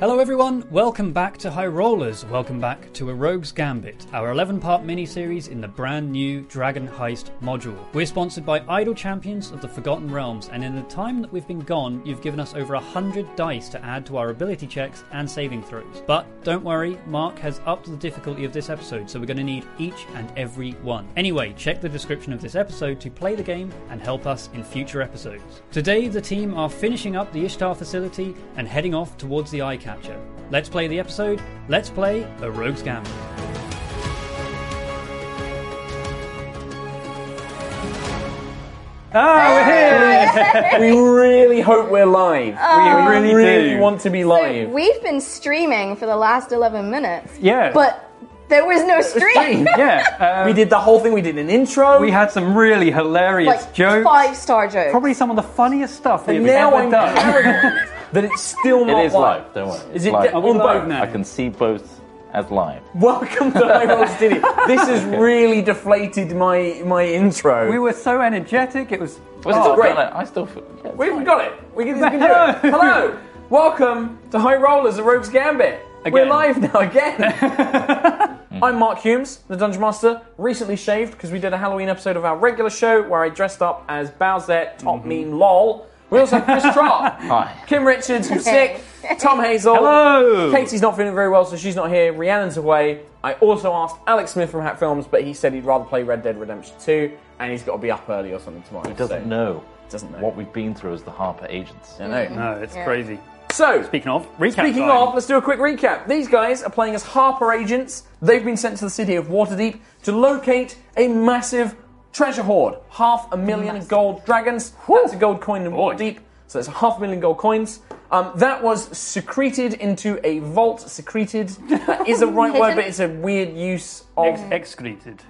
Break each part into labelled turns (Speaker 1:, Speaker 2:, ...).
Speaker 1: Hello, everyone. Welcome back to High Rollers. Welcome back to A Rogue's Gambit, our 11 part mini series in the brand new Dragon Heist module. We're sponsored by Idle Champions of the Forgotten Realms, and in the time that we've been gone, you've given us over 100 dice to add to our ability checks and saving throws. But don't worry, Mark has upped the difficulty of this episode, so we're going to need each and every one. Anyway, check the description of this episode to play the game and help us in future episodes. Today, the team are finishing up the Ishtar facility and heading off towards the eye capture. Let's play the episode. Let's play A Rogue's Gambit.
Speaker 2: Ah, we're here! we really hope we're live.
Speaker 3: Oh.
Speaker 2: we really,
Speaker 3: do.
Speaker 2: want to be live.
Speaker 3: We've been streaming for the last 11 minutes.
Speaker 2: Yeah.
Speaker 3: But there was no stream.
Speaker 2: yeah, we did the whole thing. We did an intro.
Speaker 3: we
Speaker 2: had some really hilarious
Speaker 3: like five star jokes.
Speaker 2: Probably some of the funniest stuff and
Speaker 3: we've
Speaker 2: now
Speaker 3: ever
Speaker 2: I'm
Speaker 3: done.
Speaker 2: paranoid that it's still not
Speaker 4: It is live, don't worry.
Speaker 2: Is it
Speaker 4: live.
Speaker 2: de- on both now?
Speaker 4: I can see both as live.
Speaker 2: Welcome to High Roll Studio. This has really deflated my my intro.
Speaker 5: We were so energetic. It was.
Speaker 4: Was
Speaker 2: Oh,
Speaker 4: it
Speaker 2: great.
Speaker 4: great? I still feel. Yeah, it's
Speaker 2: We've
Speaker 4: live.
Speaker 2: got it. We can, we can do it. Hello. Welcome to High Rollers, the Rogues Gambit. We're
Speaker 1: Again.
Speaker 2: live now again. I'm Mark Humes, the Dungeon Master, recently shaved because we did a Halloween episode of our regular show where I dressed up as Bowser, Top
Speaker 1: Mm-hmm.
Speaker 2: Meme, LOL. We also have Chris Trott,
Speaker 4: Hi.
Speaker 2: Kim Richards, who's sick, Tom Hazel.
Speaker 1: Hello.
Speaker 2: Katie's not feeling very well, so she's not here. Rhiannon's away. I also asked Alex Smith from Hat Films, but he said he'd rather play Red Dead Redemption 2, and he's got to be up early or something tomorrow.
Speaker 4: He doesn't know.
Speaker 2: Doesn't know.
Speaker 4: What we've been through as the Harper agents.
Speaker 1: No, it's crazy.
Speaker 2: So,
Speaker 1: Speaking of, recap
Speaker 2: Speaking
Speaker 1: time.
Speaker 2: of, let's do a quick recap. These guys are playing as Harper agents. They've been sent to the city of Waterdeep to locate a massive treasure hoard. Half a million gold dragons. That's a gold coin in Waterdeep. So that's half a million gold coins. Um, that was secreted into a vault. Secreted that is a right word, but it's a weird use of.
Speaker 5: Ex- excreted.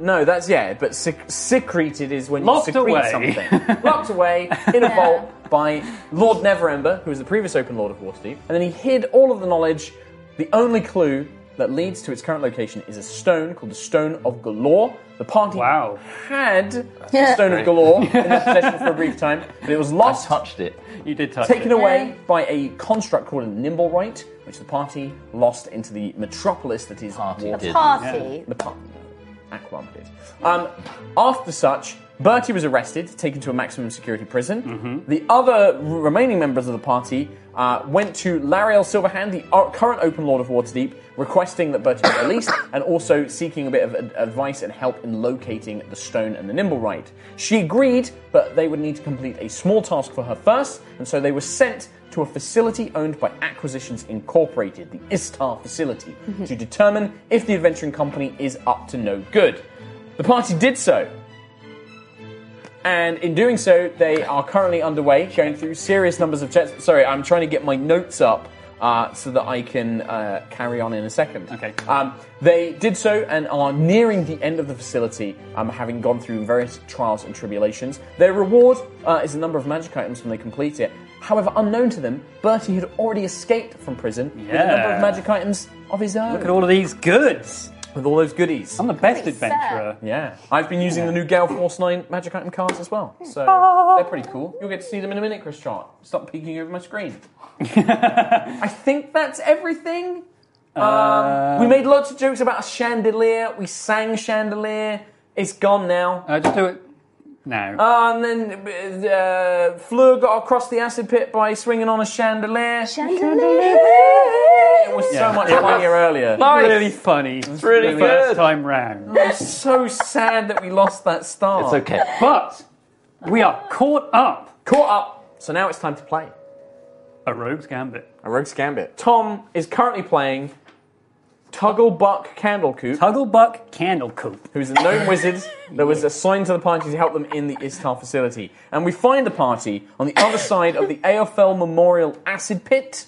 Speaker 2: No, that's yeah, but sec- secreted is when
Speaker 5: Locked
Speaker 2: you secrete
Speaker 5: away.
Speaker 2: something. Locked away in a vault by Lord Neverember, who was the previous Open Lord of Waterdeep, and then he hid all of the knowledge. The only clue that leads to its current location is a stone called the Stone of Galore. The party
Speaker 5: Wow.
Speaker 2: had the Stone of Galore in their possession for a brief time, but it was
Speaker 4: I
Speaker 2: lost
Speaker 4: touched it.
Speaker 5: You did touch
Speaker 2: taken
Speaker 5: it.
Speaker 2: away by a construct called a Nimblewright, which the party lost into the metropolis that is
Speaker 4: Party
Speaker 2: Waterdeep.
Speaker 4: did.
Speaker 3: Party.
Speaker 2: The pun. Aquaman did. Um, after such, Bertie was arrested, taken to a maximum security prison. The other r- remaining members of the party uh, went to Lariel Silverhand, the o- current Open Lord of Waterdeep, requesting that Bertie be released and also seeking a bit of ad- advice and help in locating the stone and the nimble right. She agreed, but they would need to complete a small task for her first, and so they were sent to a facility owned by Acquisitions Incorporated, the Istar facility, to determine if the adventuring company is up to no good. The party did so. And in doing so, they are currently underway, going through serious numbers of checks. Sorry, I'm trying to get my notes up uh, so that I can uh, carry on in a second.
Speaker 5: Okay.
Speaker 2: Um, they did so and are nearing the end of the facility, um, having gone through various trials and tribulations. Their reward uh, is a number of magic items when they complete it. However, unknown to them, Bertie had already escaped from prison with a number of
Speaker 5: Yeah.
Speaker 2: magic items of his own.
Speaker 5: Look at all of these goods.
Speaker 2: with all those goodies.
Speaker 5: I'm the best
Speaker 3: Pretty sad.
Speaker 5: adventurer.
Speaker 2: Yeah, I've been using the new Gale Force 9 magic item cards as well, so they're pretty cool. You'll get to see them in a minute, Chris Chart. Stop peeking over my screen.
Speaker 4: Um,
Speaker 2: I think that's everything.
Speaker 5: Uh,
Speaker 2: Um, we made lots of jokes about a chandelier, we sang chandelier, it's gone now.
Speaker 5: Uh, just do it now.
Speaker 2: Uh, and then uh, Fleur got across the acid pit by swinging on a chandelier. It was so much funnier earlier.
Speaker 5: Really funny. It's
Speaker 4: really
Speaker 5: First
Speaker 4: good.
Speaker 5: time round.
Speaker 2: So sad that we lost that star.
Speaker 4: It's okay.
Speaker 5: But we are caught up.
Speaker 2: Caught up, so now it's time to play.
Speaker 5: A rogue's gambit.
Speaker 2: A rogue's gambit. Tom is currently playing Tugglebuck Candlecoop,
Speaker 5: Tugglebuck Candlecoop.
Speaker 2: who's a known wizard that was assigned to the party to help them in the Istar facility. And we find the party on the other side of the AFL Memorial Acid Pit,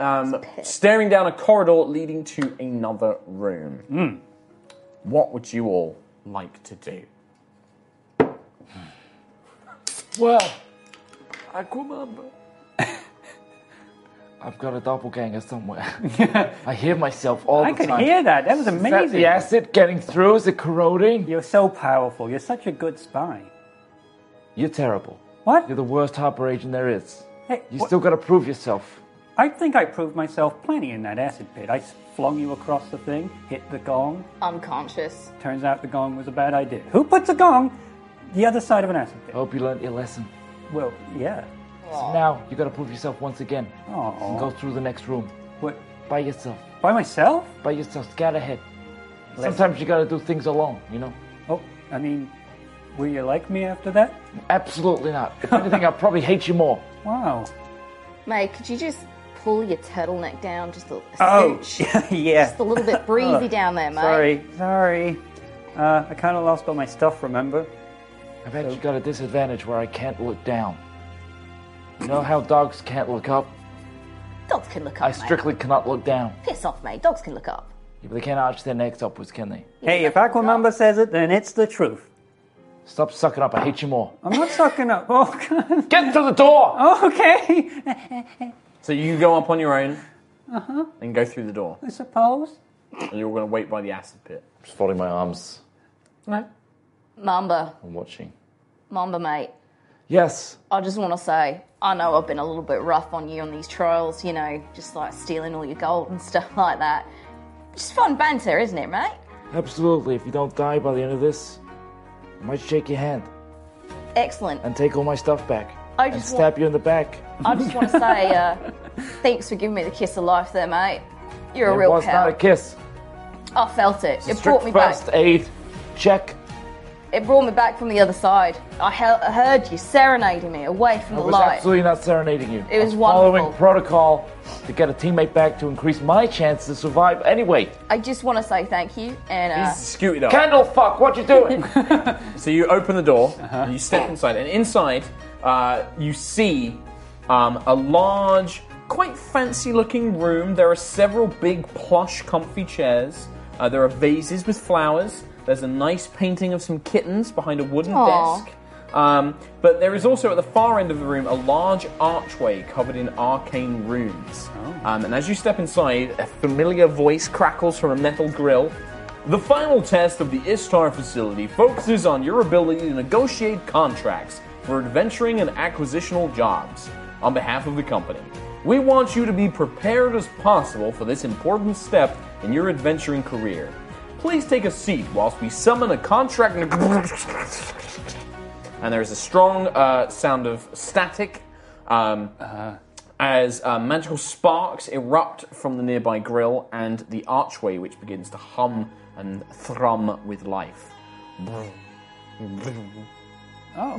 Speaker 2: um, staring down a corridor leading to another room. What would you all like to do?
Speaker 6: Well,
Speaker 2: Aquaman.
Speaker 6: I've got a doppelganger somewhere. I hear myself all
Speaker 5: I
Speaker 6: the
Speaker 5: could
Speaker 6: time.
Speaker 5: hear that. That was
Speaker 6: Is that
Speaker 5: amazing.
Speaker 6: the acid getting through? Is it corroding?
Speaker 5: You're so powerful. You're such a good spy.
Speaker 6: You're terrible.
Speaker 5: What?
Speaker 6: You're the worst Harper agent there is.
Speaker 5: Hey,
Speaker 6: You
Speaker 5: what-
Speaker 6: still gotta prove yourself.
Speaker 5: I think I proved myself plenty in that acid pit. I flung you across the thing, hit the gong.
Speaker 3: Unconscious.
Speaker 5: Turns out the gong was a bad idea. Who puts a gong the other side of an acid pit?
Speaker 6: I hope you learned your lesson.
Speaker 5: Well, yeah.
Speaker 6: So now you gotta prove yourself once again.
Speaker 5: Aw.
Speaker 6: And go through the next room.
Speaker 5: What?
Speaker 6: By yourself.
Speaker 5: By myself?
Speaker 6: By yourself. Scout ahead. Sometimes you gotta do things alone, you know?
Speaker 5: Oh, I mean, will you like me after that?
Speaker 6: Absolutely not. If anything, I'll probably hate you more.
Speaker 5: Wow.
Speaker 3: Mate, could you just pull your turtleneck down just a, a
Speaker 5: Oh,
Speaker 3: smooch?
Speaker 5: yeah.
Speaker 3: Just a little bit breezy down there, mate.
Speaker 5: Sorry, sorry. Uh, I kind of lost all my stuff, remember?
Speaker 6: I've actually got a disadvantage where I can't look down. You know how dogs can't look up?
Speaker 3: Dogs can look up.
Speaker 6: I strictly cannot look down.
Speaker 3: mate. piss off, mate. Dogs can look up.
Speaker 6: Yeah, But they can't arch their necks upwards, can they?
Speaker 5: Hey, if Aquamamba says it, then it's the truth.
Speaker 6: Stop sucking up. I hate you more.
Speaker 5: I'm not sucking up. Oh, God.
Speaker 6: Get to the door!
Speaker 3: Oh.
Speaker 5: okay.
Speaker 2: So you go up on your own and go through the door.
Speaker 5: I suppose.
Speaker 2: And you're going to wait by the acid pit.
Speaker 6: Just folding my arms
Speaker 3: Mamba,
Speaker 6: and watching.
Speaker 3: Mamba, mate.
Speaker 6: Yes.
Speaker 3: I just want to say, I know I've been a little bit rough on you on these trials, you know, just like stealing all your gold and stuff like that. Just fun banter, isn't it, mate?
Speaker 6: Absolutely. If you don't die by the end of this, I might shake your hand
Speaker 3: Excellent.
Speaker 6: and take all my stuff back.
Speaker 3: I
Speaker 6: and
Speaker 3: just
Speaker 6: stab
Speaker 3: want,
Speaker 6: you in the back.
Speaker 3: I just want to say, uh, thanks for giving me the kiss of life, there, mate. You're a
Speaker 6: it
Speaker 3: real
Speaker 6: was not
Speaker 3: pal.
Speaker 6: a kiss.
Speaker 3: I felt it. It
Speaker 6: Strict
Speaker 3: brought me
Speaker 6: first
Speaker 3: back.
Speaker 6: aid. Check.
Speaker 3: It brought me back from the other side. I, he- I heard you serenading me away from
Speaker 6: I
Speaker 3: the
Speaker 6: was
Speaker 3: light.
Speaker 6: absolutely not serenading you.
Speaker 3: It was
Speaker 6: I following
Speaker 3: wonderful.
Speaker 6: protocol to get a teammate back to increase my chance to survive. Anyway,
Speaker 3: I just want to say thank you and uh,
Speaker 2: He's scooted up.
Speaker 6: candle fuck, what you doing?
Speaker 2: So you open the door, and you step inside, and inside uh, you see um, a large, quite fancy-looking room. There are several big, plush, comfy chairs. Uh, there are vases with flowers. There's a nice painting of some kittens behind a wooden
Speaker 3: Aw.
Speaker 2: desk. Um, but there is also at the far end of the room a large archway covered in arcane runes. Um, and as you step inside, a familiar voice crackles from a metal grill. The final test of the Istar facility focuses on your ability to negotiate contracts for adventuring and acquisitional jobs on behalf of the company. We want you to be prepared as possible for this important step in your adventuring career. Please take a seat whilst we summon a contract. and there is a strong uh, sound of static um,
Speaker 5: Uh-huh.
Speaker 2: as uh, magical sparks erupt from the nearby grill and the archway, which begins to hum and thrum with life.
Speaker 5: Oh,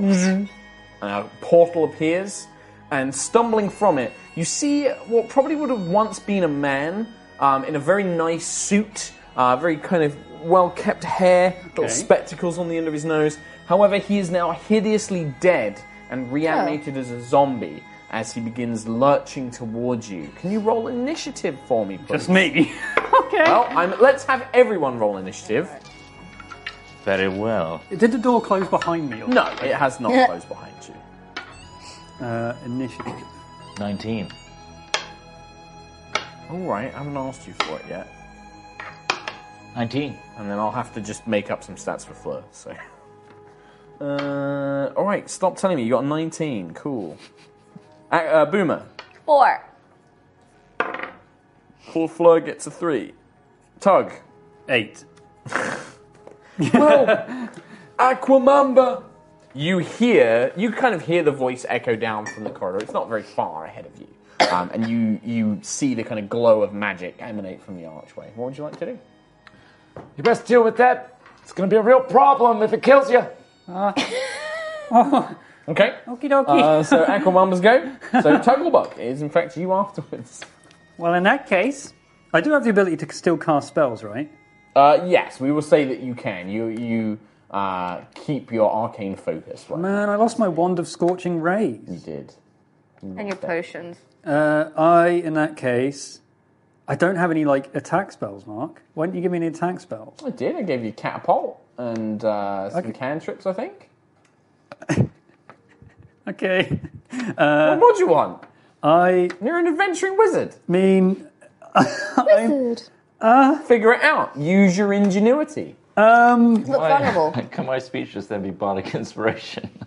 Speaker 2: And a portal appears, and stumbling from it, you see what probably would have once been a man um, in a very nice suit, uh, very kind of well kept hair, little
Speaker 5: Okay.
Speaker 2: spectacles on the end of his nose. However, he is now hideously dead and reanimated as a zombie as he begins lurching towards you. Can you roll initiative for me, please?
Speaker 5: just me. okay.
Speaker 2: Well, I'm, let's have everyone roll initiative.
Speaker 6: Very well.
Speaker 5: Did the door close behind me? Or
Speaker 2: No, it has not closed behind you.
Speaker 5: Uh, initiative.
Speaker 6: 19.
Speaker 2: All right, I haven't asked you for it yet.
Speaker 6: 19.
Speaker 2: and then I'll have to just make up some stats for Fleur. So, uh, all right, stop telling me you got 19. Cool. Uh, uh, Boomer,
Speaker 3: four.
Speaker 2: poor Fleur gets a three. Tug,
Speaker 5: Eight.
Speaker 2: Aquamamba. You hear, you kind of hear the voice echo down from the corridor. It's not very far ahead of you, um, and you you see the kind of glow of magic emanate from the archway. What would you like to do?
Speaker 6: You best deal with that. It's gonna be a real problem if it kills you.
Speaker 2: Okay.
Speaker 5: Okie dokie.
Speaker 2: Uh, so Aquamamba's go. So Tugglebuck is in fact you afterwards.
Speaker 5: well, in that case, I do have the ability to still cast spells, right?
Speaker 2: Uh, yes, we will say that you can. You you uh, keep your arcane focus. Right?
Speaker 5: Man, I lost my wand of scorching
Speaker 2: You
Speaker 5: rays.
Speaker 2: did.
Speaker 3: And your potions.
Speaker 5: Uh, I, in that case, I don't have any like attack spells, Mark. Why don't you give me an attack spell?
Speaker 2: I did. I gave you catapult and uh, some
Speaker 5: Okay.
Speaker 2: cantrips. I think.
Speaker 5: Okay.
Speaker 2: what more do you want?
Speaker 5: I
Speaker 2: You're an adventuring wizard.
Speaker 5: mean,
Speaker 3: Wizard.
Speaker 2: Figure it out. Use your ingenuity.
Speaker 5: um,
Speaker 3: Look vulnerable.
Speaker 6: Can my speech just then be bardic inspiration?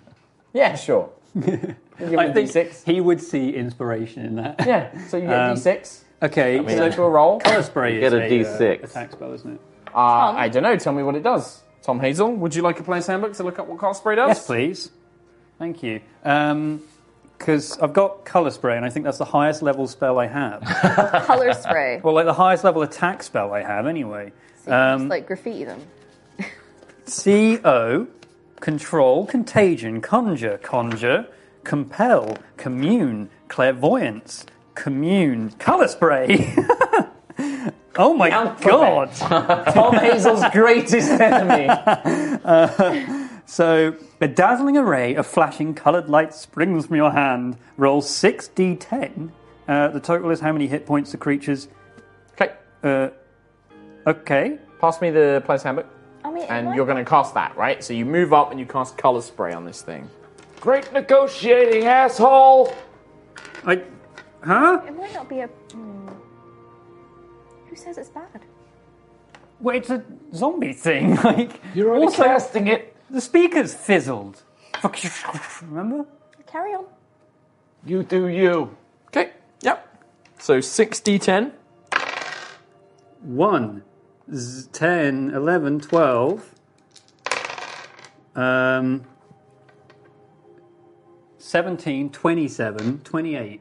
Speaker 2: Yeah, sure. Give him a
Speaker 5: I think
Speaker 2: D6.
Speaker 5: he would see inspiration in that.
Speaker 2: Yeah, so you get a
Speaker 5: Um,
Speaker 2: D6.
Speaker 5: Okay.
Speaker 2: So
Speaker 5: so
Speaker 2: to a roll.
Speaker 5: color spray
Speaker 6: get
Speaker 5: is
Speaker 6: a D6.
Speaker 5: uh, attack spell, isn't it?
Speaker 2: Uh, I don't know. Tell me what it does. Tom Hazel, would you like a player's handbook to look up what cast spray does?
Speaker 5: Yes, please. Thank you. Because I've got color spray, and I think that's the highest level spell I have.
Speaker 3: Color spray.
Speaker 5: well, like the highest level attack spell I have, anyway.
Speaker 6: Um,
Speaker 3: Just like graffiti them.
Speaker 5: CO, control, contagion, conjure, conjure, compel, commune, clairvoyance, commune, color spray. oh my
Speaker 2: alphabet.
Speaker 5: god!
Speaker 2: Tom Hazel's greatest enemy.
Speaker 5: So, a dazzling array of flashing coloured lights springs from your hand. Roll 6d10. Uh, the total is how many hit points the creature's.
Speaker 2: Okay,
Speaker 5: Uh, okay.
Speaker 2: pass me the player's handbook.
Speaker 3: I mean, it
Speaker 2: And
Speaker 3: might-
Speaker 2: you're going to cast that, right? So you move up and you cast color spray on this thing.
Speaker 6: Great negotiating, asshole!
Speaker 5: I. Huh?
Speaker 3: It might not be a. Hmm. Who says it's bad?
Speaker 5: Well, it's a zombie thing. Like,
Speaker 6: You're already casting it.
Speaker 5: the speaker's fizzled. Remember?
Speaker 3: Carry on.
Speaker 6: You do you.
Speaker 2: Okay, yep. So 6d10.
Speaker 5: 1, z- 10, 11, 12. Um, 17, 27, 28.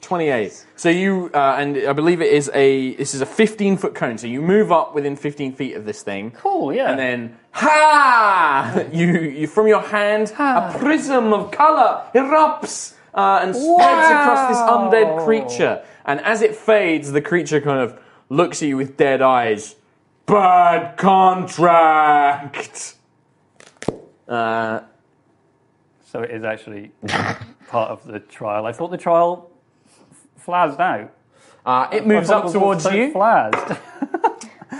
Speaker 2: 28. So you, uh, and I believe it is a, this is a 15 foot cone. So you move up within 15 feet of this thing.
Speaker 5: Cool, Oh, yeah.
Speaker 2: And then, ha! You, you from your hand, a prism of color erupts uh, and spreads across this undead creature. And as it fades, the creature kind of looks at you with dead eyes. Bad contract. Uh,
Speaker 5: So it is actually part of the trial. I thought the trial f- flazzed out.
Speaker 2: uh, it moves
Speaker 5: I thought it
Speaker 2: up
Speaker 5: was
Speaker 2: towards
Speaker 5: so
Speaker 2: you.
Speaker 5: Flazzed.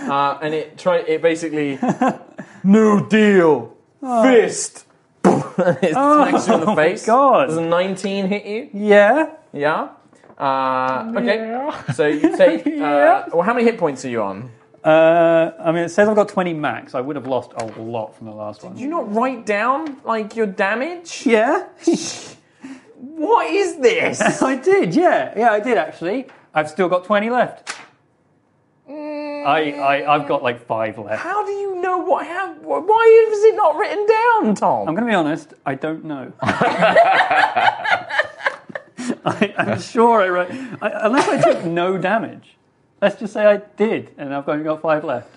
Speaker 2: Uh, and it try it basically no deal
Speaker 5: Oh.
Speaker 2: fist it smacks you in the face
Speaker 5: God.
Speaker 2: does a 19 hit you
Speaker 5: yeah.
Speaker 2: yeah uh, okay so you take uh,
Speaker 5: Yeah.
Speaker 2: well how many hit points are you on
Speaker 5: Uh, I mean, it says I've got 20 max. I would have lost a lot from the last one.
Speaker 2: do you not write down like your damage
Speaker 5: yeah.
Speaker 2: what is this
Speaker 5: I did, yeah. Yeah, I did actually. I've still got 20 left. I, I, I've got like five left.
Speaker 2: how do you know what how wh- why is it not written down tom
Speaker 5: I'm going to be honest, I don't know. I, I'm sure I wrote, I, unless I took no damage. Let's just say I did, and I've only got five left.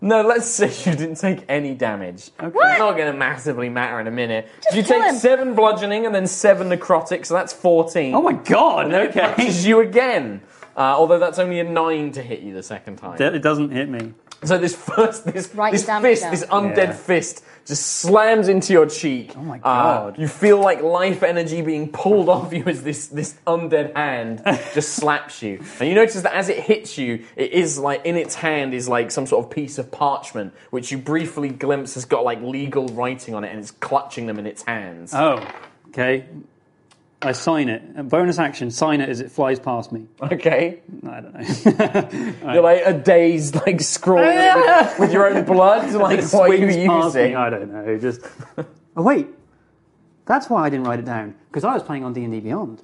Speaker 2: no let's say you didn't take any damage
Speaker 5: What?
Speaker 2: it's not going to massively matter in a minute you
Speaker 3: kill
Speaker 2: take
Speaker 3: him.
Speaker 2: seven bludgeoning and then seven necrotic so that's 14
Speaker 5: Oh my god,
Speaker 2: And then it
Speaker 5: okay.
Speaker 2: punches you again. Uh, although that's only a nine to hit you the second time.
Speaker 5: It doesn't hit me.
Speaker 2: so this first, this,
Speaker 3: Write
Speaker 2: this
Speaker 3: your damage
Speaker 2: fist,
Speaker 3: down.
Speaker 2: this undead
Speaker 5: Yeah.
Speaker 2: fist, just slams into your cheek. Oh
Speaker 5: my God.
Speaker 2: you feel like life energy being pulled off you as this this undead hand just slaps you. And you notice that as it hits you, it is like in its hand is like some sort of piece of parchment, which you briefly glimpse has got like legal writing on it, and it's clutching them in its hands.
Speaker 5: Oh, okay. I sign it. A bonus action, sign it as it flies past me.
Speaker 2: Okay.
Speaker 5: I don't know.
Speaker 2: You're like a dazed, like scrawl with, with your own blood, like
Speaker 5: It
Speaker 2: what are you
Speaker 5: swings past me,
Speaker 2: using?
Speaker 5: I don't know. Just oh wait, that's why I didn't write it down because I was playing on D and D Beyond.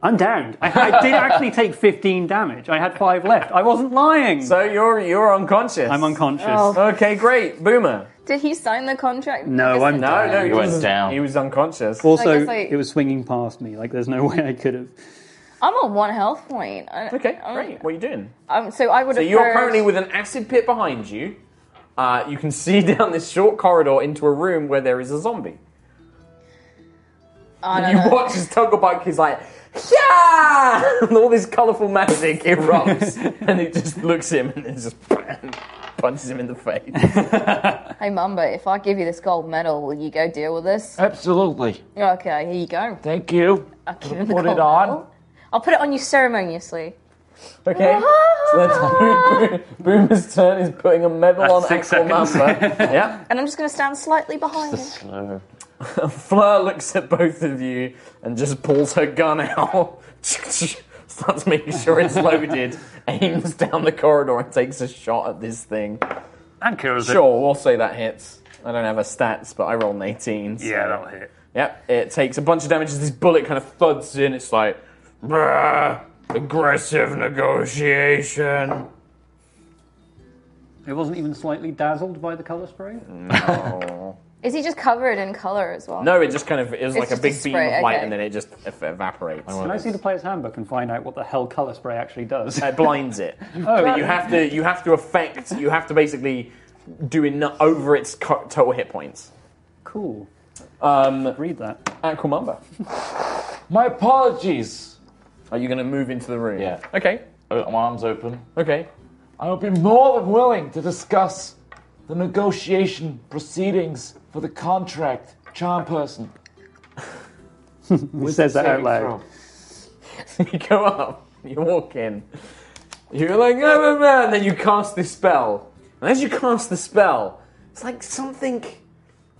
Speaker 5: I'm downed. I, I did actually take 15 damage. I had five left. I wasn't lying.
Speaker 2: So you're you're unconscious.
Speaker 5: I'm unconscious.
Speaker 3: Oh.
Speaker 2: Okay, great, Boomer.
Speaker 3: Did he sign the contract?
Speaker 5: No,
Speaker 3: I guess
Speaker 5: I'm
Speaker 3: he-
Speaker 5: not.
Speaker 2: No, no,
Speaker 6: he went down.
Speaker 2: He was unconscious.
Speaker 3: I
Speaker 5: Also,
Speaker 3: guess I-
Speaker 5: it was swinging past me. Like there's no way I could have.
Speaker 3: I'm on one health point. I,
Speaker 2: okay,
Speaker 3: I'm,
Speaker 2: great. What are you doing?
Speaker 3: Um, so I would
Speaker 2: So
Speaker 3: have.
Speaker 2: you're
Speaker 3: heard-
Speaker 2: currently with an acid pit behind you. Uh, you can see down this short corridor into a room where there is a zombie.
Speaker 3: I
Speaker 2: And
Speaker 3: don't
Speaker 2: you
Speaker 3: know.
Speaker 2: watch as Tugglebuck is like, yeah! And all this colourful magic erupts, and it just looks at him and then just punches him in the face.
Speaker 3: Hey, Mumbo, if I give you this gold medal, will you go deal with this?
Speaker 6: Absolutely.
Speaker 3: Okay, here you go.
Speaker 6: Thank you.
Speaker 3: I'll give him the
Speaker 6: Put
Speaker 3: gold
Speaker 6: it on.
Speaker 3: medal. I'll put it on you ceremoniously.
Speaker 2: Okay, so that's how Boomer's turn is putting a medal
Speaker 1: That's
Speaker 2: on
Speaker 1: six
Speaker 2: Aquaman.
Speaker 1: seconds.
Speaker 2: yeah.
Speaker 3: And I'm just going to stand slightly behind him.
Speaker 6: Slur.
Speaker 2: Fleur looks at both of you and just pulls her gun out, starts making sure it's loaded, aims down the corridor and takes a shot at this thing.
Speaker 1: And kills it.
Speaker 2: Sure, we'll say that hits. I don't have a stats, but I roll an 18. so-
Speaker 1: Yeah, that'll hit.
Speaker 2: Yep, it takes a bunch of damage as this bullet kind of thuds in. It's like, "Bruh, aggressive negotiation.
Speaker 1: It wasn't even slightly dazzled by the colour spray.
Speaker 3: Is he just covered in colour as well?
Speaker 2: No, it just kind of it was like a
Speaker 3: just a
Speaker 2: big beam
Speaker 3: spray,
Speaker 2: of light,
Speaker 3: okay.
Speaker 2: and then it just ev- evaporates.
Speaker 1: Can I see the player's handbook and find out what the hell colour spray actually does?
Speaker 2: It blinds it.
Speaker 5: Oh,
Speaker 2: but Oh, you have to you have to affect you have to basically do enough over its co- total hit points.
Speaker 1: cool.
Speaker 2: Um,
Speaker 1: Read that.
Speaker 2: Aquamamba,
Speaker 6: My apologies.
Speaker 2: are you going to move into the room?
Speaker 6: Yeah.
Speaker 2: Okay.
Speaker 6: Oh, My arms open.
Speaker 2: Okay.
Speaker 6: I would be more than willing to discuss the negotiation proceedings for the contract. Charm person.
Speaker 5: He says that out
Speaker 6: Saving
Speaker 5: loud.
Speaker 6: throw.
Speaker 2: you go up, you walk in, you're like, oh, oh, oh," and then you cast this spell. And as you cast the spell, it's like something,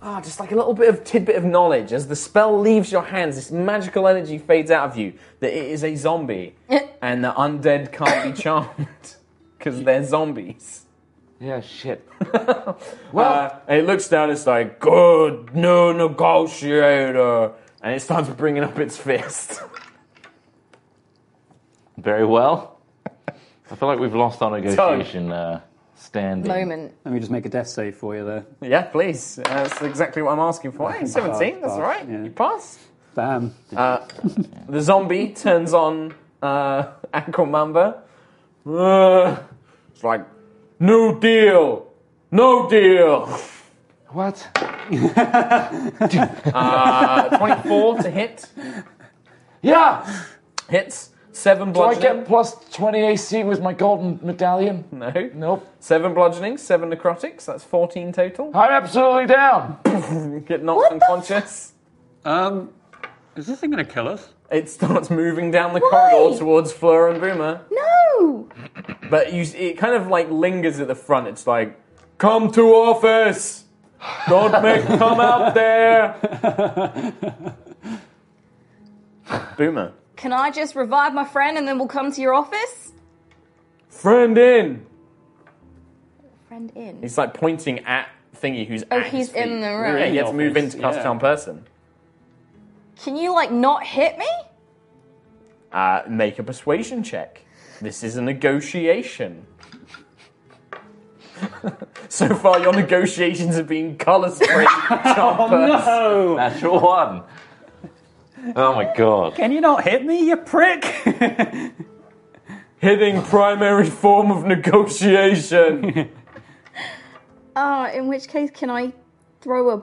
Speaker 2: ah, just like a little bit of tidbit of knowledge. As the spell leaves your hands, this magical energy fades out of you that it is a zombie, and the undead can't be charmed because they're zombies.
Speaker 6: Yeah, shit. well,
Speaker 2: Uh, and it looks down, it's like, good new negotiator. And it starts bringing up its fist.
Speaker 6: very well. I feel like we've lost our negotiation uh, standing.
Speaker 3: Moment.
Speaker 5: Let me just make a death save for you there.
Speaker 2: Yeah, please. Uh, That's exactly what I'm asking for. Hey, 17, that's all right.
Speaker 5: yeah.
Speaker 2: You pass.
Speaker 5: Bam.
Speaker 2: The zombie turns on uh, Aquamamba. Uh, it's like, no deal, no deal.
Speaker 6: What?
Speaker 2: 24 Uh, to hit.
Speaker 6: Yeah!
Speaker 2: Hits. Seven
Speaker 6: Do I
Speaker 2: bludgeoning.
Speaker 6: get plus 20 AC with my golden medallion?
Speaker 2: No.
Speaker 6: Nope.
Speaker 2: Seven bludgeoning, seven necrotics. That's 14 total.
Speaker 6: I'm absolutely down!
Speaker 2: Get knocked unconscious.
Speaker 1: Um, is this thing going to kill us?
Speaker 2: It starts moving down the
Speaker 3: Why?
Speaker 2: corridor towards Fleur and Boomer.
Speaker 3: No!
Speaker 2: But Uh, you, it kind of like lingers at the front. It's like, come to office. Don't make come out there. Boomer,
Speaker 3: Can I just revive my friend and then we'll come to your office?
Speaker 2: friend in.
Speaker 3: Friend in.
Speaker 2: He's like pointing at thingy who's.
Speaker 3: Oh,
Speaker 2: at his
Speaker 3: he's in
Speaker 2: feet.
Speaker 3: the room.
Speaker 2: Yeah, he has to
Speaker 1: Office,
Speaker 2: move into cast
Speaker 1: yeah.
Speaker 2: charm person.
Speaker 3: Can you, like, not hit me?
Speaker 2: Uh, make a persuasion check. This is a negotiation. so far, your negotiations have been color spray. charm person.
Speaker 1: Oh,
Speaker 6: Natural one. Oh my god.
Speaker 1: can you not hit me, you prick?
Speaker 2: Hitting primary form of negotiation.
Speaker 3: Uh, in which case, can I throw a.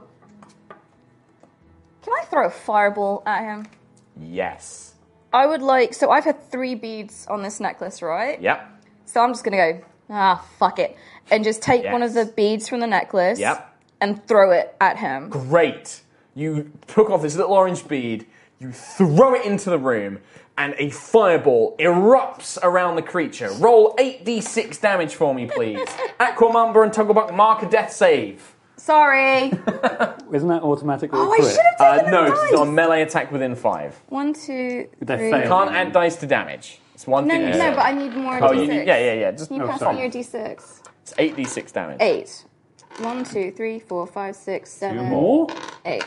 Speaker 3: Can I throw a fireball at him?
Speaker 2: yes.
Speaker 3: I would like. So I've had three beads on this necklace, right?
Speaker 2: Yep.
Speaker 3: So I'm just going to go, ah, fuck it. And just take one of the
Speaker 2: Yes.
Speaker 3: beads from the necklace
Speaker 2: Yep.
Speaker 3: and throw it at him.
Speaker 2: Great. You took off this little orange bead, you throw it into the room, and a fireball erupts around the creature. Roll 8d6 damage for me, please. Aquamamba and Tugglebuck mark a death save.
Speaker 3: Sorry.
Speaker 5: Isn't that automatically
Speaker 3: Oh, I
Speaker 5: a
Speaker 3: should
Speaker 5: crit?
Speaker 3: have
Speaker 2: Uh,
Speaker 3: taken
Speaker 2: no,
Speaker 3: the
Speaker 2: it's
Speaker 3: dice.
Speaker 2: not a melee attack within five.
Speaker 3: One, two,
Speaker 5: They're
Speaker 3: three.
Speaker 5: failed.
Speaker 2: Can't add dice to damage. It's one
Speaker 3: No,
Speaker 2: thing.
Speaker 3: no, but I need more
Speaker 2: Oh,
Speaker 3: d6.
Speaker 2: you, yeah, yeah, yeah. Just
Speaker 3: Can you pass
Speaker 2: sorry.
Speaker 3: me your d6?
Speaker 2: It's 8d6 damage.
Speaker 3: Eight. One, two, three, four, five, six, seven,
Speaker 5: More?
Speaker 3: eight.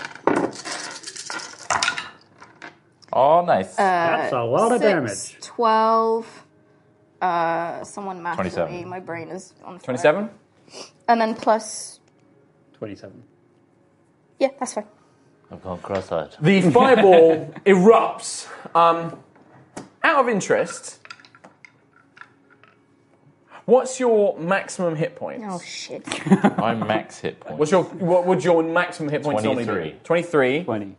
Speaker 6: Oh, nice.
Speaker 5: That's a lot of
Speaker 3: Six,
Speaker 5: damage.
Speaker 3: Twelve. Uh, someone math for
Speaker 6: 27.
Speaker 3: me. My brain is on fire.
Speaker 2: 27?
Speaker 3: And then plus.
Speaker 5: 27.
Speaker 3: Yeah, that's fine.
Speaker 6: I've gone cross eyed.
Speaker 2: The fireball erupts. Um, out of interest, what's your maximum hit point?
Speaker 3: Oh shit.
Speaker 6: My max hit point.
Speaker 2: What's your what would your maximum hit point normally be?
Speaker 6: 23.
Speaker 2: Twenty-three.
Speaker 5: 20.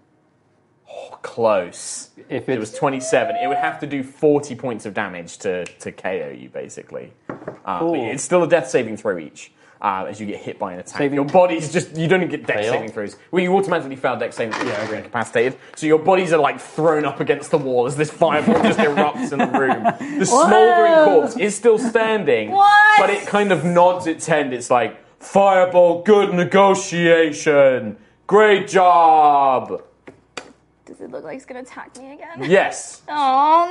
Speaker 2: Oh, close.
Speaker 5: If
Speaker 2: It was 27. It would have to do 40 points of damage to, to KO you, basically. Uh, but
Speaker 5: Cool.
Speaker 2: It's still a death saving throw each. Uh, as you get hit by an attack,
Speaker 5: Saving-
Speaker 2: your body's just, you don't get deck
Speaker 7: Fail.
Speaker 2: saving throws. Well, you automatically fail deck saving throws yeah, you're incapacitated. So your bodies are like thrown up against the wall as this fireball just erupts in the room. The smoldering corpse is still standing,
Speaker 3: What?
Speaker 2: but it kind of nods its head. It's like, fireball, good negotiation. Great job.
Speaker 3: Does it look like it's gonna attack me again?
Speaker 2: Yes.
Speaker 3: Oh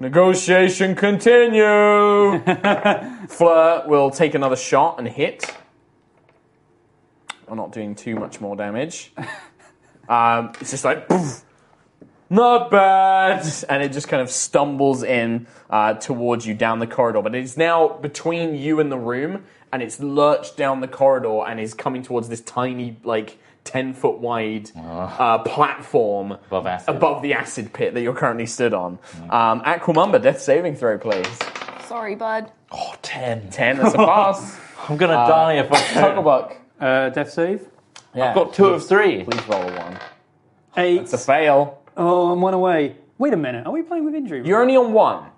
Speaker 3: no!
Speaker 2: Negotiation continue. Fleur will take another shot and hit. I'm not doing too much more damage. Um, it's just like, poof, not bad. And it just kind of stumbles in uh, towards you down the corridor. But it's now between you and the room, and it's lurched down the corridor and is coming towards this tiny, like, 10 foot wide uh, platform
Speaker 7: Above acid.
Speaker 2: above the acid pit that you're currently stood on. Um, Aquamumba, death saving throw, please.
Speaker 3: Sorry, bud.
Speaker 7: Oh, 10.
Speaker 2: 10, that's a pass.
Speaker 7: I'm going to die if I don't.
Speaker 2: Hucklebuck.
Speaker 5: Uh, death save.
Speaker 2: Yeah.
Speaker 7: I've got two of three.
Speaker 2: Please roll a one.
Speaker 5: Eight.
Speaker 2: It's a fail.
Speaker 5: Oh, I'm one away. Wait a minute. Are we playing with injury?
Speaker 2: You're only on one.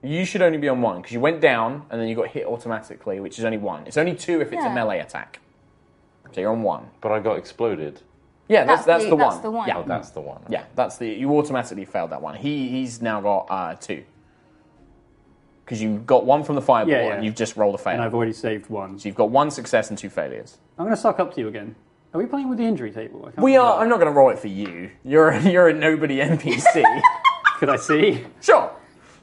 Speaker 2: You should only be on one because you went down and then you got hit automatically, which is only one. It's only two if it's a
Speaker 3: Yeah.
Speaker 2: melee attack. So you're on one.
Speaker 7: But I got exploded.
Speaker 2: Yeah, that's, that's,
Speaker 3: That's
Speaker 2: the,
Speaker 3: the-
Speaker 2: one.
Speaker 3: that's the one.
Speaker 2: Yeah,
Speaker 3: Oh,
Speaker 7: That's the one.
Speaker 2: yeah, that's the. You automatically failed that one. He he's now got uh, two because you got one from the fireball
Speaker 5: Yeah, yeah.
Speaker 2: and you've just rolled a fail.
Speaker 5: and I've already saved one.
Speaker 2: so you've got one success and two failures.
Speaker 5: I'm going to suck up to you again. Are we playing with the injury table? I can't
Speaker 2: We are. I'm
Speaker 5: remember.
Speaker 2: not going to roll it for you. You're you're a nobody NPC.
Speaker 5: Could I see?
Speaker 2: sure.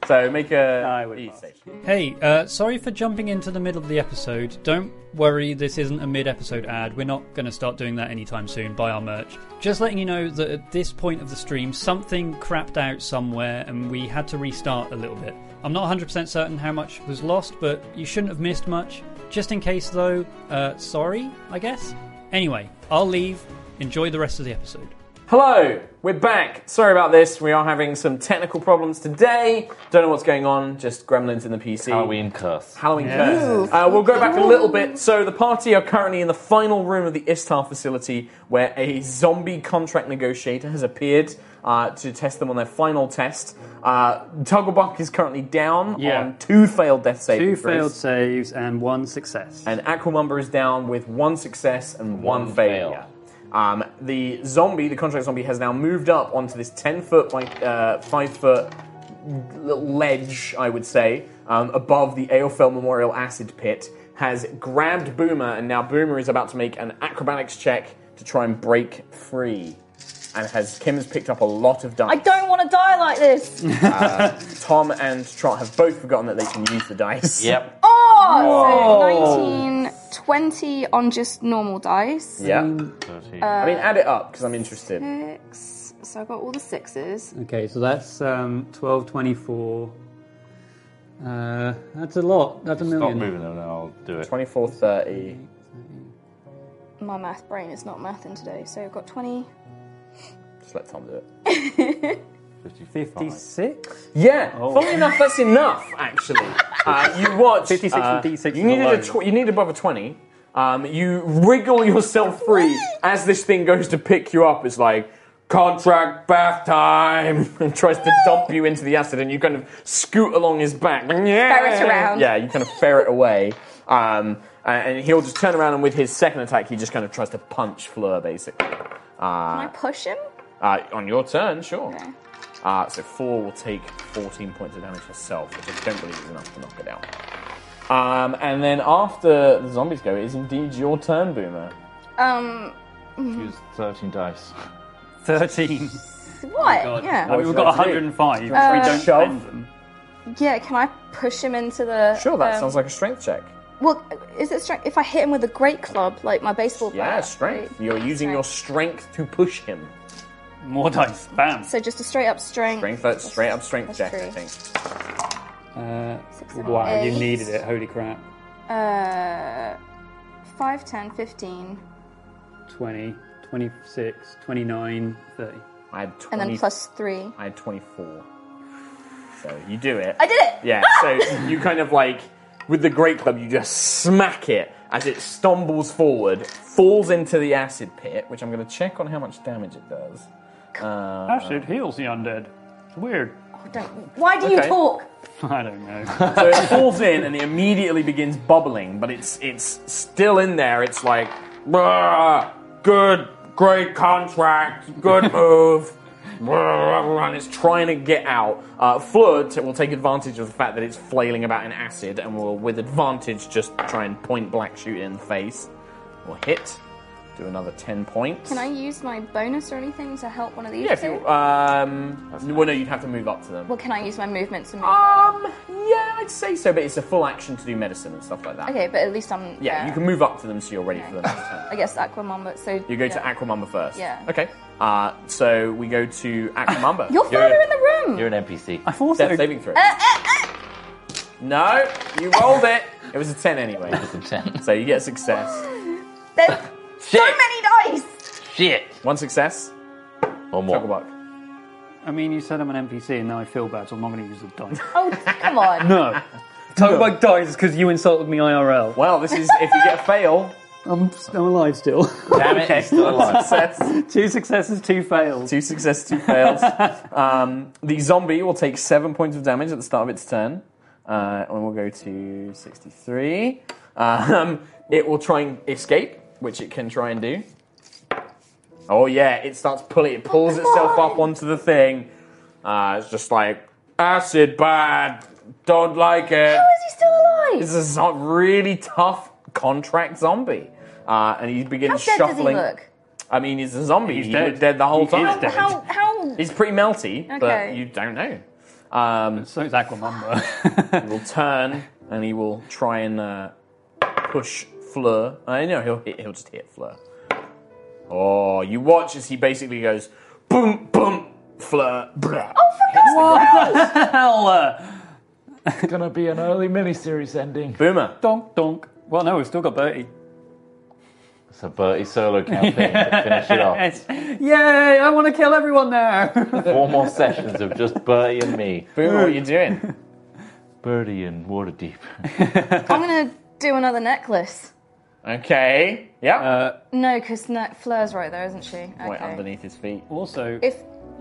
Speaker 2: So make a. E
Speaker 5: I would pass.
Speaker 1: Hey, uh, sorry for jumping into the middle of the episode. Don't worry, this isn't a mid episode ad. We're not going to start doing that anytime soon. Buy our merch. Just letting you know that at this point of the stream, something crapped out somewhere and we had to restart a little bit. I'm not 100% certain how much was lost, but you shouldn't have missed much. Just in case, though, uh, sorry, I guess. Anyway, I'll leave. Enjoy the rest of the episode.
Speaker 2: Hello, we're back. Sorry about this. We are having some technical problems today. Don't know what's going on. Just gremlins in the PC.
Speaker 7: Halloween curse.
Speaker 2: Halloween curse. Uh, we'll go back a little bit. So the party are currently in the final room of the Istar facility, where a zombie contract negotiator has appeared uh, to test them on their final test. Uh, Tugglebuck is currently down
Speaker 5: Yeah.
Speaker 2: on two failed death saving
Speaker 5: Two
Speaker 2: throws.
Speaker 5: failed saves and one success.
Speaker 2: and Aquamumba is down with one success and one,
Speaker 7: One
Speaker 2: failure. Um, the zombie, the contract zombie, has now moved up onto this ten foot by uh, five foot ledge, I would say, um, above the Aofel Memorial Acid Pit. Has grabbed Boomer, and now Boomer is about to make an acrobatics check to try and break free. And has Kim's picked up a lot of dice. Uh,
Speaker 3: I don't want to die like this.
Speaker 2: Tom and Trot have both forgotten that they can use the dice.
Speaker 7: Yep.
Speaker 3: Oh, so 19, 20 on just normal dice.
Speaker 2: Yeah. I mean, add it up because I'm interested.
Speaker 3: Six. So I got all the sixes.
Speaker 5: Okay, so that's um, 12, 24. Uh, that's a lot. That's a
Speaker 7: Stop
Speaker 5: million.
Speaker 7: moving them now. I'll do it.
Speaker 2: 24, 30.
Speaker 3: My math brain is not mathing today. So I've got 20.
Speaker 2: Just let Tom do it.
Speaker 7: 55.
Speaker 5: 56?
Speaker 2: Yeah, funnily enough, that's enough, actually. Oh. Uh, you watch.
Speaker 5: 56
Speaker 2: uh,
Speaker 5: and D6
Speaker 2: You needed, a
Speaker 5: alone.
Speaker 2: tw- you needed above a 20. Um, you wriggle yourself free as this thing goes to pick you up. It's like, contract bath time, and tries to dump you into the acid, and you kind of scoot along his back. Ferret
Speaker 3: around.
Speaker 2: Yeah, you kind of ferret away. Um, uh, and he'll just turn around, and with his second attack, he just kind of tries to punch Fleur, basically. Uh,
Speaker 3: Can I push him?
Speaker 2: uh, on your turn, sure.
Speaker 3: Okay.
Speaker 2: Uh, so Fleur will take 14 points of damage herself, which I don't believe is enough to knock it out. Um, and then after the zombies go, it is indeed your turn, Boomer.
Speaker 3: Um,
Speaker 7: Use 13 dice.
Speaker 5: 13.
Speaker 3: what? yeah. Uh,
Speaker 5: We've got
Speaker 2: should I do?
Speaker 5: 105.
Speaker 2: to
Speaker 5: we don't
Speaker 2: shove?
Speaker 5: spend them.
Speaker 3: Yeah, can I push him into the.
Speaker 2: Sure, that
Speaker 3: um,
Speaker 2: sounds like a strength check.
Speaker 3: Well, is it strength? If I hit him with a great club, like my baseball bat.
Speaker 2: Yeah, strength.
Speaker 3: right?
Speaker 2: You're using your strength to push him.
Speaker 5: More dice. Bam.
Speaker 3: So just a straight up strength.
Speaker 2: Strength, that's straight up strength
Speaker 3: That's
Speaker 2: check,
Speaker 3: true.
Speaker 2: I think.
Speaker 5: Uh,
Speaker 3: Six and
Speaker 5: wow, you
Speaker 3: eight.
Speaker 5: needed it. Holy crap.
Speaker 3: Uh, 5, 10, 15,
Speaker 5: 20, 26, 29, 30.
Speaker 2: I had 20,
Speaker 3: and then plus 3.
Speaker 2: I had 24. So you do it.
Speaker 3: I did it!
Speaker 2: Yeah, so you kind of like, with the Great Club, you just smack it as it stumbles forward, falls into the acid pit, which I'm going to check on how much damage it does.
Speaker 5: Acid heals the undead. It's weird.
Speaker 3: Why do you
Speaker 2: Okay.
Speaker 3: talk?
Speaker 5: I don't know.
Speaker 2: So it falls in and it immediately begins bubbling, but it's it's still in there. It's like, "Bruh, good, great contract, good move. Bruh, and it's trying to get out. Uh, Fleur t- will take advantage of the fact that it's flailing about in acid and will, with advantage, just try and point black shoot in the face. Will hit. Do another 10 points.
Speaker 3: Can I use my bonus or anything to help one of these
Speaker 2: Yeah, if
Speaker 3: two?
Speaker 2: you. Um, well, no, you'd have to move up to them.
Speaker 3: well, can I use my movements and move?
Speaker 2: Um, yeah, I'd say so, but it's a full action to do medicine and stuff like that.
Speaker 3: okay, but at least I'm.
Speaker 2: Yeah,
Speaker 3: uh,
Speaker 2: you can move up to them so you're ready for the next turn.
Speaker 3: I guess Aquamamba. So
Speaker 2: You go to
Speaker 3: yeah.
Speaker 2: Aquamamba first.
Speaker 3: Yeah.
Speaker 2: Okay. Uh, so we go to Aquamamba.
Speaker 3: You're
Speaker 7: You're-
Speaker 3: further in the room.
Speaker 7: You're an NPC.
Speaker 5: I've also
Speaker 2: Death saving throw.
Speaker 3: Uh, uh, uh.
Speaker 2: No, you rolled it. It was a 10 anyway.
Speaker 8: Ten.
Speaker 2: So you get a success.
Speaker 3: There's so many dice.
Speaker 8: Shit.
Speaker 2: One success,
Speaker 7: Or
Speaker 2: chuckle
Speaker 7: more.
Speaker 2: buck.
Speaker 5: I mean, you said I'm an NPC, and now I feel bad, so I'm not going to use the dice.
Speaker 3: Oh, come on.
Speaker 5: no. Tugbuck dies because you insulted me IRL.
Speaker 2: Well, this is if you get a fail,
Speaker 5: I'm, I'm alive still.
Speaker 2: damn it,
Speaker 5: Okay.
Speaker 2: it's still a success.
Speaker 5: two successes, two fails.
Speaker 2: Two successes, two fails. Um, the zombie will take seven points of damage at the start of its turn. Uh, and we'll go to 63. Um, it will try and escape, which it can try and do. Oh yeah, it starts pulling. It pulls itself up onto the thing. Uh, it's just like acid bad. Don't like it.
Speaker 3: How is he still alive?
Speaker 2: It's a zo- really tough contract zombie, uh, and he
Speaker 3: How
Speaker 2: begins
Speaker 3: dead does he
Speaker 2: shuffling.
Speaker 3: look?
Speaker 2: I mean, he's a zombie.
Speaker 5: He's
Speaker 2: he
Speaker 5: dead.
Speaker 2: was dead the whole
Speaker 5: He
Speaker 2: time.
Speaker 5: is dead.
Speaker 3: How? How?
Speaker 2: He's pretty melty, but
Speaker 3: Okay.
Speaker 2: you don't know. Um,
Speaker 5: So it's Aquamamba.
Speaker 2: he'll turn and he will try and uh, push Fleur. I know he'll hit, he'll just hit Fleur. Oh, you watch as he basically goes boom, boom, Fleur. Blah.
Speaker 3: Oh, for God's
Speaker 5: Hell, uh,
Speaker 6: It's gonna be an early miniseries ending.
Speaker 2: Boomer.
Speaker 5: donk donk. Well, no, we've still got Bertie.
Speaker 7: It's a Bertie solo campaign to finish it off.
Speaker 5: Yes. Yay! I want to kill everyone now.
Speaker 7: Four more sessions of just Bertie and me.
Speaker 2: Boomer, what are you doing?
Speaker 7: Bertie and Waterdeep.
Speaker 3: I'm gonna do another necklace.
Speaker 2: Okay. Yeah.
Speaker 3: No, because no, Fleur's right there, isn't she? Okay.
Speaker 2: Wait, underneath his feet.
Speaker 5: also,
Speaker 3: If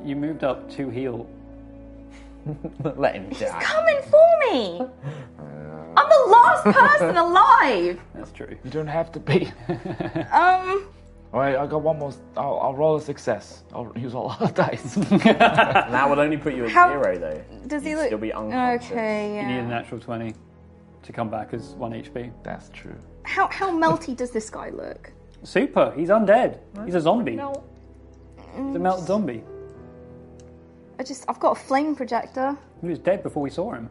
Speaker 5: you moved up to heal.
Speaker 2: Let him
Speaker 3: he's
Speaker 2: die.
Speaker 3: coming for me, I'm the last person alive.
Speaker 5: That's true.
Speaker 6: You don't have to be.
Speaker 3: Um,
Speaker 6: All right, I got one more. I'll, I'll roll a success. I'll use all our dice.
Speaker 2: And that would only put you at
Speaker 3: How-
Speaker 2: zero, though.
Speaker 3: does he
Speaker 2: You'd
Speaker 3: look?
Speaker 2: still be unconscious.
Speaker 3: Okay,
Speaker 5: You need a
Speaker 3: yeah.
Speaker 5: natural 20 to come back as 1 HP.
Speaker 6: That's true.
Speaker 3: How how melty does this guy look?
Speaker 5: Super! He's undead. He's a zombie. He's a melted zombie.
Speaker 3: I just I've got a flame projector,
Speaker 5: He was dead before we saw him.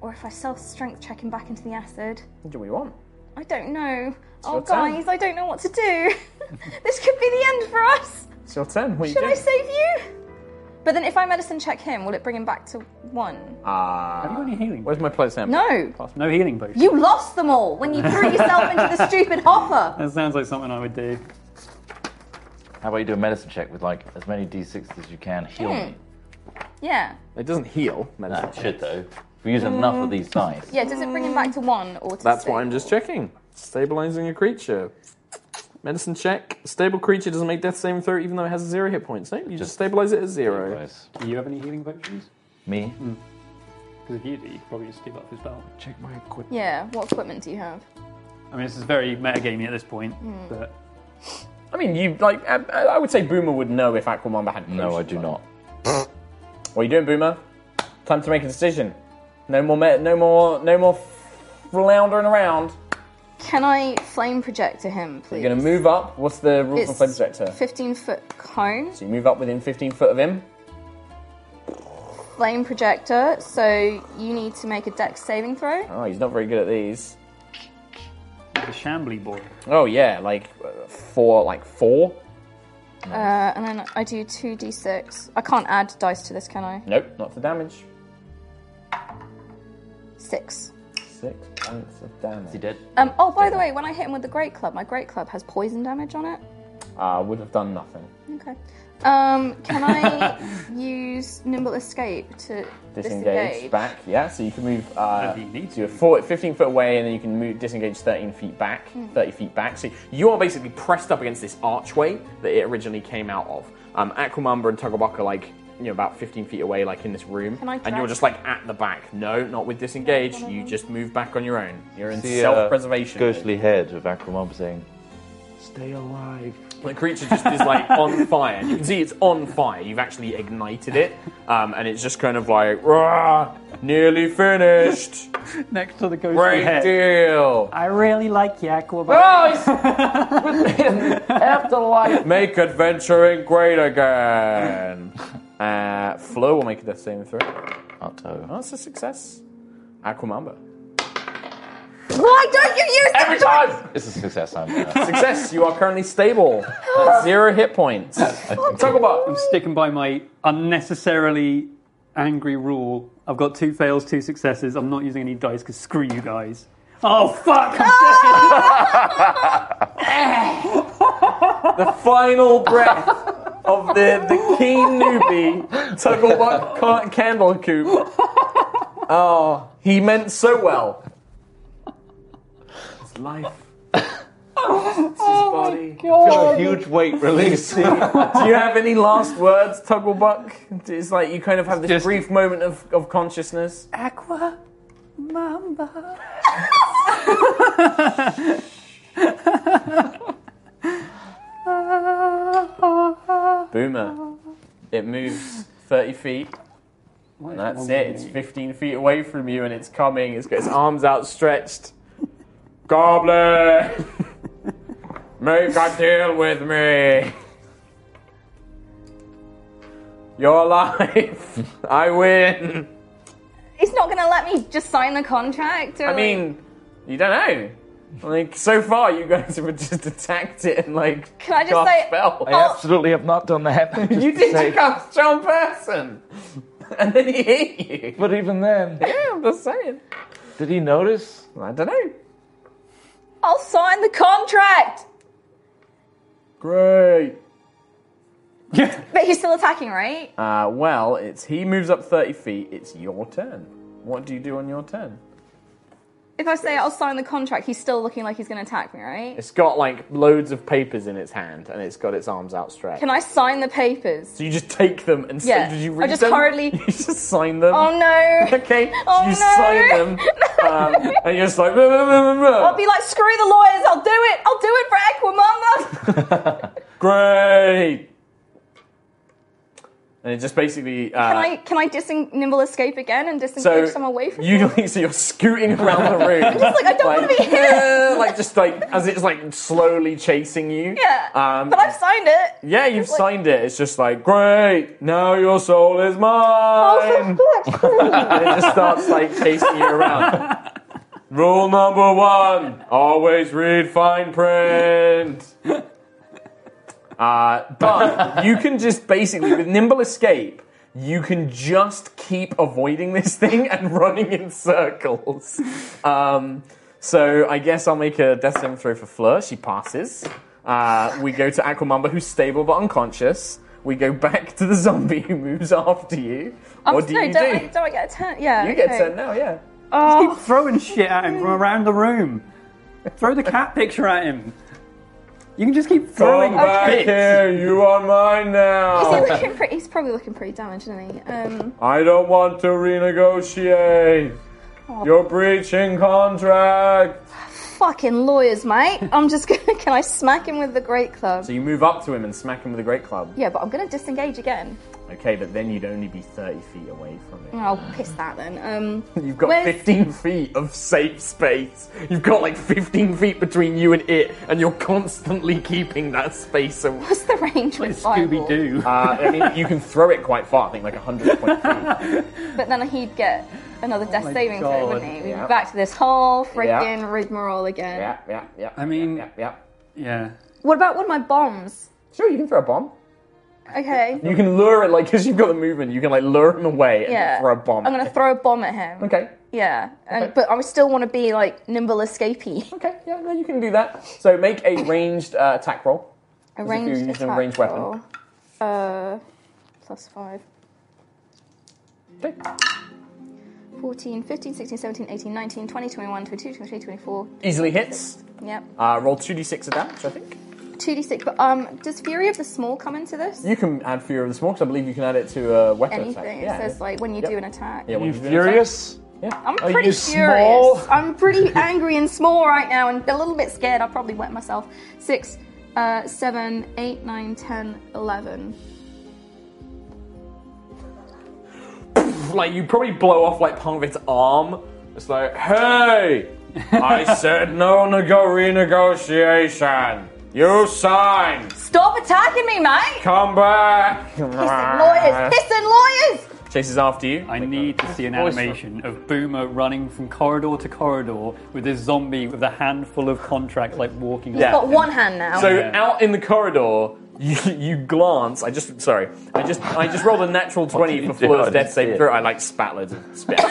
Speaker 3: or if I self strength check him back into the acid.
Speaker 2: What do we want?
Speaker 3: I don't know. oh
Speaker 2: your turn.
Speaker 3: guys, I don't know what to do. this could be the end for us.
Speaker 2: It's your turn. What are you
Speaker 3: Should I
Speaker 2: doing?
Speaker 3: save you? But then if I medicine check him, will it bring him back to one?
Speaker 2: Ah.
Speaker 5: Have you got any healing?
Speaker 2: Where's my place now?
Speaker 3: No.
Speaker 5: No healing potion.
Speaker 3: You lost them all when you threw yourself into the stupid hopper.
Speaker 5: That sounds like something I would do.
Speaker 7: How about you do a medicine check with like as many d6s as you can? Heal me.
Speaker 3: Yeah.
Speaker 2: It doesn't heal.
Speaker 7: That should though. If we use enough of these dice.
Speaker 3: Yeah, does it bring him back to one or to
Speaker 2: That's
Speaker 3: stable?
Speaker 2: what I'm just checking. Stabilizing a creature. Medicine check. Stable creature doesn't make death saving throw even though it has zero hit points. No, you just
Speaker 7: Just-
Speaker 2: stabilize it at zero.
Speaker 7: Guys,
Speaker 5: Do you have any healing potions?
Speaker 7: me?
Speaker 5: Because if you do, you could probably just give up his spell.
Speaker 2: Check my equipment.
Speaker 3: Yeah, what equipment do you have?
Speaker 5: I mean, this is very metagaming at this point,
Speaker 3: Hmm.
Speaker 5: but
Speaker 2: I mean, you like. I, I would say Boomer would know if Aquamamba had.
Speaker 7: No, I
Speaker 2: potions
Speaker 7: do
Speaker 2: on.
Speaker 7: not.
Speaker 2: What are you doing, Boomer? Time to make a decision. No more. Me- no more. No more floundering around.
Speaker 3: Can I flame projector him, please?
Speaker 2: You're gonna move up. What's the rules on
Speaker 3: It's
Speaker 2: flame projector?
Speaker 3: 15 foot cone,
Speaker 2: So you move up within 15 foot of him.
Speaker 3: flame projector, so you need to make a dex saving throw.
Speaker 2: Oh, he's not very good at these.
Speaker 5: he's a shambly boy.
Speaker 2: Oh yeah, like uh, four, like four.
Speaker 3: Uh, and then I do 2d6. I can't add dice to this, can I?
Speaker 2: Nope, not for damage.
Speaker 3: Six.
Speaker 2: Six points of
Speaker 7: Is he
Speaker 2: damage.
Speaker 7: dead?
Speaker 3: Um, oh, by the way, when I hit him with the Great Club, my Great Club has poison damage on it.
Speaker 2: uh, would have done nothing.
Speaker 3: Okay. Um, can I use nimble escape to
Speaker 2: Disengage,
Speaker 3: disengage?
Speaker 2: back, yeah. So you can move. Uh,
Speaker 1: If you need
Speaker 2: so you're
Speaker 1: to.
Speaker 2: four- 15 foot away, and then you can move disengage 13 feet back,
Speaker 3: Hmm.
Speaker 2: 30 feet back. So you are basically pressed up against this archway that it originally came out of. Um, Aquamumba and Tugabok are like you know about 15 feet away, like in this room,
Speaker 3: Can I
Speaker 2: and you're
Speaker 3: drag-
Speaker 2: just like at the back. No, not with disengage. You just move back on your own. You're in
Speaker 7: See, uh,
Speaker 2: self-preservation.
Speaker 7: Ghostly head of Aquamump saying, "Stay alive."
Speaker 2: The creature just is like on fire. You can see it's on fire. You've actually ignited it, um, and it's just kind of like, "Rah, nearly finished.
Speaker 5: Next to the ghost
Speaker 2: Great
Speaker 5: head.
Speaker 2: deal.
Speaker 5: I really like Yakwa.
Speaker 6: Afterlife.
Speaker 2: Make adventuring great again. Uh, Flo will make a death saving throw.
Speaker 7: Otto.
Speaker 2: That's a success. Aquamamba.
Speaker 3: Why don't you use that?
Speaker 2: Every time!
Speaker 7: It's a success. I'm. Uh,
Speaker 2: Success, you are currently stable. At zero hit points. Tugglebot.
Speaker 5: I'm sticking by my unnecessarily angry rule. I've got two fails, two successes. I'm not using any dice because screw you guys. Oh fuck!
Speaker 3: Ah!
Speaker 5: I'm dead.
Speaker 2: The final breath of the, the keen newbie, Tugglebot Ca- Candle Coop. Oh, he meant so well. It's life. It's his body.
Speaker 7: a huge weight release.
Speaker 2: Do you have any last words, Tugglebuck? It's like you kind of have this
Speaker 5: Just-
Speaker 2: brief moment of, of consciousness.
Speaker 5: Aqua, Mamba.
Speaker 2: Boomer. It moves 30 feet. And that's it. It's 15 feet away from you and it's coming. It's got its arms outstretched. Goblin! Make a deal with me! You're alive! I win!
Speaker 3: It's not gonna let me just sign the contract. Or
Speaker 2: I mean, you don't know. Like so far, you guys have just attacked it and like
Speaker 3: Can I just
Speaker 2: cast
Speaker 3: say-
Speaker 2: spells.
Speaker 3: Oh.
Speaker 6: Absolutely have not done that. Just
Speaker 2: you
Speaker 6: to
Speaker 2: did
Speaker 6: say-
Speaker 2: you cast charm person, and then he hit you.
Speaker 6: But even then,
Speaker 2: yeah, I'm just saying.
Speaker 6: did he notice?
Speaker 2: I don't know.
Speaker 3: I'll sign the contract.
Speaker 2: Great.
Speaker 3: But he's still attacking, right?
Speaker 2: Uh, well, it's he moves up thirty feet. It's your turn. What do you do on your turn?
Speaker 3: If I say I'll sign the contract, he's still looking like he's gonna attack me, right?
Speaker 2: It's got like loads of papers in its hand, and it's got its arms outstretched.
Speaker 3: Can I sign the papers?
Speaker 2: so you just take them and
Speaker 3: Yeah.
Speaker 2: say, did you
Speaker 3: I
Speaker 2: read
Speaker 3: just
Speaker 2: them?
Speaker 3: hurriedly-
Speaker 2: You just sign them.
Speaker 3: Oh no!
Speaker 2: Okay, so
Speaker 3: Oh,
Speaker 2: you
Speaker 3: no.
Speaker 2: sign them, um, and you're just like, "Blah, blah, blah, blah, blah."
Speaker 3: I'll be like, screw the lawyers, I'll do it! I'll do it for
Speaker 2: Uh,
Speaker 3: Aquamama!
Speaker 2: great. And it just basically. Uh,
Speaker 3: Can I can I disen- nimble escape again and disengage
Speaker 2: so
Speaker 3: some away from
Speaker 2: you so you're scooting around the room.
Speaker 3: just like, I don't wanna be here.
Speaker 2: "Eh," like just like as it's like slowly chasing you.
Speaker 3: Yeah.
Speaker 2: Um,
Speaker 3: but I've signed it.
Speaker 2: yeah, you've
Speaker 3: like-
Speaker 2: signed it. It's just like great. Now your soul is mine.
Speaker 3: Oh, for fuck's sake.
Speaker 2: and it just starts like chasing you around. Rule number one: always read fine print. Uh, but you can just basically with nimble escape, you can just keep avoiding this thing and running in circles. Um, so I guess I'll make a death saving throw for Fleur. She passes. Uh, we go to Aquamamba, who's stable but unconscious. We go back to the zombie who moves after you.
Speaker 3: I'm
Speaker 2: what do
Speaker 3: no,
Speaker 2: you
Speaker 3: don't,
Speaker 2: do?
Speaker 3: I, don't I get a turn? Yeah.
Speaker 2: You get
Speaker 3: okay.
Speaker 2: 10 now, yeah.
Speaker 5: Keep throwing shit at him from around the room. Throw the cat picture at him. You can just keep throwing bits.
Speaker 2: you are mine
Speaker 3: Is he
Speaker 2: now.
Speaker 3: looking pretty, he's probably looking pretty damaged, isn't he? Um,
Speaker 2: I don't want to renegotiate. You're breaching contract.
Speaker 3: fucking lawyers, mate. I'm just gonna. Can I smack him with the great club?
Speaker 2: So you move up to him and smack him with a great club.
Speaker 3: Yeah, but I'm gonna disengage again.
Speaker 2: Okay, but then you'd only be 30 feet away from it.
Speaker 3: I'll piss that then. Um,
Speaker 2: You've got
Speaker 3: where's-
Speaker 2: 15 feet of safe space. You've got like 15 feet between you and it, and you're constantly keeping that space away.
Speaker 3: What's the range
Speaker 5: Like
Speaker 3: with
Speaker 5: Scooby
Speaker 3: fireball?
Speaker 5: Doo.
Speaker 2: Uh, I mean, you can throw it quite far, I think like 120 feet.
Speaker 3: But then he'd get another
Speaker 2: Oh
Speaker 3: death saving throw,
Speaker 5: God.
Speaker 3: wouldn't he? We'd
Speaker 2: Yeah.
Speaker 3: be back to this whole freaking rigmarole again.
Speaker 2: Yeah, yeah, yeah.
Speaker 5: I mean-
Speaker 2: yeah, yeah.
Speaker 5: yeah.
Speaker 3: What about one of my bombs?
Speaker 2: Sure, you can throw a bomb.
Speaker 3: Okay.
Speaker 2: You can lure it, like, because you've got the movement, you can, like, lure him away and
Speaker 3: Yeah.
Speaker 2: throw a bomb.
Speaker 3: I'm gonna throw a bomb at him.
Speaker 2: Okay.
Speaker 3: Yeah. And, But I still want to be like nimble escapee.
Speaker 2: Okay, yeah, no, you can do that. So make a ranged uh, attack roll.
Speaker 3: A
Speaker 2: if you're
Speaker 3: ranged
Speaker 2: using a
Speaker 3: attack
Speaker 2: ranged weapon.
Speaker 3: roll. Uh, plus 5.
Speaker 2: Okay.
Speaker 3: 14, 15, 16, 17, 18, 19, 20, 21, 22, 23, 24.
Speaker 2: Easily hits.
Speaker 3: Yep.
Speaker 2: Uh, roll 2d6 of damage, I think.
Speaker 3: 2d6. But um, does Fury of the Small come into this?
Speaker 2: You can add Fury of the Small, because I believe you can add it to a weapon attack.
Speaker 3: Anything.
Speaker 2: Yeah,
Speaker 3: it says,
Speaker 2: yeah.
Speaker 3: like, when you
Speaker 2: Yep.
Speaker 3: do an attack.
Speaker 2: Yeah,
Speaker 3: Yeah.
Speaker 2: when
Speaker 6: You
Speaker 2: you do an
Speaker 6: furious?
Speaker 2: attack. Yeah.
Speaker 3: I'm pretty
Speaker 6: you
Speaker 3: furious.
Speaker 6: small?
Speaker 3: I'm pretty angry and small right now and a little bit scared. I'll probably wet myself. 6, uh, 7, 8, 9, 10, 11.
Speaker 2: Like, you probably blow off, like, part of its arm. It's like, hey! I said no nego- renegotiation! You signed!
Speaker 3: Stop attacking me, mate!
Speaker 2: Come back!
Speaker 3: Pissing
Speaker 2: Ah.
Speaker 3: lawyers! Pissing lawyers!
Speaker 2: Chases after you.
Speaker 1: I need to see an animation of Boomer running from corridor to corridor with this zombie with a handful of contracts like walking.
Speaker 2: Yeah.
Speaker 3: Got one hand now.
Speaker 2: So out in the corridor, you, you glance. I just sorry. I just I just rolled a natural twenty for
Speaker 7: did you do?
Speaker 2: Fleur's
Speaker 7: I
Speaker 2: death
Speaker 7: didn't
Speaker 2: saving
Speaker 7: see it.
Speaker 2: throw. I like spat loads of spit. Uh,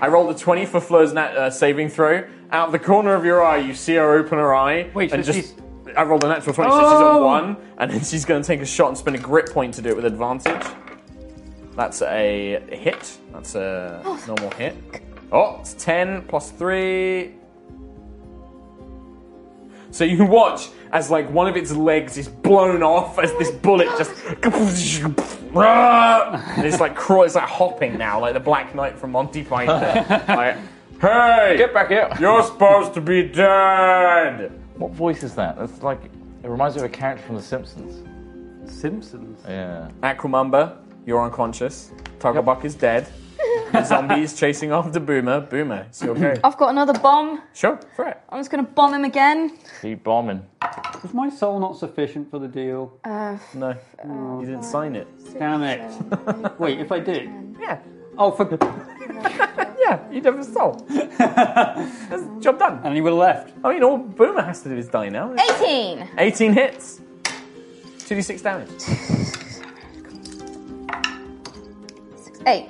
Speaker 2: I rolled a twenty for Fleur's nat, uh, saving throw. Out of the corner of your eye, you see her open her eye
Speaker 1: Wait,
Speaker 2: and
Speaker 1: so
Speaker 2: just.
Speaker 1: she's-
Speaker 2: I rolled a natural twenty, so she's on
Speaker 1: Oh!
Speaker 2: one, and then she's going to take a shot and spend a grit point to do it with advantage. That's a hit. That's a normal hit. Oh, it's 10 plus 3. So you can watch as like one of its legs is blown off as this bullet just and it's like crawl, it's like hopping now, like the Black Knight from Monty Python. like, hey,
Speaker 7: Get back here.
Speaker 2: You're supposed to be dead.
Speaker 7: What voice is that? It's like it reminds me of a character from The Simpsons.
Speaker 5: Simpsons.
Speaker 7: Yeah.
Speaker 2: Aquamumba, you're unconscious. Tuggerbuck is dead. The zombie is chasing after Boomer. Boomer, it's your go.
Speaker 3: I've got another bomb.
Speaker 2: Sure, for it.
Speaker 3: I'm just gonna bomb him again.
Speaker 7: Keep bombing.
Speaker 5: Was my soul not sufficient for the deal?
Speaker 2: No, you didn't sign it.
Speaker 5: Damn it. Wait, if I did.
Speaker 2: Yeah,
Speaker 5: Oh, for.
Speaker 2: yeah, you never sold. That's job done.
Speaker 5: And you would have left.
Speaker 2: I mean, all Boomer has to do is die now.
Speaker 3: 18.
Speaker 2: 18 hits. 2d6 damage.
Speaker 3: 8.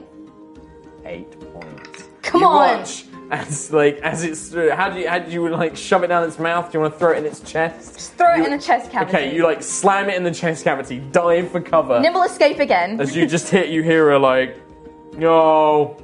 Speaker 2: Eight points.
Speaker 3: Come
Speaker 2: you
Speaker 3: on.
Speaker 2: Watch as like as it's through. How do you how do you like shove it down its mouth? Do you want to throw it in its chest?
Speaker 3: Just throw it
Speaker 2: You-
Speaker 3: in the chest cavity.
Speaker 2: Okay, you like slam it in the chest cavity. Dive for cover.
Speaker 3: Nimble escape again.
Speaker 2: As you just hit, you hear her like, no,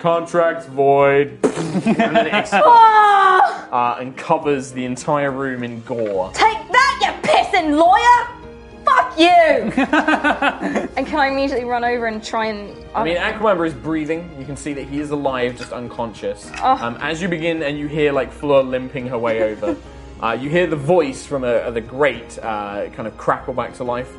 Speaker 2: contract's void. and then it explodes
Speaker 3: Ah!
Speaker 2: uh, and covers the entire room in gore.
Speaker 3: Take that, you pissing lawyer! Fuck you! and can I immediately run over and try and.
Speaker 2: I mean, Aquamember is breathing. You can see that he is alive, just unconscious. Um, as you begin and you hear like Fleur limping her way over, uh, you hear the voice from uh, the grate uh, kind of crackle back to life.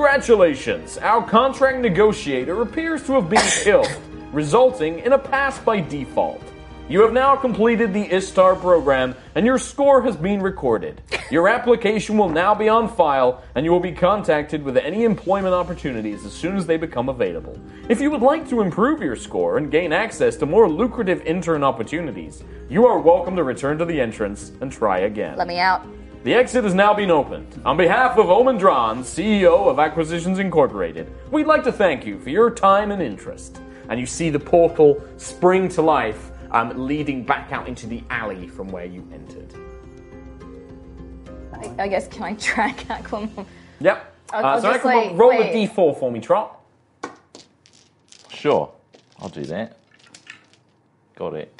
Speaker 2: Congratulations! Our contract negotiator appears to have been killed, resulting in a pass by default. You have now completed the ISTAR program, and your score has been recorded. Your application will now be on file, and you will be contacted with any employment opportunities as soon as they become available. If you would like to improve your score and gain access to more lucrative intern opportunities, you are welcome to return to the entrance and try again.
Speaker 3: Let me out.
Speaker 2: The exit has now been opened. On behalf of Omen Dran, CEO of Acquisitions Incorporated, we'd like to thank you for your time and interest. And you see the portal spring to life, um, leading back out into the alley from where you entered.
Speaker 3: I, I guess, can I drag Aquaman?
Speaker 2: Yep.
Speaker 3: I'll-
Speaker 2: Uh,
Speaker 3: I'll
Speaker 2: so
Speaker 3: just
Speaker 2: I can
Speaker 3: like,
Speaker 2: roll
Speaker 3: wait.
Speaker 2: a d4 for me, Trot.
Speaker 7: Sure. I'll do that. Got it.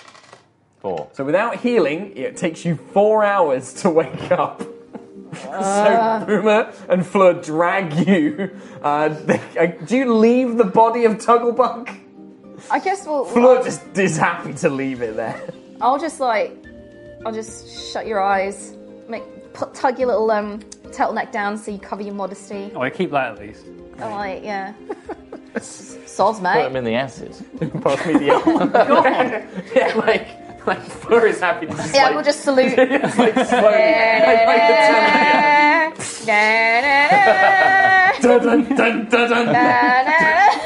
Speaker 7: Four.
Speaker 2: So without healing, it takes you four hours to wake up.
Speaker 3: Uh.
Speaker 2: so Boomer and Fleur drag you. Uh, they, uh, do you leave the body of Tugglebuck?
Speaker 3: I guess we'll.
Speaker 2: Fleur just is happy to leave it there.
Speaker 3: I'll just like, I'll just shut your eyes, make put, tug your little um turtleneck down so you cover your modesty.
Speaker 5: Oh, I keep that at least.
Speaker 3: I'm like, yeah, soz
Speaker 7: Put him
Speaker 3: mate.
Speaker 7: in the asses.
Speaker 2: Pass me the Oh yeah, like, like Fleur is happy to just
Speaker 3: Yeah,
Speaker 2: like,
Speaker 3: we'll just salute.
Speaker 2: it's like slowly. I like
Speaker 3: Da-da-da,
Speaker 2: the dun, dun, dun, dun, dun.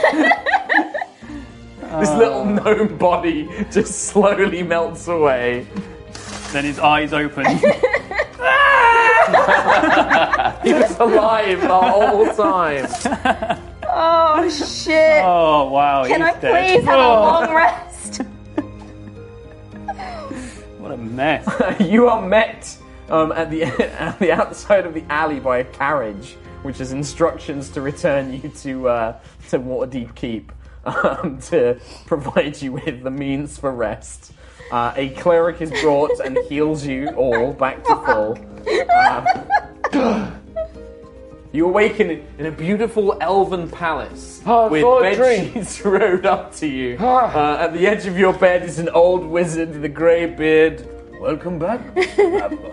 Speaker 3: da-da-da.
Speaker 2: This little gnome body just slowly melts away.
Speaker 5: Then his eyes open.
Speaker 2: He was alive the whole time.
Speaker 3: oh shit!
Speaker 5: oh, wow.
Speaker 3: Can
Speaker 5: he's
Speaker 3: I
Speaker 5: dead. Oh.
Speaker 3: please have a long rest?
Speaker 5: What a mess.
Speaker 2: You are met um, at, the, at the outside of the alley by a carriage, which has instructions to return you to, uh, to Waterdeep Keep um, to provide you with the means for rest. Uh, a cleric is brought and heals you all back to full. Um, you awaken in a beautiful elven palace
Speaker 6: Oh, I
Speaker 2: with
Speaker 6: saw a
Speaker 2: bed
Speaker 6: dream.
Speaker 2: sheets rolled up to you.
Speaker 6: Ah.
Speaker 2: Uh, at the edge of your bed is an old wizard with a grey beard. Welcome back.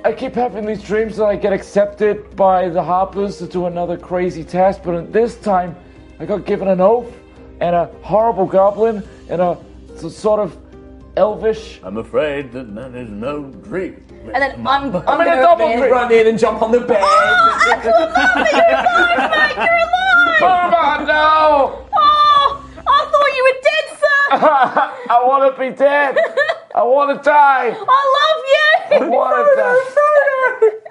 Speaker 6: I keep having these dreams that I get accepted by the Hoppers to do another crazy task, but this time I got given an oath and a horrible goblin and a s- sort of elvish.
Speaker 2: I'm afraid that that is no dream.
Speaker 3: And then I'm, I'm,
Speaker 6: in a
Speaker 3: gonna
Speaker 6: double
Speaker 3: be-
Speaker 6: dream.
Speaker 2: Run in and jump on the bed.
Speaker 3: Oh, Uncle Lama, you're alive, mate! You're alive!
Speaker 5: Oh,
Speaker 6: Mama, no!
Speaker 3: Oh, I thought you were dead, sir.
Speaker 6: I want to be dead. I want to die.
Speaker 3: I love you.
Speaker 6: What is that?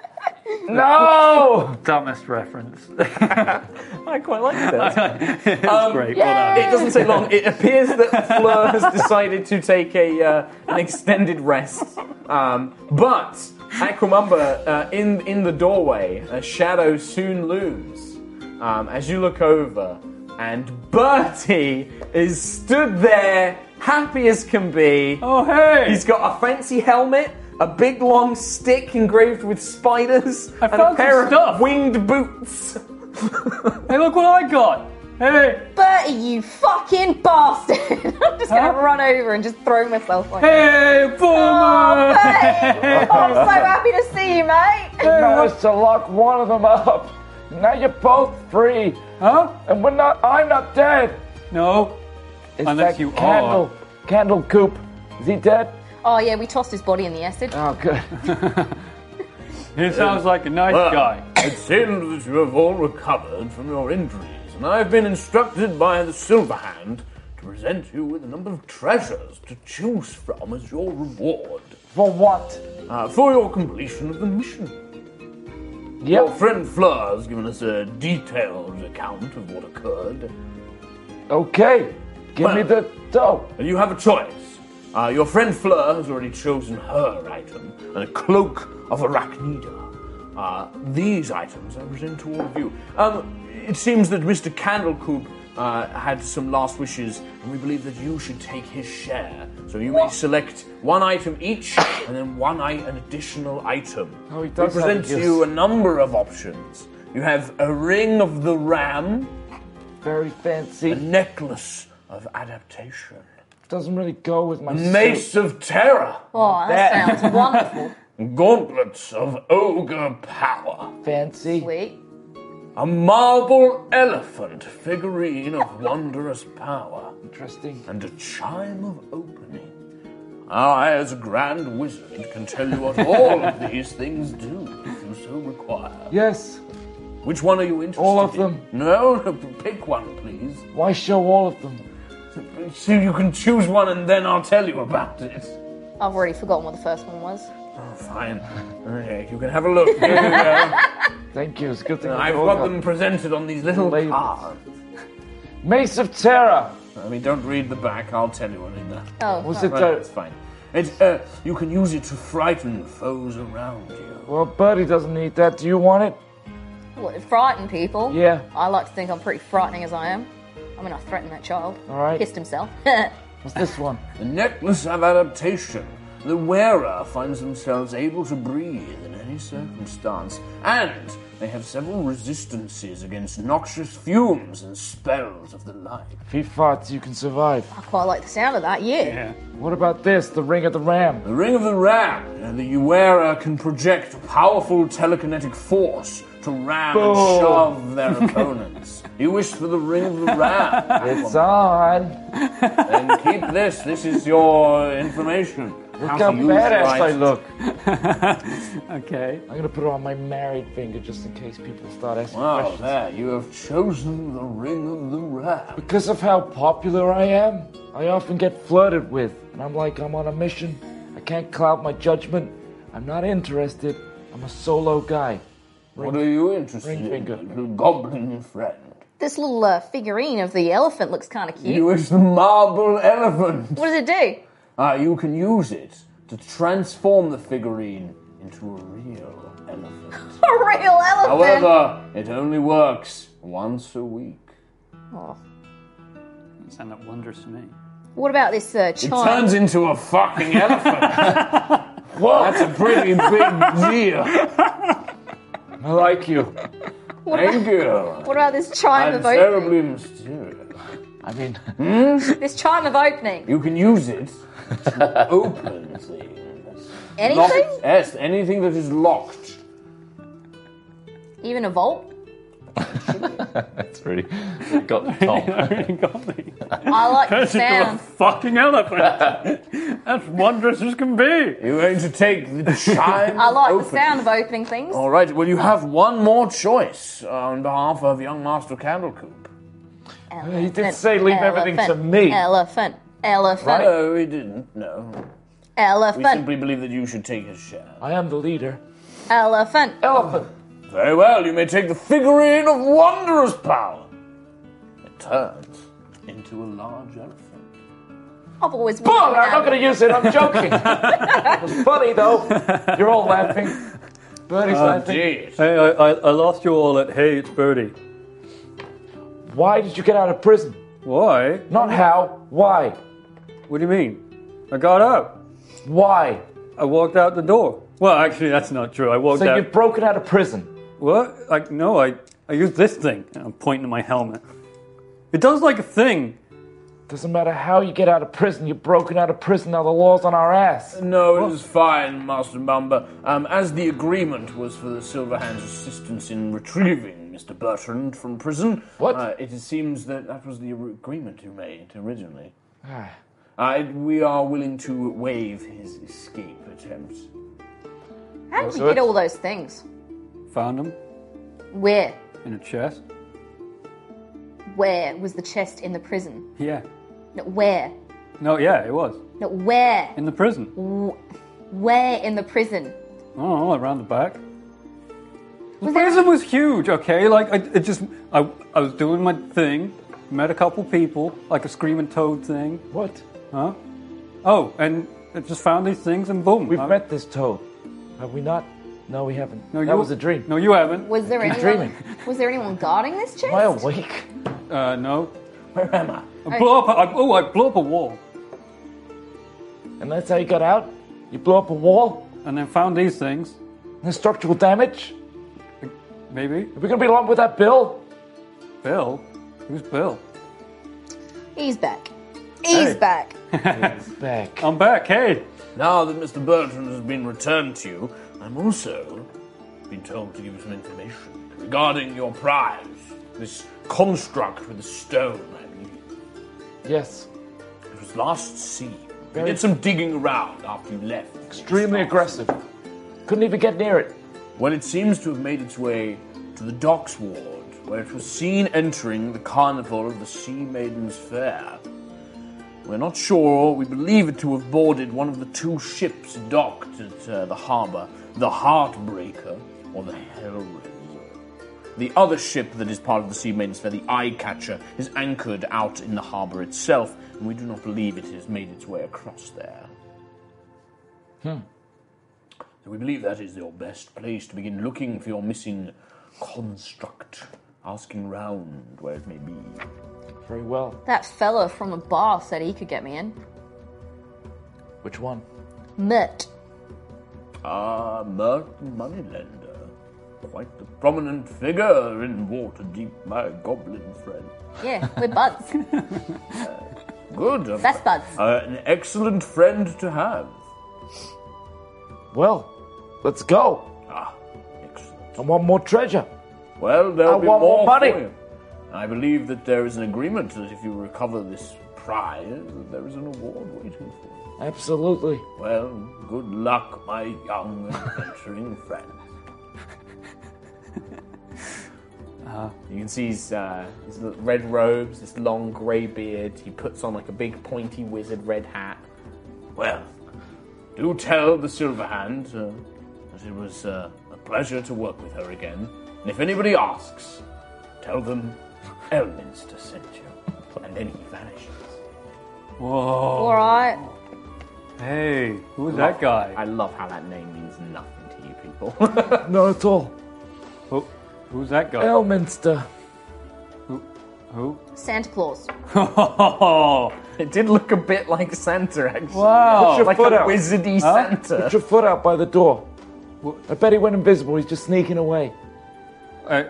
Speaker 6: No.
Speaker 5: Dumbest reference.
Speaker 2: I quite like this.
Speaker 5: it's great. Well done.
Speaker 2: It doesn't take long. It appears that Fleur has decided to take a uh, an extended rest. Um, but Aquamumba, uh, in in the doorway, a shadow soon looms um, as you look over, and Bertie is stood there, happy as can be.
Speaker 5: Oh hey!
Speaker 2: He's got a fancy helmet, a big long stick engraved with spiders,
Speaker 5: I
Speaker 2: and a
Speaker 5: found some
Speaker 2: pair of
Speaker 5: stuff.
Speaker 2: winged boots.
Speaker 5: hey, look what I got! Hey,
Speaker 3: Bertie, you fucking bastard. I'm just going
Speaker 5: Huh?
Speaker 3: to run over and just throw myself on you.
Speaker 5: hey, boomer!
Speaker 3: Oh, Bertie! I'm so happy to see you, mate.
Speaker 6: Managed to lock one of them up. Now you're both free,
Speaker 5: huh?
Speaker 6: and we're not. I'm not dead.
Speaker 5: No.
Speaker 6: It's
Speaker 5: Unless
Speaker 6: that
Speaker 5: you
Speaker 6: candle, Candle Coop. Is he dead?
Speaker 3: Oh, yeah, we tossed his body in the acid.
Speaker 6: Oh, good.
Speaker 5: He sounds like a nice
Speaker 2: Well,
Speaker 5: guy.
Speaker 2: It seems that you have all recovered from your injuries, and I have been instructed by the Silver Hand to present you with a number of treasures to choose from as your reward
Speaker 6: For what?
Speaker 2: uh, for your completion of the mission. Your
Speaker 6: Yep.
Speaker 2: friend Fleur has given us a detailed account of what occurred,
Speaker 6: Okay. Give me the dough.
Speaker 2: and you have a choice. Uh, your friend Fleur has already chosen her item, and a cloak of Arachnida. Uh, these items I present to all of you. Um, it seems that Mr. Candlecoop uh, had some last wishes, and we believe that you should take his share. So you may select one item each, and then one I- an additional item.
Speaker 6: Oh, he does
Speaker 2: we
Speaker 6: have
Speaker 2: present
Speaker 6: a
Speaker 2: to
Speaker 6: gift.
Speaker 2: you a number of options. You have a ring of the ram,
Speaker 6: Very
Speaker 2: a
Speaker 6: fancy.
Speaker 2: necklace of adaptation,
Speaker 6: Doesn't really go with my
Speaker 2: mace of terror.
Speaker 3: Oh, that sounds wonderful.
Speaker 2: Gauntlets of ogre power.
Speaker 6: suit. Fancy.
Speaker 3: Sweet.
Speaker 2: A marble elephant figurine of wondrous power.
Speaker 6: Interesting.
Speaker 2: And a chime of opening. I, as a grand wizard, can tell you what all of these things do, if you so require.
Speaker 6: Yes.
Speaker 2: Which one are you interested in?
Speaker 6: All of them.
Speaker 2: No, no, pick one, please.
Speaker 6: Why show all of them?
Speaker 2: So you can choose one and then I'll tell you about it.
Speaker 3: I've already forgotten what the first one was.
Speaker 2: Oh, fine. Okay, you can have a look. Here you go.
Speaker 6: Thank you. It's a good thing.
Speaker 2: I've
Speaker 6: you
Speaker 2: got
Speaker 6: all
Speaker 2: them presented on these little
Speaker 6: Labels.
Speaker 2: cards.
Speaker 6: Mace of Terror.
Speaker 2: I mean, don't read the back. I'll tell you what it does.
Speaker 3: Oh,
Speaker 6: Was
Speaker 3: no.
Speaker 6: it
Speaker 2: Well,
Speaker 6: uh,
Speaker 2: it's fine. It, uh, you can use it to frighten foes around you.
Speaker 6: Well, Birdie doesn't need that. Do you want it?
Speaker 3: What, it frightened people?
Speaker 6: Yeah.
Speaker 3: I like to think I'm pretty frightening as I am. I mean, I threatened that child.
Speaker 6: All right.
Speaker 3: Pissed himself.
Speaker 6: What's this one?
Speaker 2: The necklace of adaptation. The wearer finds themselves able to breathe in any circumstance, and they have several resistances against noxious fumes and spells of the like.
Speaker 6: If he farts, you can survive.
Speaker 3: I quite like the sound of that, yeah.
Speaker 6: What about this? The Ring of the Ram.
Speaker 2: The Ring of the Ram, uh, the wearer can project powerful telekinetic force to ram and
Speaker 6: Boom.
Speaker 2: shove their opponents. You wish for the Ring of the Ram.
Speaker 6: It's on.
Speaker 2: And keep this. This is your information.
Speaker 6: Look how badass I look.
Speaker 5: Okay.
Speaker 6: I'm gonna put it on my married finger just in case people start asking
Speaker 2: Wow,
Speaker 6: questions.
Speaker 2: there. You have chosen the ring of the ram.
Speaker 6: Because of how popular I am, I often get flirted with, and I'm like, I'm on a mission. I can't cloud my judgment. I'm not interested. I'm a solo guy.
Speaker 2: What are you interested
Speaker 6: ring
Speaker 2: in,
Speaker 6: finger.
Speaker 2: little goblin friend?
Speaker 3: This little uh, figurine of the elephant looks kind of cute.
Speaker 2: You wish the marble elephant.
Speaker 3: What does it do?
Speaker 2: Ah, you can use it to transform the figurine into a real elephant.
Speaker 3: A real elephant.
Speaker 2: However, it only works once a week.
Speaker 3: Oh.
Speaker 5: Doesn't sound that wondrous to me.
Speaker 3: What about this uh,
Speaker 2: It
Speaker 3: chime?
Speaker 2: turns into a fucking elephant. Well, That's a pretty big deal.
Speaker 6: I like you.
Speaker 3: what, about,
Speaker 2: Thank you.
Speaker 3: what about this chime
Speaker 2: I'm
Speaker 3: of opening?
Speaker 2: terribly mysterious.
Speaker 7: I mean,
Speaker 3: This chime of opening.
Speaker 2: You can use it to open things. Lock-
Speaker 3: Anything?
Speaker 2: yes, anything that is locked.
Speaker 3: Even a vault?
Speaker 7: it's really got Tom.
Speaker 5: Really got me.
Speaker 3: I like the
Speaker 5: Turns into a
Speaker 3: sound.
Speaker 5: fucking elephant. That's wondrous as can be.
Speaker 2: You're going to take the chime.
Speaker 3: I like
Speaker 2: open.
Speaker 3: the sound of opening things.
Speaker 6: Oh,
Speaker 2: All right. Well, you have one more choice uh, on behalf of young Master Candlecoop.
Speaker 6: He did say leave everything to me.
Speaker 3: Elephant. Elephant.
Speaker 2: No, we didn't. No, we
Speaker 3: Elephant.
Speaker 2: simply believe that you should take his share.
Speaker 6: I am the leader.
Speaker 3: Elephant.
Speaker 6: Elephant.
Speaker 2: Very well. You may take the figurine of wondrous power. It turns into a large elephant.
Speaker 3: I've always
Speaker 6: Bull,
Speaker 3: wanted
Speaker 6: I'm
Speaker 3: that.
Speaker 6: not going to use it. I'm joking. it was funny though. You're all laughing. Bernie's
Speaker 5: Oh,
Speaker 6: laughing.
Speaker 2: Jeez.
Speaker 5: Hey, I, I, I lost you all at Hey, it's Birdie.
Speaker 6: Why did you get out of prison?
Speaker 5: Why?
Speaker 6: Not how. Why?
Speaker 5: What do you mean? I got out.
Speaker 6: Why?
Speaker 5: I walked out the door. Well, actually, that's not true. I walked
Speaker 6: So
Speaker 5: out.
Speaker 6: you've broken out of prison.
Speaker 5: What? I, no, I, I used this thing. And I'm pointing to my helmet. It does like a thing.
Speaker 6: Doesn't matter how you get out of prison. You're broken out of prison. Now the law's on our ass.
Speaker 2: No, it is fine, Master Bumba. Um, as the agreement was for the Silverhand's assistance in retrieving Mr. Bertrand from prison,
Speaker 6: What?
Speaker 2: Uh, it seems that that was the ar- agreement you made originally. Uh, we are willing to waive his escape attempts.
Speaker 3: How did we
Speaker 6: So
Speaker 3: get
Speaker 6: it's-
Speaker 3: all those things?
Speaker 5: Found him
Speaker 3: Where?
Speaker 5: in a chest.
Speaker 3: Where was the chest in the prison?
Speaker 5: Yeah.
Speaker 3: No, where?
Speaker 5: No, yeah, it was
Speaker 3: No, where?
Speaker 5: in the prison.
Speaker 3: Where in the prison?
Speaker 5: Oh, around the back. The
Speaker 3: Was there-
Speaker 5: prison was huge. Okay, like I, it just I, I was doing my thing, met a couple people, like a screaming toad thing,
Speaker 6: What?
Speaker 5: huh? Oh, and I just found these things and boom.
Speaker 6: We've
Speaker 5: I-
Speaker 6: met this toad. Have we not? No, we haven't.
Speaker 5: No,
Speaker 6: that was a dream.
Speaker 5: No, you haven't.
Speaker 3: Was there anyone?
Speaker 6: dreaming.
Speaker 3: Was there anyone guarding this chest?
Speaker 6: Am I awake?
Speaker 5: Uh, no.
Speaker 2: Where am I?
Speaker 5: I blew up. A, I, oh, I blew up a wall,
Speaker 6: And that's how you got out? You blow up a wall?
Speaker 5: and then found these things.
Speaker 6: There's structural damage?
Speaker 5: Maybe
Speaker 6: Are we gonna be along with that bill?
Speaker 5: Bill. Who's Bill?
Speaker 3: He's back. He's back.
Speaker 6: Back.
Speaker 5: I'm back. Hey.
Speaker 2: Now that Mr. Bertrand has been returned to you, I'm also been told to give you some information regarding your prize. This construct with a stone, I believe.
Speaker 6: Yes.
Speaker 2: It was last seen. We
Speaker 6: Very-
Speaker 2: did some digging around after you left.
Speaker 6: Extremely aggressive. Couldn't even get near it.
Speaker 2: Well, it seems to have made its way to the docks ward, where it was seen entering the carnival of the Sea Maidens Fair. We're not sure, we believe it to have boarded one of the two ships docked at uh, the harbour, the Heartbreaker or the Hellraiser. The other ship that is part of the Sea Maidens Fair, the Eye Catcher, is anchored out in the harbour itself, and we do not believe it has made its way across there. So we believe that is your best place to begin looking for your missing construct, asking round where it may be.
Speaker 6: Very well.
Speaker 3: That fella from the bar said he could get me in.
Speaker 6: Which one?
Speaker 3: Mert.
Speaker 2: Ah, Merton Moneylender. Quite the prominent figure in Waterdeep, my goblin friend.
Speaker 3: Yeah, we're buds.
Speaker 2: Good. of-
Speaker 3: Best buds.
Speaker 2: Uh, an excellent friend to have.
Speaker 6: Well, let's go.
Speaker 2: Ah, excellent.
Speaker 6: I want more treasure.
Speaker 2: Well, there'll
Speaker 6: I
Speaker 2: be
Speaker 6: want
Speaker 2: more
Speaker 6: more money.
Speaker 2: for you. I believe that there is an agreement that if you recover this prize, that there is an award waiting for you.
Speaker 6: Absolutely.
Speaker 2: Well, good luck, my young adventuring friend. you can see his, uh, his l- red robes, his long grey beard. He puts on like a big pointy wizard red hat. Well, do tell the Silverhand uh, that it was uh, a pleasure to work with her again. And if anybody asks, tell them Elminster sent you. And then he vanishes.
Speaker 5: Whoa.
Speaker 3: All right.
Speaker 6: Oh.
Speaker 5: Hey, who was that guy?
Speaker 2: I love how that name means nothing to you.
Speaker 5: people.
Speaker 6: No, at all.
Speaker 5: Who, Oh, who's that guy?
Speaker 6: Elminster.
Speaker 5: Who?
Speaker 3: Santa Claus.
Speaker 5: Oh,
Speaker 4: It did look a bit like Santa, actually.
Speaker 5: wow.
Speaker 6: Put your
Speaker 4: Like a
Speaker 6: foot out.
Speaker 4: wizardy
Speaker 6: Put
Speaker 4: Santa.
Speaker 6: your foot out by the door. I bet he went invisible. He's just sneaking away.
Speaker 5: Uh,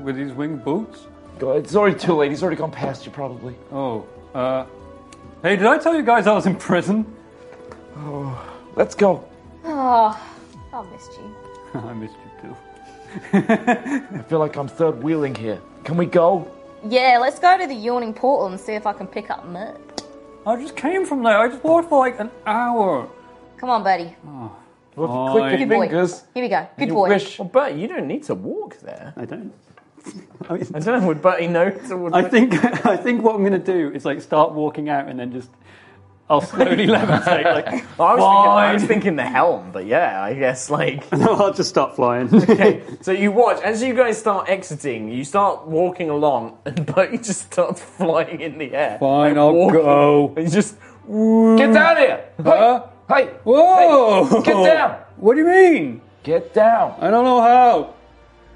Speaker 5: with his winged boots?
Speaker 6: God, it's already too late. He's already gone past you, probably.
Speaker 5: Oh. Uh, hey, did I tell you guys I was in prison?
Speaker 6: Let's go.
Speaker 3: Oh, I missed you.
Speaker 5: I missed you
Speaker 6: I feel like I'm third wheeling here. Can we go?
Speaker 3: Yeah, let's go to the yawning portal and see if I can pick up Mert.
Speaker 5: too. I just came from there. I just walked for like an hour.
Speaker 3: Come on, buddy.
Speaker 6: Well, if
Speaker 5: Oh,
Speaker 6: you click your
Speaker 3: Good boy.
Speaker 6: fingers,
Speaker 3: Here we go. Good
Speaker 6: you
Speaker 3: boy.
Speaker 6: wish.
Speaker 4: Well, Bertie, you don't need to walk there.
Speaker 5: I don't. I, mean,
Speaker 4: I don't know, would Bertie know? To, would,
Speaker 5: I think I think what I'm gonna do is like start walking out and then just I'll slowly levitate. Like
Speaker 4: I, was thinking, I was
Speaker 5: fine.
Speaker 4: thinking the helm, but yeah, I guess, like.
Speaker 5: No, I'll just start flying.
Speaker 4: Okay, so you watch as you guys start exiting. You start walking along, and Bertie just starts flying in the air.
Speaker 5: Fine,
Speaker 4: Like,
Speaker 5: I'll
Speaker 4: walking.
Speaker 5: go.
Speaker 4: And you just
Speaker 6: Get down here!
Speaker 5: Huh?
Speaker 6: Hey!
Speaker 5: Whoa!
Speaker 6: Get down!
Speaker 5: What do you mean?
Speaker 6: Get down!
Speaker 5: I don't know how.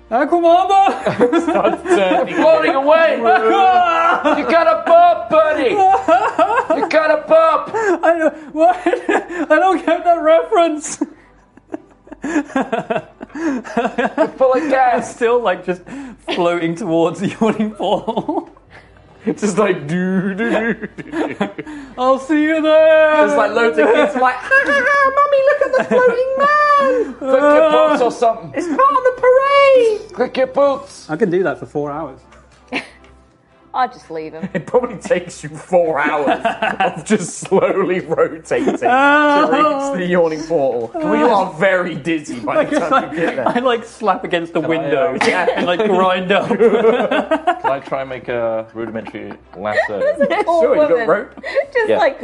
Speaker 5: Aquamamba!
Speaker 6: You're floating away! you got a bump, buddy! you got a bump!
Speaker 5: I don't, what? I don't get that reference.
Speaker 6: Full of gas!
Speaker 5: Still like just floating towards the yawning portal.
Speaker 4: just like doo doo doo.
Speaker 5: I'll see you there.
Speaker 4: There's like loads of kids like, ha ha ha, mummy, look at the floating man.
Speaker 6: Click your boots or something!
Speaker 4: It's part of the parade.
Speaker 6: Click your boots!
Speaker 5: I can do that for four hours.
Speaker 3: I just leave him.
Speaker 4: It probably takes you four hours of just slowly rotating to reach the yawning portal. you are very dizzy by the time you get there.
Speaker 5: I like slap against the window
Speaker 4: yeah.
Speaker 5: and like grind up.
Speaker 7: Can I try and make a rudimentary lasso?
Speaker 3: Poor
Speaker 4: you got
Speaker 3: woman.
Speaker 4: rope.
Speaker 3: Just
Speaker 7: Yeah.
Speaker 3: like,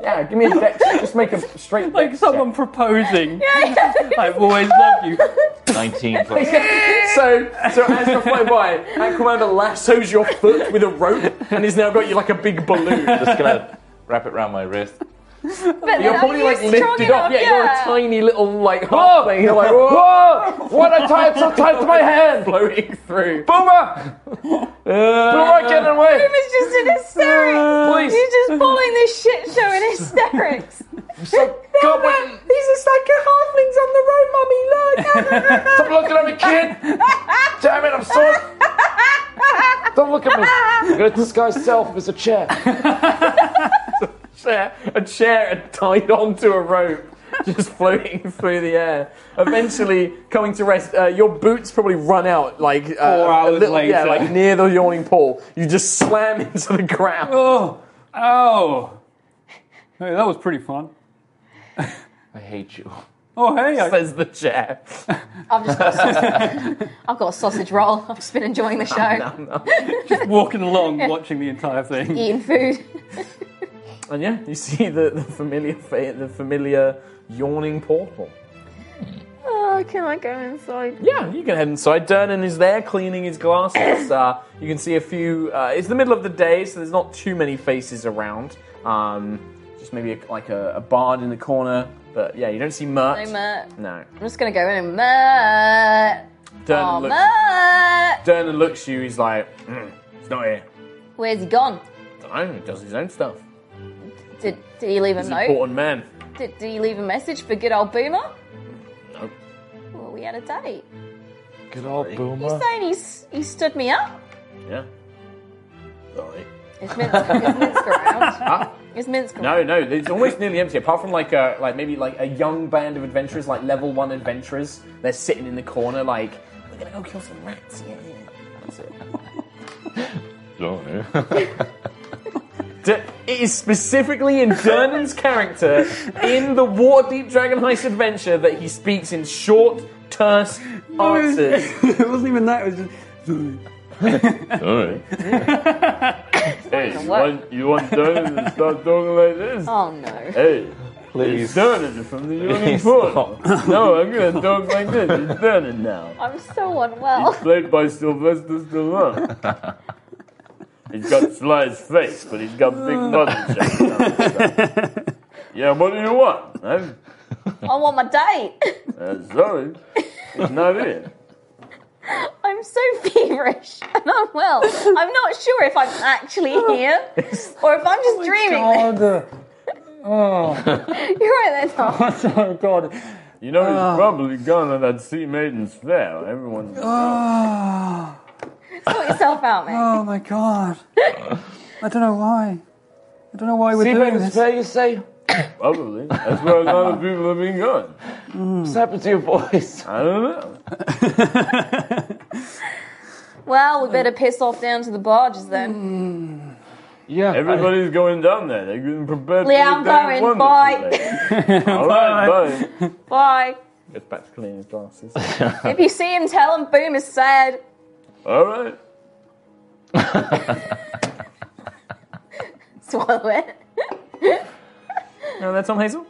Speaker 4: Yeah, give me a deck. Just make a straight.
Speaker 5: like
Speaker 4: dex
Speaker 5: someone
Speaker 4: check.
Speaker 5: proposing. I've always loved you.
Speaker 7: 19 plus.
Speaker 4: So, so as you fly by, Ant Commander lassos your foot with a rope and has now got you like a big balloon.
Speaker 7: Just gonna wrap it around my wrist.
Speaker 3: but
Speaker 4: You're
Speaker 3: are
Speaker 4: probably
Speaker 3: you
Speaker 4: like
Speaker 3: strong
Speaker 4: lifted
Speaker 3: enough?
Speaker 4: up. Yeah, you're a tiny little like
Speaker 6: Whoa!
Speaker 4: half thing. You're like whoa,
Speaker 6: Whoa! What I tie it so tight to my hand!
Speaker 4: floating through.
Speaker 6: Boomer! Boomer, get away!
Speaker 3: It's just in hysterics.
Speaker 6: Please.
Speaker 3: He's just pulling this shit show in hysterics.
Speaker 6: So, go away!
Speaker 4: These are psycho halflings on the road, mummy. Look.
Speaker 6: Stop looking at me, kid! Damn it, I'm sorry! Don't look at me! I'm gonna disguise self as a chair.
Speaker 4: chair, a chair tied onto a rope, just floating through the air. Eventually, coming to rest, uh, your boots probably run out like uh,
Speaker 5: Four
Speaker 4: a
Speaker 5: hours
Speaker 4: little- Yeah,
Speaker 5: later.
Speaker 4: like near the yawning pool. You just slam into the ground.
Speaker 5: Oh, ow. Hey, that was pretty fun.
Speaker 7: I hate you.
Speaker 5: Oh, hey. I,
Speaker 4: Says the chair.
Speaker 3: I've just got a sausage. I've got a sausage roll. I've just been enjoying the show,
Speaker 4: uh,
Speaker 5: walking along, watching the entire thing.
Speaker 3: eating food.
Speaker 4: And yeah, you see the, the familiar fa- the familiar yawning portal.
Speaker 3: Oh, can I go inside?
Speaker 4: Yeah, you can head inside. Dernan is there cleaning his glasses. uh, you can see a few. Uh, it's the middle of the day, so there's not too many faces around. Um, just maybe a, like a, a bard in the corner. But yeah, you don't see Mert.
Speaker 3: No, Mert. I'm
Speaker 4: No.
Speaker 3: just gonna go in. Mert.
Speaker 4: Dernan,
Speaker 3: Oh,
Speaker 4: looks,
Speaker 3: Mert.
Speaker 4: Dernan looks you, he's like, mm, it's not here.
Speaker 3: Where's he gone?
Speaker 4: Dunno, he does his own stuff.
Speaker 3: Did, did he leave a
Speaker 4: He's an
Speaker 3: note?
Speaker 4: important man.
Speaker 3: Did, did he leave a message for good old Boomer?
Speaker 4: No.
Speaker 3: Well, we had a date.
Speaker 6: Good old
Speaker 3: You
Speaker 6: Boomer.
Speaker 3: saying he's, he stood me up?
Speaker 4: Yeah. Sorry.
Speaker 3: Is Minsk, is Minsk around?
Speaker 4: Ah.
Speaker 3: Is Minsk around?
Speaker 4: No, no, it's almost nearly empty. Apart from like a like maybe like a young band of adventurers, like level one adventurers. They're sitting in the corner, like we're gonna go kill some rats. Yeah, yeah. That's it.
Speaker 7: Don't
Speaker 4: D- it is specifically in Dernan's character in the Waterdeep Dragon Heist adventure that he speaks in short, terse answers.
Speaker 5: it wasn't even that. It was just.
Speaker 7: know.
Speaker 4: hey,
Speaker 3: you want-
Speaker 4: you want Dernan to start talking like this?
Speaker 3: Oh no.
Speaker 4: Hey,
Speaker 7: Please.
Speaker 4: Dernan from the Yawning
Speaker 7: Please stop.
Speaker 4: No, I'm gonna talk like this. It's Dernan now.
Speaker 3: I'm so unwell.
Speaker 4: played by Sylvester Stallone. he's got Sly's face, but he's got big body shape. yeah, what do you want? I'm
Speaker 3: I want my date.
Speaker 4: Uh, Zoe, it's not it.
Speaker 3: I'm so feverish and I'm well. I'm not sure if I'm actually here or if I'm
Speaker 6: Oh,
Speaker 3: just dreaming.
Speaker 5: God.
Speaker 3: You're right there, Tom.
Speaker 5: Oh, God.
Speaker 4: You know, he's probably gone on that sea maiden's spell. Everyone's.
Speaker 5: Oh,
Speaker 3: Sort yourself out, mate.
Speaker 5: oh, my God. I don't know why. I don't know why we're
Speaker 6: See,
Speaker 5: doing
Speaker 6: baby,
Speaker 5: this.
Speaker 6: fair, you say?
Speaker 4: Probably. That's where a lot of people have been going.
Speaker 6: What's happened to your voice?
Speaker 4: I don't know.
Speaker 3: Well, we better piss off down to the barges then.
Speaker 6: Yeah.
Speaker 4: Everybody's going down there. They're
Speaker 6: Mm.
Speaker 4: getting prepared
Speaker 3: Yeah,
Speaker 4: for
Speaker 3: I'm
Speaker 4: the damn
Speaker 3: going.
Speaker 4: wonders
Speaker 3: Bye.
Speaker 4: today. All right, bye.
Speaker 3: Bye.
Speaker 4: Gets back to cleaning his glasses.
Speaker 3: If you see him, tell him Boom is sad.
Speaker 4: All right.
Speaker 3: Swallow it.
Speaker 4: Now that's on Hazel.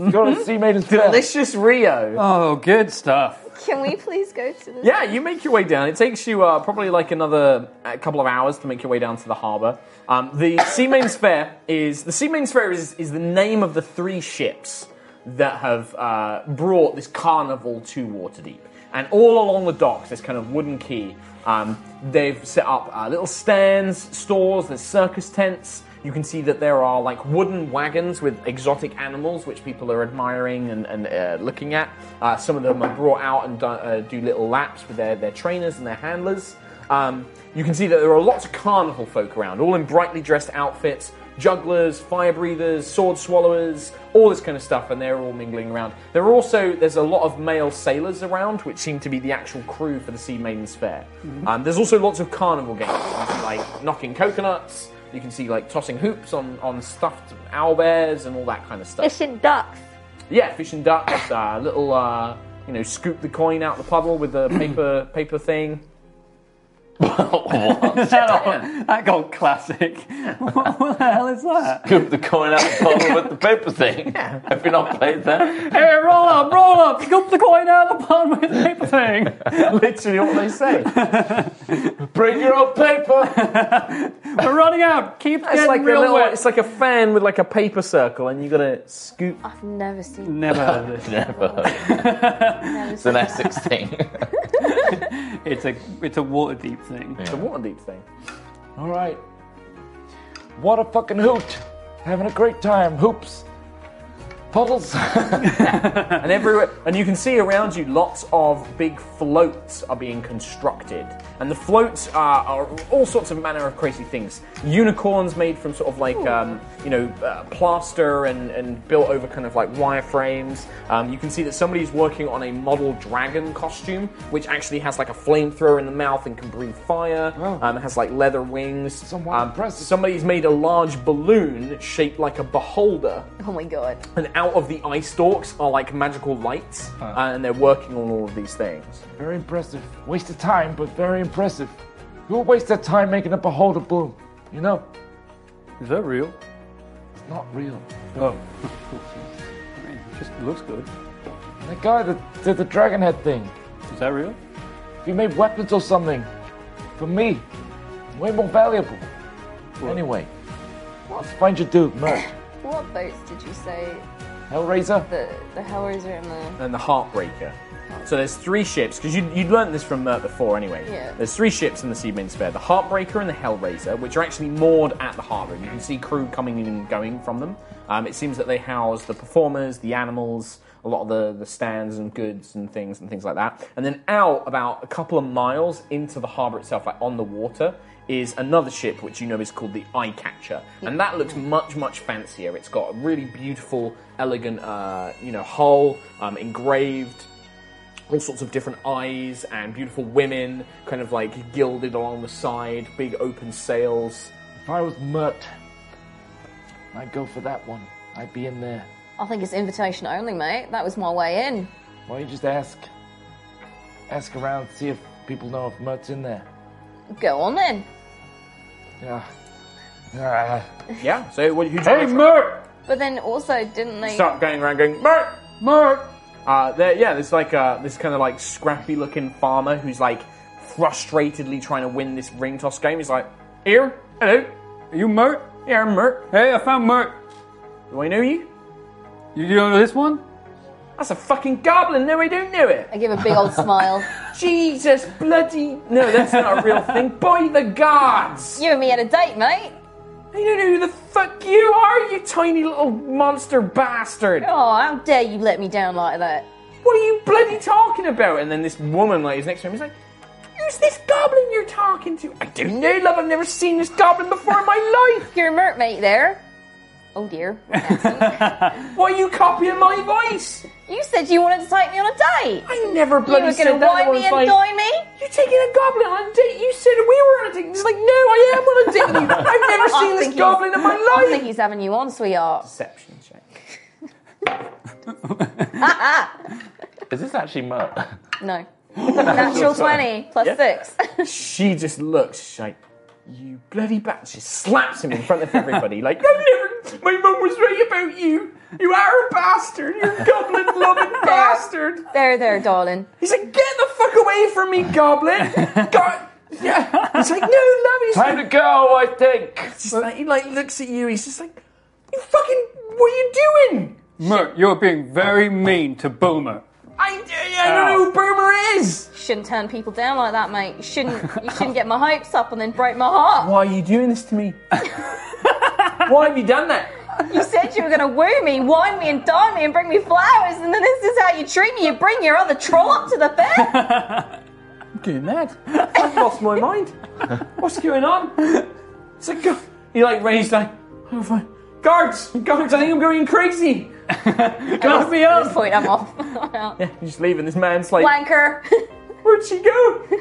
Speaker 6: I got a sea maiden's spell.
Speaker 4: Mm-hmm. Delicious Rio.
Speaker 5: Oh, good stuff.
Speaker 3: Can we please go to the
Speaker 4: Yeah, you make your way down. It takes you uh, probably like another uh, couple of hours to make your way down to the harbour. Um, the Sea Mains Fair is the Sea Mains Fair is, is the name of the three ships that have uh, brought this carnival to Waterdeep. And all along the docks, this kind of wooden key, um, they've set up uh, little stands, stores, there's circus tents. You can see that there are like wooden wagons with exotic animals, which people are admiring and, and uh, looking at. Uh, some of them are brought out and do, uh, do little laps with their, their trainers and their handlers. Um, you can see that there are lots of carnival folk around, all in brightly dressed outfits, jugglers, fire breathers, sword swallowers, all this kind of stuff, and they're all mingling around. There are also there's a lot of male sailors around, which seem to be the actual crew for the Sea Maidens Fair.
Speaker 5: Mm-hmm.
Speaker 4: Um, there's also lots of carnival games, you can see, like knocking coconuts. You can see like tossing hoops on, on stuffed owlbears and all that kind of stuff.
Speaker 3: fishing ducks?
Speaker 4: Yeah, fish and ducks. Uh, little, uh, you know, scoop the coin out the puddle with the paper paper thing.
Speaker 5: That, that got classic. what, what the hell is that?
Speaker 7: Scoop the coin out the bottle with the paper thing. Have you not played that?
Speaker 5: Hey, roll up, roll up, scoop the coin out of the pond with the paper thing.
Speaker 4: Literally what they say.
Speaker 6: Bring your own paper.
Speaker 5: We're running out. Keep
Speaker 4: It's
Speaker 5: getting
Speaker 4: like a
Speaker 5: real
Speaker 4: little,
Speaker 5: wet.
Speaker 4: it's like a fan with like a paper circle, and you gotta scoop.
Speaker 3: I've never seen
Speaker 5: Never heard of this.
Speaker 7: Never.
Speaker 4: Mm.
Speaker 3: never
Speaker 7: It's an
Speaker 3: seen
Speaker 7: Essex thing.
Speaker 5: It's a it's a water deep thing.
Speaker 4: The water deep thing.
Speaker 6: All right. What a fucking hoot. Having a great time. Hoops. Puddles.
Speaker 4: And everywhere, and you can see around you lots of big floats are being constructed, and the floats are, are all sorts of manner of crazy things. Unicorns made from sort of like um, you know uh, plaster and, and built over kind of like wireframes. Um, you can see that somebody's working on a model dragon costume, which actually has like a flamethrower in the mouth and can breathe fire. Um, it has like leather wings. Um,
Speaker 6: Somewhat impressive.
Speaker 4: Somebody's made a large balloon shaped like a beholder
Speaker 3: Oh my god.
Speaker 4: and out of the eye stalks are like magical lights, uh, and they're working on all of these things.
Speaker 6: very impressive. Waste of time, but very impressive. Who waste their time making up a holder bloom? You know,
Speaker 5: Is that real?
Speaker 6: it's not real.
Speaker 5: Oh. I mean, it just looks good.
Speaker 6: And that guy that did the dragon head thing,
Speaker 5: Is that real?
Speaker 6: if he made weapons or something, for me, way more valuable. Anyway, let's find your dude, Merc.
Speaker 3: What boats did you say?
Speaker 6: Hellraiser?
Speaker 3: The the Hellraiser and the
Speaker 4: And the Heartbreaker. So there's three ships, because you, you'd learned this from Mert before anyway.
Speaker 3: Yeah.
Speaker 4: There's three ships in the Seaman's Fair the Heartbreaker and the Hellraiser, which are actually moored at the harbour. and You can see crew coming in and going from them. Um, it seems that they house the performers, the animals, a lot of the, the stands and goods and things and things like that. And then out about a couple of miles into the harbour itself, like on the water, is another ship which you know is called the Eye Catcher, and that looks much much fancier. It's got a really beautiful, elegant, uh, you know, hull, um, engraved, all sorts of different eyes, and beautiful women, kind of like gilded along the side, big open sails.
Speaker 6: If I was Mert, I'd go for that one. I'd be in there.
Speaker 3: I think it's invitation only, mate. That was my way in.
Speaker 6: Why don't you just ask? Ask around, see if people know if Mert's in there.
Speaker 3: Go on then.
Speaker 6: Yeah. Ah.
Speaker 4: Yeah. So what you
Speaker 6: Hey, Mert!
Speaker 3: But then also didn't they
Speaker 4: Start going around going Mert, Mert. Uh, there, yeah, there's like uh, this kind of like scrappy looking farmer who's like frustratedly trying to win this ring toss game. He's like, here, hello,
Speaker 5: Are you Mert?
Speaker 4: here, I'm Mert.
Speaker 5: Hey, I found Mert.
Speaker 4: Do I know you?
Speaker 5: You, you know this one?
Speaker 4: That's a fucking goblin. No, I don't know it.
Speaker 3: I give a big old smile.
Speaker 4: Jesus bloody. No, that's not a real thing. By the gods!
Speaker 3: You and me had a date, mate.
Speaker 4: I don't know who the fuck you are, you tiny little monster bastard.
Speaker 3: Oh, how dare you let me down like that?
Speaker 4: What are you bloody talking about? And then this woman, like, is next to him. He's like, Who's this goblin you're talking to? I don't know, love. I've never seen this goblin before in my life.
Speaker 3: You're a mermaid there. Oh dear.
Speaker 4: Why are you copying my voice?
Speaker 3: you said you wanted to take me on a date.
Speaker 4: I never
Speaker 3: You
Speaker 4: bloody
Speaker 3: were
Speaker 4: said
Speaker 3: going to
Speaker 4: that. I
Speaker 3: wine
Speaker 4: was
Speaker 3: me and
Speaker 4: like,
Speaker 3: dine me.
Speaker 4: You're taking a goblin on a date. You said we were on a date. He's like, no, I am on a date with you. I've never
Speaker 3: I
Speaker 4: seen
Speaker 3: think
Speaker 4: this
Speaker 3: he's-
Speaker 4: goblin in my
Speaker 3: I
Speaker 4: life.
Speaker 3: think he's having you on, sweetheart.
Speaker 4: Perception check.
Speaker 7: Is this actually Mert?
Speaker 3: No. Natural 20 plus
Speaker 4: Yeah.
Speaker 3: 6.
Speaker 4: She just looks she's like, you bloody bat. She slaps him in front of everybody, like, I never, my mum was right about you. You are a bastard. You're a goblin loving bastard.
Speaker 3: there, there, darling.
Speaker 4: He's like, get the fuck away from me, goblin. God. Yeah. He's like, no, love. He's
Speaker 6: Time to go, I think.
Speaker 4: just like, he like looks at you. He's just like, you fucking, what are you doing?
Speaker 5: Mert, you're being very mean to Boomer.
Speaker 4: I, I, I don't know who Boomer is.
Speaker 3: Shouldn't turn people down like that, mate. You shouldn't, you shouldn't get my hopes up and then break my heart.
Speaker 4: Why are you doing this to me? Why have you done that?
Speaker 3: You said you were going to woo me, wine me, and dine me, and bring me flowers, and then this is how you treat me. You bring your other troll up to the bed.
Speaker 4: Getting mad. I've lost my mind. What's going on? It's like, go- he like raised like, oh, fine. guards, guards, I think I'm going crazy. Got me
Speaker 3: At this
Speaker 4: up.
Speaker 3: point, I'm off.
Speaker 4: Yeah, he's leaving. This man's like,
Speaker 3: Blanker.
Speaker 4: where'd she go? Um,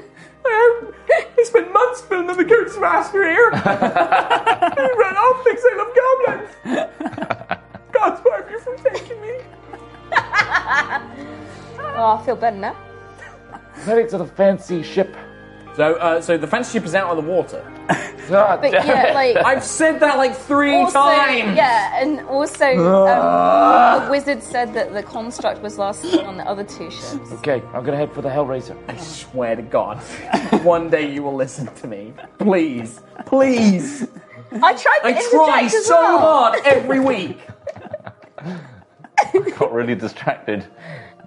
Speaker 4: I spent months filming the Goats Master here. I ran off thinks I love goblins. God's wife, you from taking me.
Speaker 3: Oh, I feel better now.
Speaker 6: Heading to the fancy ship.
Speaker 4: So, uh, so the fancy ship is out on the water.
Speaker 6: Ah,
Speaker 3: But yeah, like.
Speaker 4: I've said that like three
Speaker 3: also,
Speaker 4: times.
Speaker 3: yeah, and also, um, the wizard said that the construct was last seen on the other two ships.
Speaker 6: okay, I'm gonna head for the Hellraiser.
Speaker 4: I swear to God, one day you will listen to me. Please, please.
Speaker 3: I tried to
Speaker 4: I
Speaker 3: interject
Speaker 4: try
Speaker 3: as
Speaker 4: so
Speaker 3: well.
Speaker 4: hard every week.
Speaker 7: Got really distracted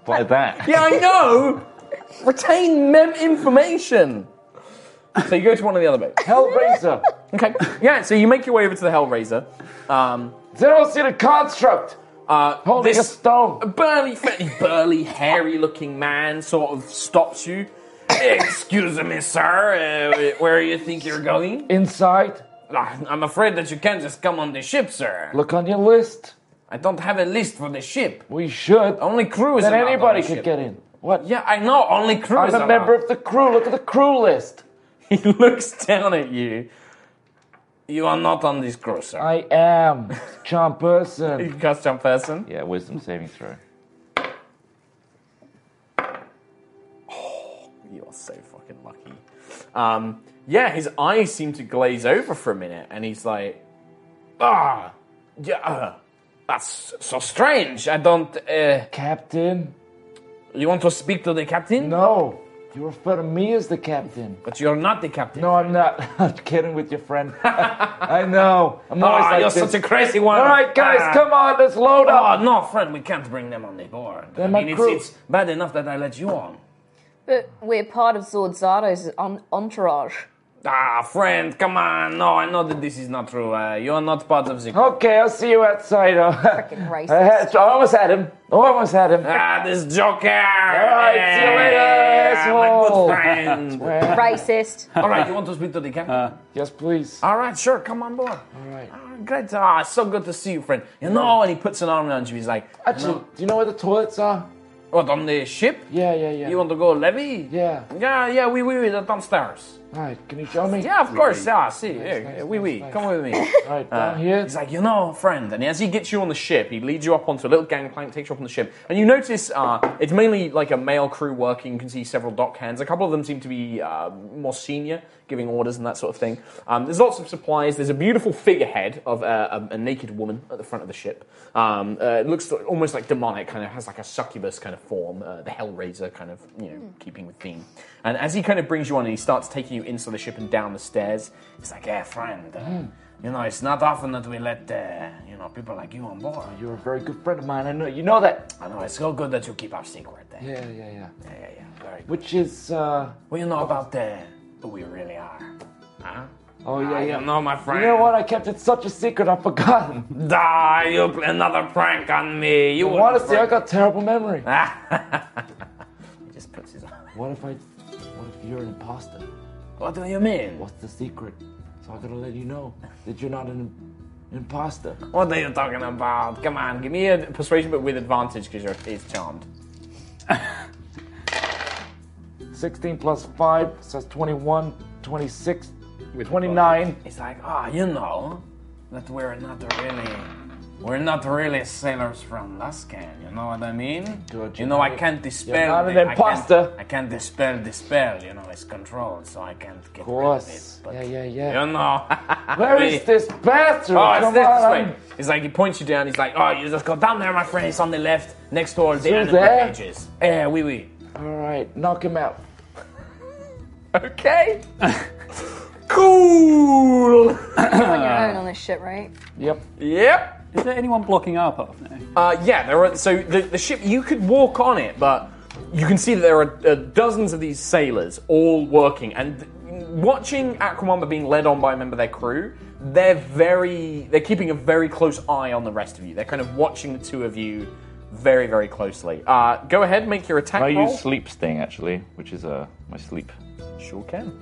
Speaker 7: by that.
Speaker 4: Yeah, I know. Retain mem information. So you go to one of the other boats.
Speaker 6: Hellraiser!
Speaker 4: Okay. Yeah. So you make your way over to the Hellraiser. Um,
Speaker 6: Then I'll see the construct!
Speaker 4: uh,
Speaker 6: Holding a
Speaker 4: this
Speaker 6: stone!
Speaker 4: burly, fairly burly, hairy-looking man sort of stops you. Excuse me, sir. Uh, where do you think you're going?
Speaker 6: Inside,
Speaker 4: Ah, I'm afraid that you can't just come on the ship, sir.
Speaker 6: look on your list.
Speaker 4: I don't have a list for the ship.
Speaker 6: We should.
Speaker 4: Only crew is
Speaker 6: Then
Speaker 4: allowed on
Speaker 6: anybody
Speaker 4: the
Speaker 6: could
Speaker 4: ship.
Speaker 6: get in. What?
Speaker 4: Yeah, I know. Only crew
Speaker 6: I'm
Speaker 4: is
Speaker 6: a
Speaker 4: allowed.
Speaker 6: member of the crew. Look at the crew list.
Speaker 4: He looks down at you. You are not on this crew, sir.
Speaker 6: I am John Person.
Speaker 4: Custom person.
Speaker 7: Yeah, wisdom saving throw.
Speaker 4: You are so fucking lucky. Um, yeah, his eyes seem to glaze over for a minute, and he's like, ah, yeah, uh, that's so strange. I don't. Uh,
Speaker 6: Captain?
Speaker 4: you want to speak to the captain?
Speaker 6: No. You refer to me as the captain.
Speaker 4: But you're not the captain.
Speaker 6: No, I'm not. I'm kidding with your friend. I know. I'm always
Speaker 4: Ah,
Speaker 6: like
Speaker 4: you're
Speaker 6: this.
Speaker 4: such a crazy one.
Speaker 6: All right, guys,
Speaker 4: Ah.
Speaker 6: come on. Let's load up.
Speaker 4: Oh no, friend, we can't bring them on the board. I
Speaker 6: They're my
Speaker 4: mean, it's,
Speaker 6: crew.
Speaker 4: it's bad enough that I let you on.
Speaker 3: But we're part of Zord Zardo's en- entourage.
Speaker 4: Ah, friend, come on. No, I know that this is not true. Uh, you are not part of the.
Speaker 6: Okay, I'll see you outside. Oh.
Speaker 3: racist.
Speaker 6: I, had, I almost had him. Oh, I almost had him.
Speaker 4: Ah, this Joker!
Speaker 6: right, see you later,
Speaker 4: Yeah, my
Speaker 6: asshole.
Speaker 4: good friend.
Speaker 3: Racist.
Speaker 4: All right, you want to speak to the captain?
Speaker 6: Yes, please.
Speaker 4: All right, sure, come on board. All right. great. Ah, so good to see you, friend. You know, and he puts an arm around you. He's like,
Speaker 6: Actually, do you know where the toilets are?
Speaker 4: what, on the ship?
Speaker 6: Yeah, yeah, yeah.
Speaker 4: You want to go levy?
Speaker 6: Yeah.
Speaker 4: Yeah, yeah, we, we, we, downstairs.
Speaker 6: All right, can you show me?
Speaker 4: Yeah, of course, yeah, see, yeah,
Speaker 6: nice,
Speaker 4: we, we,
Speaker 6: nice.
Speaker 4: come with me.
Speaker 6: All right, down here.
Speaker 4: He's like, you know, friend. And as he gets you on the ship, he leads you up onto a little gangplank, takes you up on the ship. And you notice uh, it's mainly like a male crew working. You can see several dock hands. A couple of them seem to be uh, more senior, giving orders and that sort of thing. Um, there's lots of supplies. There's a beautiful figurehead of uh, a, a, a naked woman at the front of the ship. Um, uh, it looks almost like demonic, kind of has like a succubus kind of form, uh, the Hellraiser kind of, you know, keeping with theme. And as he kind of brings you on and he starts taking you into the ship and down the stairs. He's like, "Yeah, friend, uh, you know, it's not often that we let uh, you know people like you on board.
Speaker 6: You're a very good friend of mine. I know you know that.
Speaker 4: I know it's so good that you keep our secret. Eh?
Speaker 6: Yeah, yeah, yeah.
Speaker 4: yeah, yeah, yeah. Very good.
Speaker 6: Which is uh
Speaker 4: What do you know about uh, who we really are? Huh?
Speaker 6: oh yeah,
Speaker 4: I
Speaker 6: yeah.
Speaker 4: don't know, my friend.
Speaker 6: You know what? I kept it such a secret. I forgot.
Speaker 4: Die, you play another prank on me. You
Speaker 6: Honestly, I got terrible memory.
Speaker 4: He just puts his arm.
Speaker 6: What if I? What if you're an imposter?
Speaker 4: What do you mean?
Speaker 6: What's the secret? So I gotta let you know that you're not an imposter.
Speaker 4: What are you talking about? Come on, give me a persuasion, but with advantage because you're he's charmed.
Speaker 6: 16 plus 5 says 21, 26,
Speaker 9: With
Speaker 6: 29.
Speaker 4: It's like, ah, you know, that we're not really, we're not really sailors from Lascan. You know what I mean?
Speaker 6: Good,
Speaker 4: You
Speaker 6: you
Speaker 4: know, I
Speaker 6: know.
Speaker 4: can't dispel.
Speaker 6: not an
Speaker 4: the- I can't-
Speaker 6: imposter.
Speaker 4: I can't dispel dispel. You know, it's controlled, so I can't get
Speaker 6: Of course.
Speaker 4: rid of
Speaker 6: Yeah,
Speaker 4: it.
Speaker 6: yeah,
Speaker 4: But
Speaker 6: yeah.
Speaker 4: you know,
Speaker 6: Where is this bathroom?
Speaker 4: Oh, it's
Speaker 6: Come
Speaker 4: this,
Speaker 6: on,
Speaker 4: this
Speaker 6: I'm-
Speaker 4: way. It's like he points you down. He's like, oh, you just go down there, my friend. It's on the left, next door, the
Speaker 6: Through
Speaker 4: animal
Speaker 6: there?
Speaker 4: pages. Eh, Yeah, we we.
Speaker 6: All right, knock him out.
Speaker 4: Okay. cool.
Speaker 3: on your own on this ship, right?
Speaker 6: Yep.
Speaker 4: Yep.
Speaker 5: Is there anyone blocking our path now?
Speaker 4: Uh, yeah, there are. So the, the ship, you could walk on it, but you can see that there are uh, dozens of these sailors all working and watching Aquamamba being led on by a member of their crew. They're very, they're keeping a very close eye on the rest of you. They're kind of watching the two of you very, very closely. Uh, go ahead, make your attack
Speaker 7: I
Speaker 4: roll.
Speaker 7: use sleep sting actually, which is uh, my sleep.
Speaker 4: Sure can.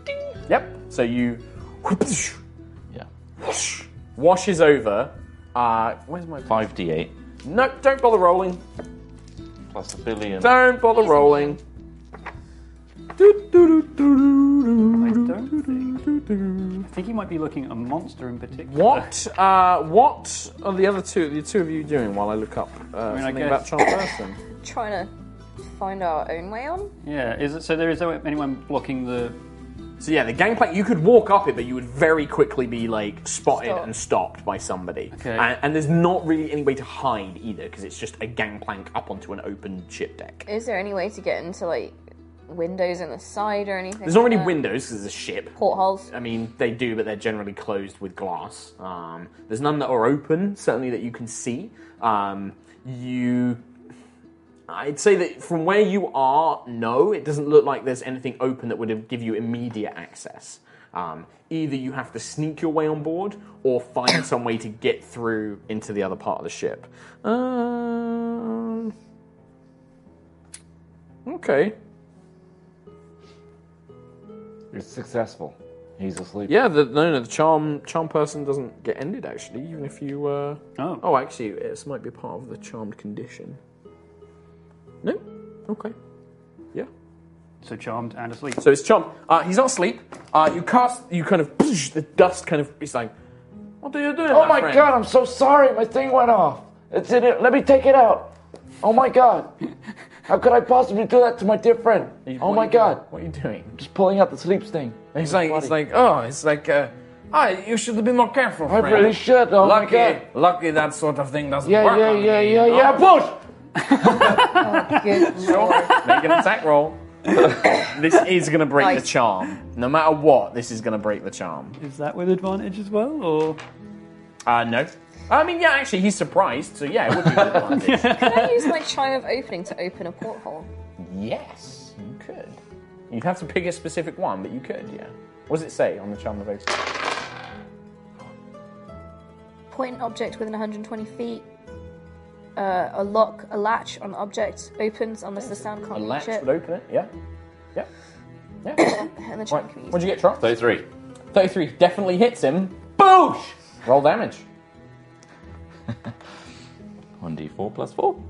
Speaker 4: Yep. So you
Speaker 7: Yeah.
Speaker 4: washes over. Uh, where's my?
Speaker 7: Five d8
Speaker 4: No, don't bother rolling.
Speaker 7: plus a billion.
Speaker 4: Don't bother rolling.
Speaker 5: I think you might be looking at a monster in particular.
Speaker 4: What? Uh, what are the other two? The two of you doing while I look up uh,
Speaker 5: mean, I
Speaker 4: something about
Speaker 5: guess-
Speaker 4: Charles Manson?
Speaker 3: Trying to find our own way on.
Speaker 5: Yeah, is it, so there is no- anyone blocking the.
Speaker 4: so yeah, the gangplank. You could walk up it, but you would very quickly be like spotted
Speaker 3: Stop.
Speaker 4: and stopped by somebody.
Speaker 5: Okay.
Speaker 4: And, and there's not really any way to hide either, because it's just a gangplank up onto an open ship deck.
Speaker 3: Is there any way to get into like windows in the side or anything?
Speaker 4: There's not really
Speaker 3: like that?
Speaker 4: windows because it's a ship.
Speaker 3: Portholes.
Speaker 4: I mean, they do, but they're generally closed with glass. Um, there's none that are open, certainly that you can see. Um, you, I'd say that from where you are, no, it doesn't look like there's anything open that would give you immediate access. Um, either you have to sneak your way on board, or find some way to get through into the other part of the ship. Um, okay,
Speaker 6: You're successful.
Speaker 7: He's asleep.
Speaker 4: Yeah, the, no, no, the charm charm person doesn't get ended actually, even if you. Uh...
Speaker 5: Oh.
Speaker 4: Oh, actually, this might be part of the charmed condition. No. Okay. Yeah.
Speaker 5: So charmed and asleep.
Speaker 4: So it's charmed. Uh, he's not asleep. Uh, you cast. You kind of. The dust kind of. He's like. What are you doing?
Speaker 6: Oh my
Speaker 4: friend?"
Speaker 6: god, I'm so sorry. My thing went off. It's in it. Let me take it out. Oh my god. How could I possibly do that to my dear friend?
Speaker 4: You-
Speaker 6: Oh
Speaker 4: what
Speaker 6: my
Speaker 4: are you doing?
Speaker 6: god.
Speaker 4: What are you doing?
Speaker 6: Just pulling out the sleep sting.
Speaker 4: He's like. It's like. Oh, it's like. Uh, Ah, you should have been more careful.
Speaker 6: I
Speaker 4: friend.
Speaker 6: really should. Oh my
Speaker 4: lucky,
Speaker 6: god.
Speaker 4: lucky that sort of thing doesn't
Speaker 6: Yeah,
Speaker 4: work.
Speaker 6: yeah,
Speaker 4: on
Speaker 6: yeah,
Speaker 4: me,
Speaker 6: yeah,
Speaker 4: you know?
Speaker 6: yeah. Push!
Speaker 4: Oh,
Speaker 3: Good lord.
Speaker 4: Make an attack roll. this is going to break the
Speaker 3: Nice.
Speaker 4: charm. No matter what, this is going to break the charm.
Speaker 5: Is that with advantage as well, or
Speaker 4: Uh, no. I mean, yeah, actually, he's surprised, so yeah, it would be with advantage.
Speaker 3: Can I use my chime of opening to open a porthole?
Speaker 4: Yes, you could. You'd have to pick a specific one, but you could, yeah. What does it say on the charm of Ace?
Speaker 3: Point an object within 120 feet. Uh, a lock, a latch on the object opens unless the sound
Speaker 4: A
Speaker 3: can't
Speaker 4: latch
Speaker 3: reach it.
Speaker 4: would open it, yeah. Yeah. Yeah.
Speaker 3: And the
Speaker 4: right.
Speaker 3: chime can be
Speaker 4: What'd
Speaker 3: used.
Speaker 4: you get, Trot?
Speaker 7: 33.
Speaker 4: 33 definitely hits him. Boosh! Roll damage.
Speaker 7: 1d4 plus 4.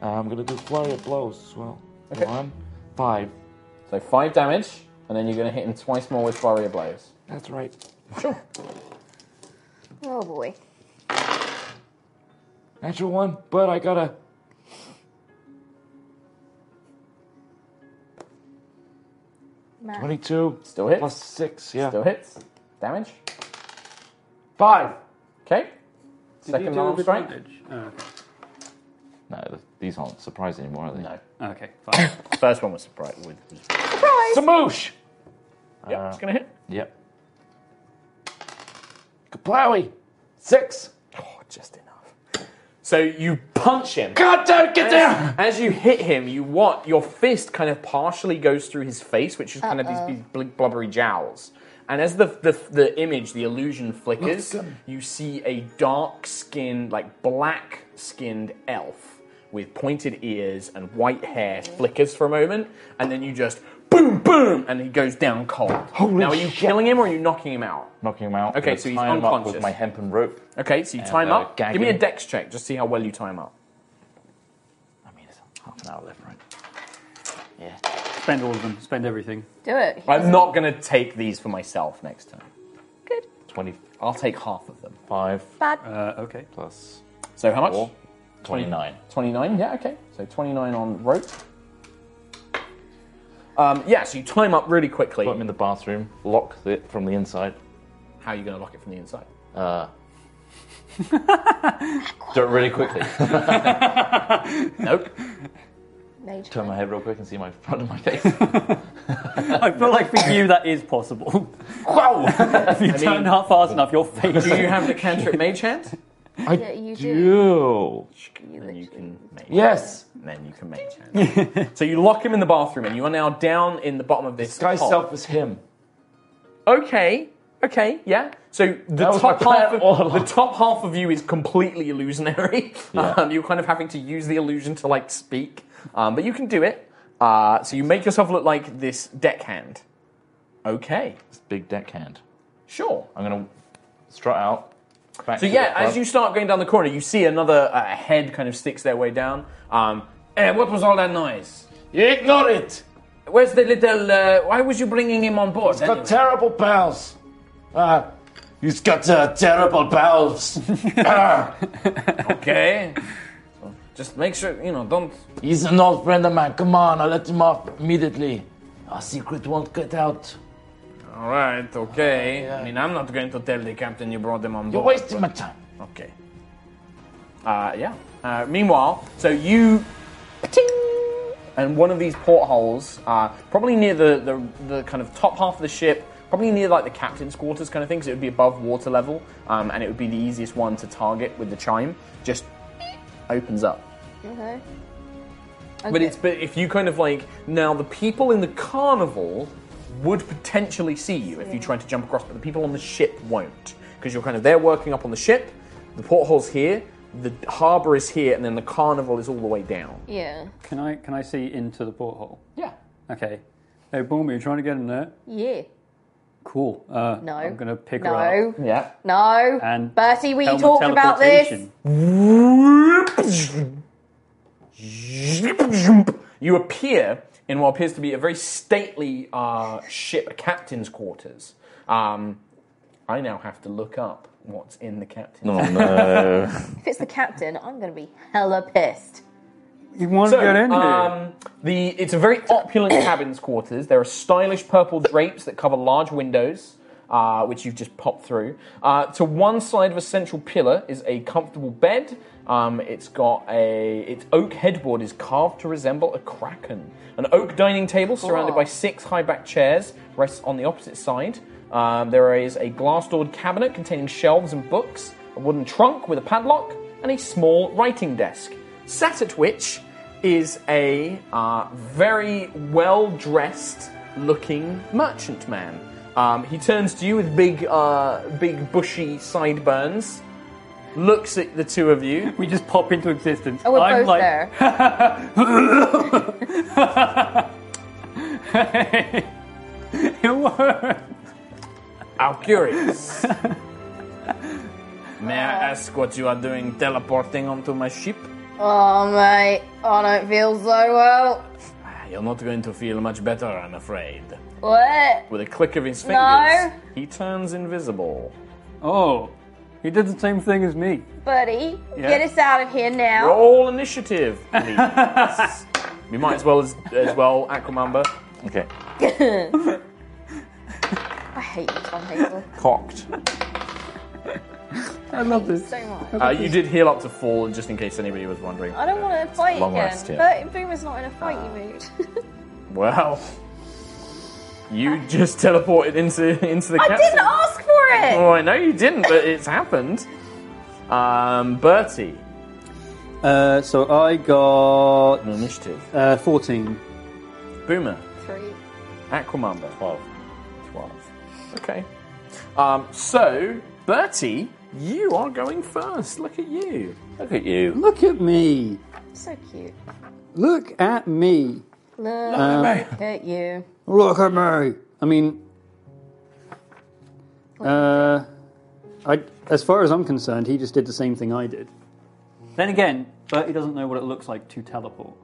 Speaker 6: I'm gonna do flurry of blows as well.
Speaker 4: Okay.
Speaker 6: One, five.
Speaker 4: So five damage, and then you're going to hit him twice more with Flurry of Blows.
Speaker 6: That's right.
Speaker 4: Sure.
Speaker 3: Oh boy.
Speaker 6: Natural one, but I gotta.
Speaker 3: Matt.
Speaker 6: 22
Speaker 4: Still hits.
Speaker 6: plus 6, yeah.
Speaker 4: Still hits. Damage.
Speaker 6: 5!
Speaker 4: Okay.
Speaker 5: Did you
Speaker 4: Second
Speaker 5: do
Speaker 4: arm
Speaker 5: with
Speaker 4: strike.
Speaker 5: advantage? Oh, okay.
Speaker 7: No, th- these aren't surprised anymore, are they?
Speaker 4: No.
Speaker 5: Oh. Okay, fine.
Speaker 4: First one was surprise. With, was,
Speaker 6: Samoosh!
Speaker 4: yeah, it's gonna hit.
Speaker 7: Yep.
Speaker 6: Kaplowy! Six!
Speaker 4: Oh, just enough. So you punch him.
Speaker 6: God damn, get down!
Speaker 4: As you hit him, you what? Your fist kind of partially goes through his face, which is kind of these, these bl- blubbery jowls. And as the, the the image, the illusion flickers, you see a dark skinned, like black skinned elf with pointed ears and white hair flickers for a moment, and then you just boom, boom, and he goes down cold.
Speaker 6: Holy
Speaker 4: now, are you
Speaker 6: shit.
Speaker 4: killing him or are you knocking him out?
Speaker 7: Knocking him out.
Speaker 4: Okay,
Speaker 7: I'm gonna
Speaker 4: so he's
Speaker 7: tie him up
Speaker 4: unconscious.
Speaker 7: with my hempen rope.
Speaker 4: Okay, so you
Speaker 7: And,
Speaker 4: tie him
Speaker 7: uh,
Speaker 4: up.
Speaker 7: gag
Speaker 4: Give me a
Speaker 7: him.
Speaker 4: dex check, just see how well you tie him up.
Speaker 7: I mean, it's half an hour left, right?
Speaker 5: spend all of them. Spend everything.
Speaker 3: Do it.
Speaker 4: I'm not going to take these for myself next time.
Speaker 3: Good.
Speaker 7: Twenty-five
Speaker 4: I'll take half of them.
Speaker 3: Bad.
Speaker 5: Uh, okay.
Speaker 7: plus
Speaker 4: So how much?
Speaker 7: four. Twenty-nine.
Speaker 4: 29, yeah, okay. So 29 on rope. Um, yeah, so you tie him up really quickly.
Speaker 7: Put him in the bathroom. Lock it from the inside.
Speaker 4: How are you going to lock it from the inside?
Speaker 7: Uh, do it really quickly.
Speaker 4: Nope.
Speaker 3: Mage.
Speaker 7: Turn my head real quick and see my front of my face.
Speaker 5: I feel like for you that is possible.
Speaker 4: wow!
Speaker 5: if you turn out fast enough, your face.
Speaker 4: Do you have the cantrip mage hand?
Speaker 3: Yeah, you do.
Speaker 7: Ew.
Speaker 3: You
Speaker 4: Then you
Speaker 3: literally-
Speaker 4: can mage.
Speaker 6: Yes!
Speaker 4: Then you can mage hand. so you lock him in the bathroom and you are now down in the bottom of this.
Speaker 6: This guy's
Speaker 4: hole.
Speaker 6: self is him.
Speaker 4: Okay. Okay. Yeah. So the
Speaker 6: was
Speaker 4: top
Speaker 6: my plan
Speaker 4: half of,
Speaker 6: all along.
Speaker 4: the top half of you is completely illusionary.
Speaker 7: Yeah.
Speaker 4: Um, you're kind of having to use the illusion to like speak, um, but you can do it. Uh, so you make yourself look like this deckhand. Okay.
Speaker 7: It's big deckhand.
Speaker 4: Sure.
Speaker 7: I'm gonna strut out. Back
Speaker 4: So yeah, as you start going down the corner, you see another uh, head kind of sticks their way down. Um, eh, what was all that noise?
Speaker 6: You ignore it!
Speaker 4: Where's the little? Uh, why was you bringing him on board?
Speaker 6: Got terrible bowels. Uh, he's got uh, terrible bowels. Ah,
Speaker 4: okay. So Just make sure you know. Don't
Speaker 6: he's an old friend of mine. Come on, I'll let him off immediately. Our secret won't get out.
Speaker 4: All right, okay.
Speaker 6: Uh, Yeah.
Speaker 4: I mean, I'm not going to tell the captain you brought them on board.
Speaker 6: You're wasting my time.
Speaker 4: Okay. Uh, yeah. Uh, meanwhile, so you. Ting! And one of these portholes, uh, probably near the, the, the kind of top half of the ship, probably near like the captain's quarters kind of thing, so it would be above water level, um, and it would be the easiest one to target with the chime, just opens up.
Speaker 3: Okay.
Speaker 4: But it's but if you kind of like now the people in the carnival would potentially see you if you tried to jump across, but the people on the ship won't because you're kind of there working up on the ship. The porthole's here, the harbour is here, and then the carnival is all the way down.
Speaker 3: Yeah.
Speaker 5: Can I can I see into the porthole?
Speaker 4: Yeah.
Speaker 5: Okay. Hey, Bulma, you trying to get in there?
Speaker 3: Yeah.
Speaker 5: Cool. Uh,
Speaker 3: No.
Speaker 5: I'm gonna pick
Speaker 3: no.
Speaker 5: her up.
Speaker 4: Yeah.
Speaker 3: No.
Speaker 5: And
Speaker 3: Bertie, were you
Speaker 5: helmet
Speaker 3: talking about this?
Speaker 5: teleportation.
Speaker 4: You appear in what appears to be a very stately uh, ship captain's quarters. Um, I now have to look up what's in the captain's.
Speaker 7: Oh no.
Speaker 3: If it's the captain, I'm going to be hella pissed.
Speaker 5: You want
Speaker 4: So,
Speaker 5: to get in here?
Speaker 4: um, the it's a very opulent cabin's quarters. There are stylish purple drapes that cover large windows, uh, which you've just popped through. Uh, to one side of a central pillar is a comfortable bed. Um, it's got a its oak headboard is carved to resemble a kraken. An oak dining table surrounded by six high back chairs rests on the opposite side. Um, there is a glass-doored cabinet containing shelves and books, a wooden trunk with a padlock, and a small writing desk. Sat at which is a uh, very well dressed looking merchant man. Um, he turns to you with big, uh, big bushy sideburns, looks at the two of you.
Speaker 5: we just pop into existence.
Speaker 3: Oh, we're
Speaker 5: I'm
Speaker 3: both
Speaker 5: like,
Speaker 3: there.
Speaker 5: it worked.
Speaker 4: How curious. May I ask what you are doing teleporting onto my ship?
Speaker 3: Oh, mate. I don't feel so well.
Speaker 4: Ah, You're not going to feel much better, I'm afraid.
Speaker 3: What?
Speaker 4: With a click of his fingers,
Speaker 3: No.
Speaker 4: he turns invisible.
Speaker 5: Oh, he did the same thing as me.
Speaker 3: Buddy,
Speaker 5: Yeah.
Speaker 3: get us out of here now.
Speaker 4: Roll initiative, please. we might as well as, as well, Aquamamba.
Speaker 7: okay.
Speaker 3: I hate you, Tom Hazel.
Speaker 7: Cocked.
Speaker 5: I love this.
Speaker 3: so much.
Speaker 4: Uh, you did heal up to full, just in case anybody was wondering.
Speaker 3: I don't want to fight
Speaker 7: long
Speaker 3: again.
Speaker 7: rest, yeah.
Speaker 3: Bert- Boomer's not in a fighty mood.
Speaker 4: Well, you just teleported into into the
Speaker 3: I
Speaker 4: capsule.
Speaker 3: didn't ask for it.
Speaker 4: Oh, I know you didn't, but it's happened. Um, Bertie,
Speaker 5: Uh, so I got
Speaker 4: an initiative.
Speaker 5: uh, 14.
Speaker 4: Boomer,
Speaker 3: Three.
Speaker 4: Aquamamba. 12. 12. Okay. Um, so, Bertie, you are going first. Look at you.
Speaker 7: Look at you.
Speaker 5: Look at me.
Speaker 3: So cute.
Speaker 5: Look at me.
Speaker 3: Look at you.
Speaker 5: Look at me. I mean, uh, I, as far as I'm concerned, he just did the same thing I did. Then again, Bertie doesn't know what it looks like to teleport.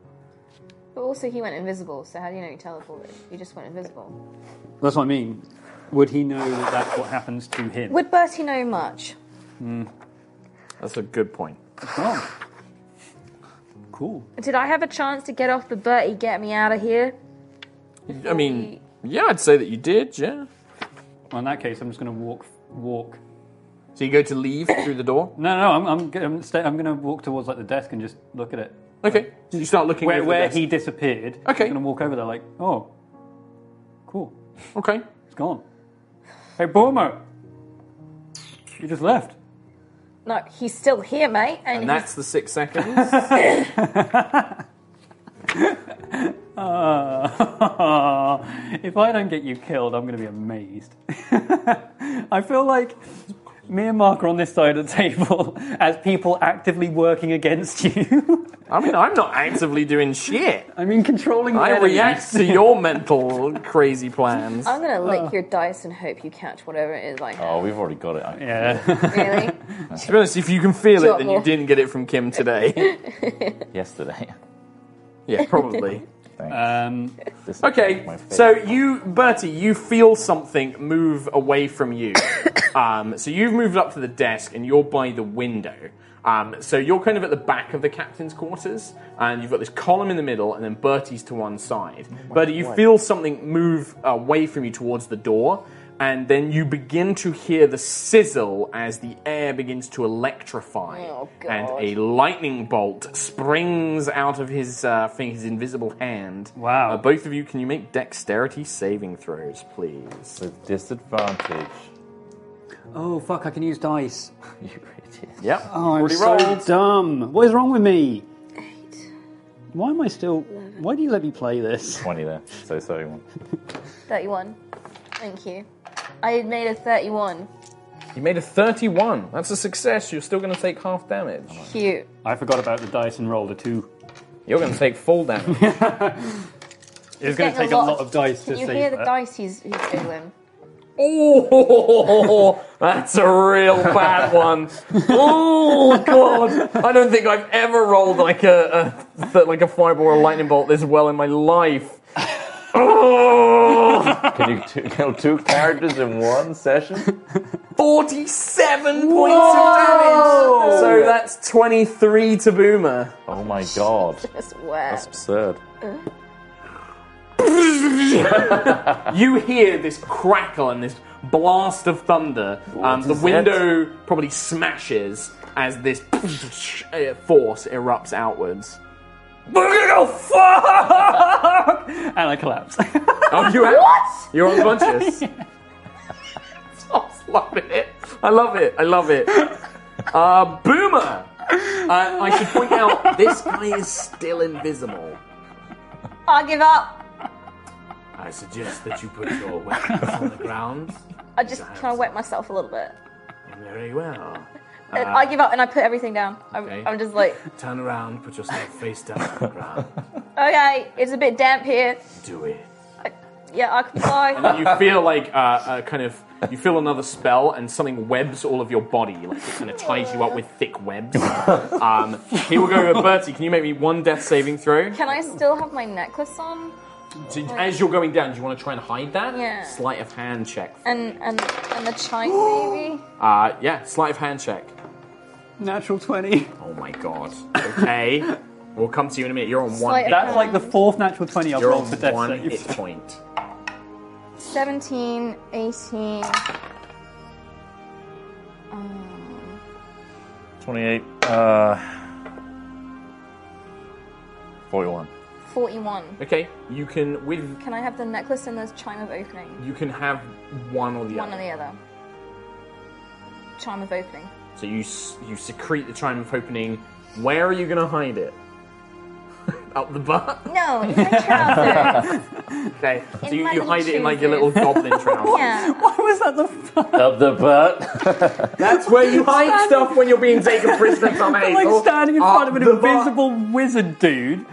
Speaker 3: But also, he went invisible. So how do you know he teleported? You just went invisible.
Speaker 5: That's what I mean. Would he know that that's what happens to him?
Speaker 3: Would Bertie know much?
Speaker 4: That's a good point.
Speaker 5: Oh. Cool.
Speaker 3: Did I have a chance to get off the Bertie? Get me out of here.
Speaker 4: I mean, yeah, I'd say that you did, yeah.
Speaker 5: Well, in that case, I'm just going to walk. Walk.
Speaker 4: So you go to leave through the door.
Speaker 5: No, no, no I'm, I'm, g- I'm, sta- I'm going to walk towards like the desk and just look at it.
Speaker 4: Okay. So you start looking
Speaker 5: Where,
Speaker 4: over the
Speaker 5: where
Speaker 4: desk.
Speaker 5: he disappeared.
Speaker 4: Okay.
Speaker 5: I'm going to walk over there like, oh, cool.
Speaker 4: Okay.
Speaker 5: It's gone. Hey, Boomer. You just left.
Speaker 3: No, he's still here, mate. And,
Speaker 4: And
Speaker 3: he's-
Speaker 4: that's the six seconds.
Speaker 5: Uh, if I don't get you killed, I'm going to be amazed. I feel like me and Mark are on this side of the table as people actively working against you.
Speaker 4: I mean, I'm not actively doing shit.
Speaker 5: I mean, controlling the
Speaker 4: I
Speaker 5: enemy.
Speaker 4: react to your mental crazy plans.
Speaker 3: I'm gonna lick your dice and hope you catch whatever it is I have.
Speaker 7: Oh, we've already got it. I-
Speaker 5: Yeah.
Speaker 3: Really?
Speaker 4: To be honest, if you can feel it,
Speaker 3: Drop
Speaker 4: then
Speaker 3: more.
Speaker 4: you didn't get it from Kim today.
Speaker 7: Yesterday.
Speaker 4: yeah, probably.
Speaker 7: Thanks.
Speaker 5: Um,
Speaker 7: This is
Speaker 4: Okay,
Speaker 7: my face.
Speaker 4: so you, Bertie, you feel something move away from you. um, so you've moved up to the desk and you're by the window. Um, so you're kind of at the back of the captain's quarters, and you've got this column in the middle, and then Bertie's to one side.
Speaker 3: Oh
Speaker 4: Bertie, you feel something move away from you towards the door, and then you begin to hear the sizzle as the air begins to electrify,
Speaker 3: Oh,
Speaker 4: and
Speaker 3: God.
Speaker 4: a lightning bolt springs out of his uh, thing, his invisible hand.
Speaker 5: Wow.
Speaker 4: Uh, both of you, can you make dexterity saving throws, please?
Speaker 7: With disadvantage.
Speaker 5: oh, fuck, I can use dice.
Speaker 7: You idiot.
Speaker 4: Yep.
Speaker 5: Oh, I'm
Speaker 4: Already
Speaker 5: so
Speaker 4: rolled.
Speaker 5: dumb. What is wrong with me? Why am I still. Why do you let me play this?
Speaker 7: 20 there. So sorry. One.
Speaker 3: 31. Thank you. I had made a 31.
Speaker 4: You made a 31. That's a success. You're still going to take half damage.
Speaker 3: Cute.
Speaker 5: I forgot about the dice and rolled a two.
Speaker 4: You're going to take full damage.
Speaker 5: It's going to
Speaker 3: Getting
Speaker 5: take a lot of dice to
Speaker 3: Can you
Speaker 5: save
Speaker 3: hear the
Speaker 5: that.
Speaker 3: dice he's, he's doing?
Speaker 4: oh, that's a real bad one. Oh god, I don't think I've ever rolled like a, a th- like a fireball or a lightning bolt this well in my life. Oh,
Speaker 7: Can you two, kill two characters in one session?
Speaker 4: 47 points of damage. So that's 23 to Boomer.
Speaker 7: Oh my god.
Speaker 3: That's where.
Speaker 7: That's absurd.
Speaker 4: you hear this crackle and this blast of thunder. Um, the
Speaker 7: is
Speaker 4: window probably smashes as this uh, force erupts outwards. Oh, fuck!
Speaker 5: and I collapse.
Speaker 4: Oh, you have,
Speaker 3: What?
Speaker 4: You're unconscious. I love it. I love it. I love it. Uh, boomer. Uh, I should point out this guy is still invisible.
Speaker 3: I give up.
Speaker 4: I suggest that you put your weapons on the ground.
Speaker 3: I just kind of wet myself a little bit.
Speaker 4: Very well.
Speaker 5: Ah.
Speaker 3: And I give up and I put everything down. I'm,
Speaker 4: okay.
Speaker 3: I'm just like,
Speaker 4: Turn around, put yourself face down on the ground.
Speaker 3: okay, it's a bit damp here.
Speaker 4: Do it.
Speaker 3: I, yeah, I comply.
Speaker 4: You feel like uh, uh, kind of you feel another spell, and something webs all of your body, like it kind of ties you up with thick webs. um, here we go, Bertie. Can you make me one death saving throw?
Speaker 3: Can I still have my necklace on?
Speaker 4: So, as you're going down, do you want to try and hide that?
Speaker 3: Yeah.
Speaker 4: Sleight of hand check.
Speaker 3: And and and the chime maybe?
Speaker 4: Uh, yeah, sleight of hand check.
Speaker 5: Natural 20.
Speaker 4: Oh my god. Okay. we'll come to you in a minute. You're on one.
Speaker 3: Sleight of
Speaker 4: Hit.
Speaker 3: hand.
Speaker 5: That's like the fourth natural 20 I've
Speaker 4: You're
Speaker 5: rolled
Speaker 4: on
Speaker 5: for death
Speaker 4: one hit
Speaker 5: saves.
Speaker 4: point.
Speaker 3: 17, 18. Um,
Speaker 7: 28. Uh, 41.
Speaker 3: 41.
Speaker 4: Okay, you can with
Speaker 3: Can I have the necklace and the chime of opening?
Speaker 4: you can have one or the
Speaker 3: One
Speaker 4: other.
Speaker 3: or the other. Chime of opening.
Speaker 4: So you s- you secrete the chime of opening. Where are you going to hide it? Up the butt.
Speaker 3: No, in my trousers.
Speaker 4: Okay. So
Speaker 3: In
Speaker 4: you,
Speaker 3: my
Speaker 4: you
Speaker 3: little
Speaker 4: hide it in like your little
Speaker 3: choosers.
Speaker 4: goblin trousers.
Speaker 3: yeah.
Speaker 5: Why was that the fuck?
Speaker 7: Of the butt.
Speaker 4: That's where you hide
Speaker 5: Standing-
Speaker 4: stuff when you're being taken prisoner from
Speaker 5: like
Speaker 4: Hazel.
Speaker 5: standing in
Speaker 4: Up
Speaker 5: front of an
Speaker 4: Ah, the butt.
Speaker 5: invisible wizard dude,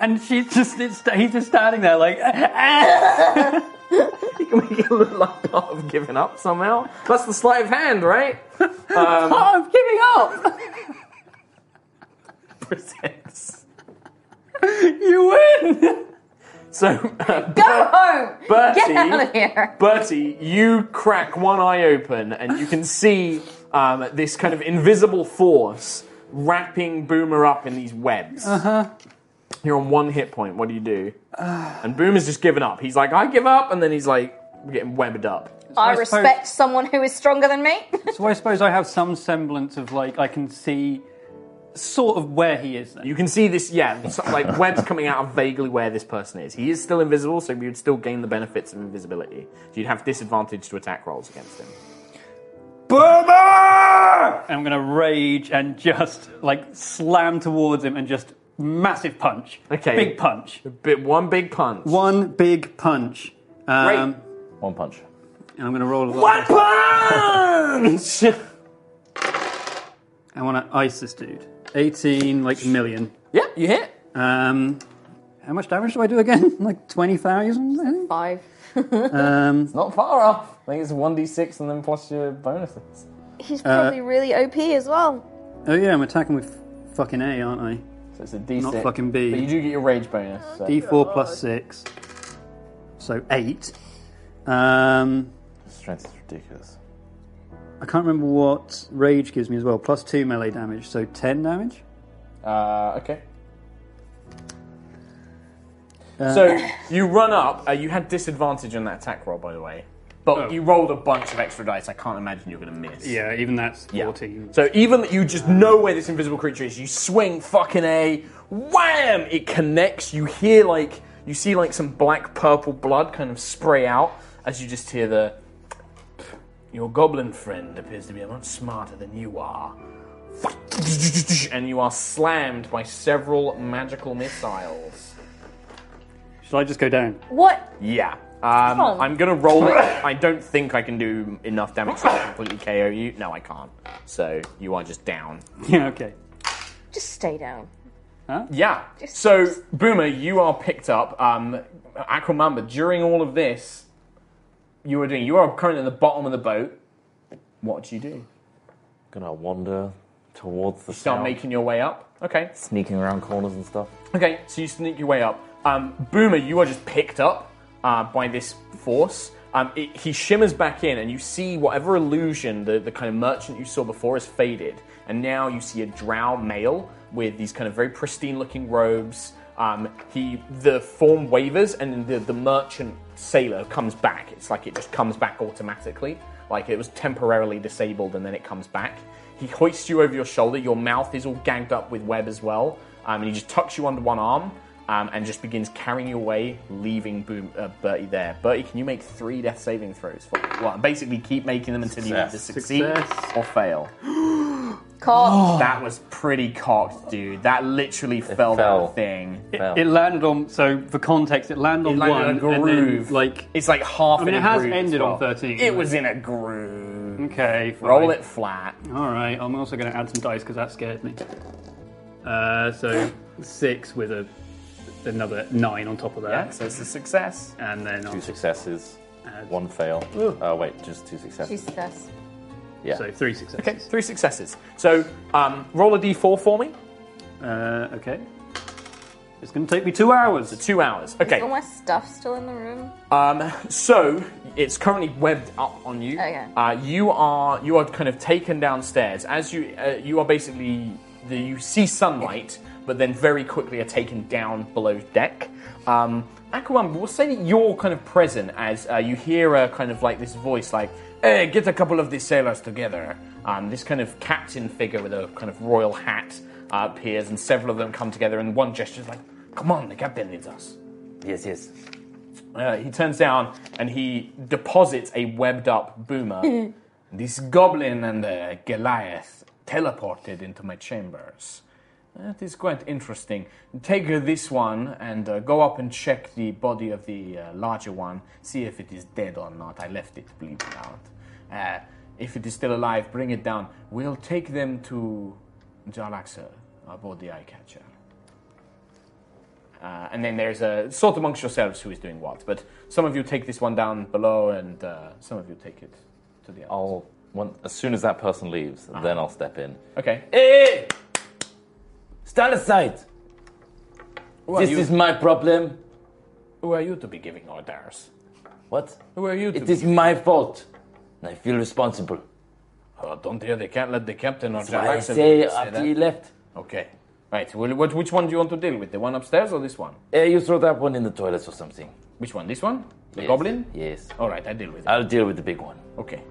Speaker 5: and she's just it's, he's just standing there like.
Speaker 4: You can make it look like part of giving up somehow. That's the sleight of hand, right? Um,
Speaker 5: oh, I'm giving up.
Speaker 4: Presents.
Speaker 5: You win.
Speaker 4: So, uh,
Speaker 3: Go home!
Speaker 4: Bertie.
Speaker 3: Get out of here!
Speaker 4: Bertie, you crack one eye open and you can see um, this kind of invisible force wrapping Boomer up in these webs. Uh
Speaker 5: Uh-huh.
Speaker 4: huh. You're on one hit point. What do you do? and Boomer's just given up. He's like, I give up, and then he's like, getting webbed up.
Speaker 3: I
Speaker 5: I suppose-
Speaker 3: respect someone who is stronger than me.
Speaker 5: so I suppose I have some semblance of like I can see, sort of where he is. Then.
Speaker 4: You can see this, yeah, so- like webs coming out of vaguely where this person is. He is still invisible, so you'd still gain the benefits of invisibility. So you'd have disadvantage to attack rolls against him.
Speaker 5: Boomer! I'm gonna rage and just like slam towards him and just massive punch.
Speaker 4: Okay.
Speaker 5: Big punch.
Speaker 4: Bit one big punch.
Speaker 5: One big punch. Um,
Speaker 4: Great.
Speaker 7: One punch.
Speaker 5: And I'm gonna roll a lot.
Speaker 4: One punch!
Speaker 5: I wanna ice this dude. 18 like million.
Speaker 4: yeah, you hit.
Speaker 5: Um, how much damage do I do again? Like 20,000? I think?
Speaker 3: Five.
Speaker 5: Um,
Speaker 4: Not far off. I think it's 1d6 and then plus your bonuses.
Speaker 3: He's
Speaker 4: Uh,
Speaker 3: probably really OP as well.
Speaker 5: oh yeah, I'm attacking with fucking A, aren't I?
Speaker 4: So it's a d6.
Speaker 5: Not fucking B.
Speaker 4: But you do get your rage bonus. So.
Speaker 5: D4 plus 6. So 8. Um,
Speaker 7: Strength is ridiculous.
Speaker 5: I can't remember what rage gives me as well. Plus 2 melee damage, so 10 damage?
Speaker 4: Uh, okay. so you run up. Uh, you had disadvantage on that attack roll, by the way, but
Speaker 5: Oh.
Speaker 4: you rolled a bunch of extra dice. I can't imagine you're going to miss.
Speaker 5: Yeah, even that's
Speaker 4: Yeah.
Speaker 5: 14.
Speaker 4: So even that you just know where this invisible creature is, you swing fucking a, wham! It connects. You hear like you see like some black purple blood kind of spray out as you just hear the. Your goblin friend appears to be a lot smarter than you are. And you are slammed by several magical missiles.
Speaker 5: Should I just go down?
Speaker 3: What?
Speaker 4: Yeah. Um,
Speaker 3: Oh.
Speaker 4: I'm gonna roll it. I don't think I can do enough damage to completely KO you. No, I can't. So you are just down.
Speaker 5: Yeah, okay.
Speaker 3: Just stay down.
Speaker 4: Yeah. So, Boomer, you are picked up. Um, Aquamamba, during all of this, you are doing. You are currently at the bottom of the boat. What do you do?
Speaker 7: Gonna wander towards the
Speaker 4: Start
Speaker 7: south,
Speaker 4: making your way up. Okay.
Speaker 7: sneaking around corners and stuff.
Speaker 4: Okay. So you sneak your way up. Um, Boomer, you are just picked up uh, by this force. Um, it, he shimmers back in, and you see whatever illusion the, the kind of merchant you saw before has faded, and now you see a drow male with these kind of very pristine-looking robes. Um, he the form wavers, and the the merchant sailor comes back. It's like it just comes back automatically, like it was temporarily disabled, and then it comes back. He hoists you over your shoulder. Your mouth is all gagged up with web as well, um, and he just tucks you under one arm um, and just begins carrying you away, leaving Boom, uh, Bertie there. Bertie, can you make three death saving throws? For, well, basically keep making them until you either succeed
Speaker 5: Success.
Speaker 4: or fail.
Speaker 3: Cock.
Speaker 4: That was pretty cocked, dude. That literally fell,
Speaker 7: fell.
Speaker 4: that thing.
Speaker 5: It,
Speaker 7: Well.
Speaker 5: it landed on, so for context, it landed on
Speaker 4: It landed
Speaker 5: one.
Speaker 4: in a
Speaker 5: and then,
Speaker 4: groove.
Speaker 5: like,
Speaker 4: It's like half.
Speaker 5: I mean,
Speaker 4: in
Speaker 5: it
Speaker 4: a
Speaker 5: has
Speaker 4: groove
Speaker 5: ended
Speaker 4: as
Speaker 5: on
Speaker 4: well.
Speaker 5: 13,
Speaker 4: It
Speaker 5: right? Mm.
Speaker 4: was in a groove.
Speaker 5: okay, fine.
Speaker 4: Roll it flat.
Speaker 5: All right, I'm also going to add some dice because that scared me. Uh, so six with a another nine on top of
Speaker 4: Yeah,
Speaker 5: that,
Speaker 4: so it's a success.
Speaker 5: and then I'll,
Speaker 7: Two successes,
Speaker 5: Add-
Speaker 7: one fail. Oh, wait, just two successes.
Speaker 3: Jesus. that's-
Speaker 7: Yeah.
Speaker 5: so three
Speaker 4: Okay,
Speaker 5: successes.
Speaker 4: three successes. So um, roll a d4 for me.
Speaker 5: Uh, okay. It's going to take me two hours.
Speaker 4: Two hours. Okay.
Speaker 3: Is all my stuff still in the room?
Speaker 4: Um, so it's currently webbed up on you.
Speaker 3: Okay.
Speaker 4: Uh, you are you are kind of taken downstairs as you uh, you are basically the, you see sunlight but then very quickly are taken down below deck. Um, Aquaman, we'll say that you're kind of present as uh, you hear a kind of like this voice, like, "Hey, get a couple of these sailors together." Um, this kind of captain figure with a kind of royal hat uh, appears, and several of them come together, and one gesture is like, "Come on, the captain needs us."
Speaker 6: Yes, yes.
Speaker 4: Uh, he turns down and he deposits a webbed up boomer. this goblin and uh, Goliath teleported into my chambers. That is quite interesting. Take uh, this one and uh, go up and check the body of the uh, larger one. See if it is dead or not. I left it bleeding out. Uh, if it is still alive, bring it down. We'll take them to Jalaxa aboard the eye catcher. Uh, and then there's a sort amongst yourselves who is doing what. But some of you take this one down below, and uh, some of you take it to the other.
Speaker 6: I'll one, as soon as that person leaves,
Speaker 4: Ah.
Speaker 6: then I'll step in.
Speaker 4: Okay.
Speaker 7: Hey! Oh. Stand aside.
Speaker 4: Who are,
Speaker 7: This
Speaker 4: you,
Speaker 7: is my problem.
Speaker 4: who are you to be giving orders?
Speaker 7: What?
Speaker 4: Who are you to
Speaker 7: It
Speaker 4: be?
Speaker 7: is my fault. And I feel responsible.
Speaker 4: Oh, don't hear they can't let the captain or
Speaker 7: But I
Speaker 4: Jalaxa
Speaker 7: say
Speaker 4: that.
Speaker 7: after he left,
Speaker 4: Okay. Right. Well, what, which one do you want to deal with? The one upstairs or this one?
Speaker 7: eh, you throw that
Speaker 6: That one in the toilets or something.
Speaker 4: Which one? This one? The
Speaker 6: Yes.
Speaker 4: goblin?
Speaker 6: Yes.
Speaker 4: All right, I deal with it.
Speaker 6: I'll deal with the big one.
Speaker 4: okay.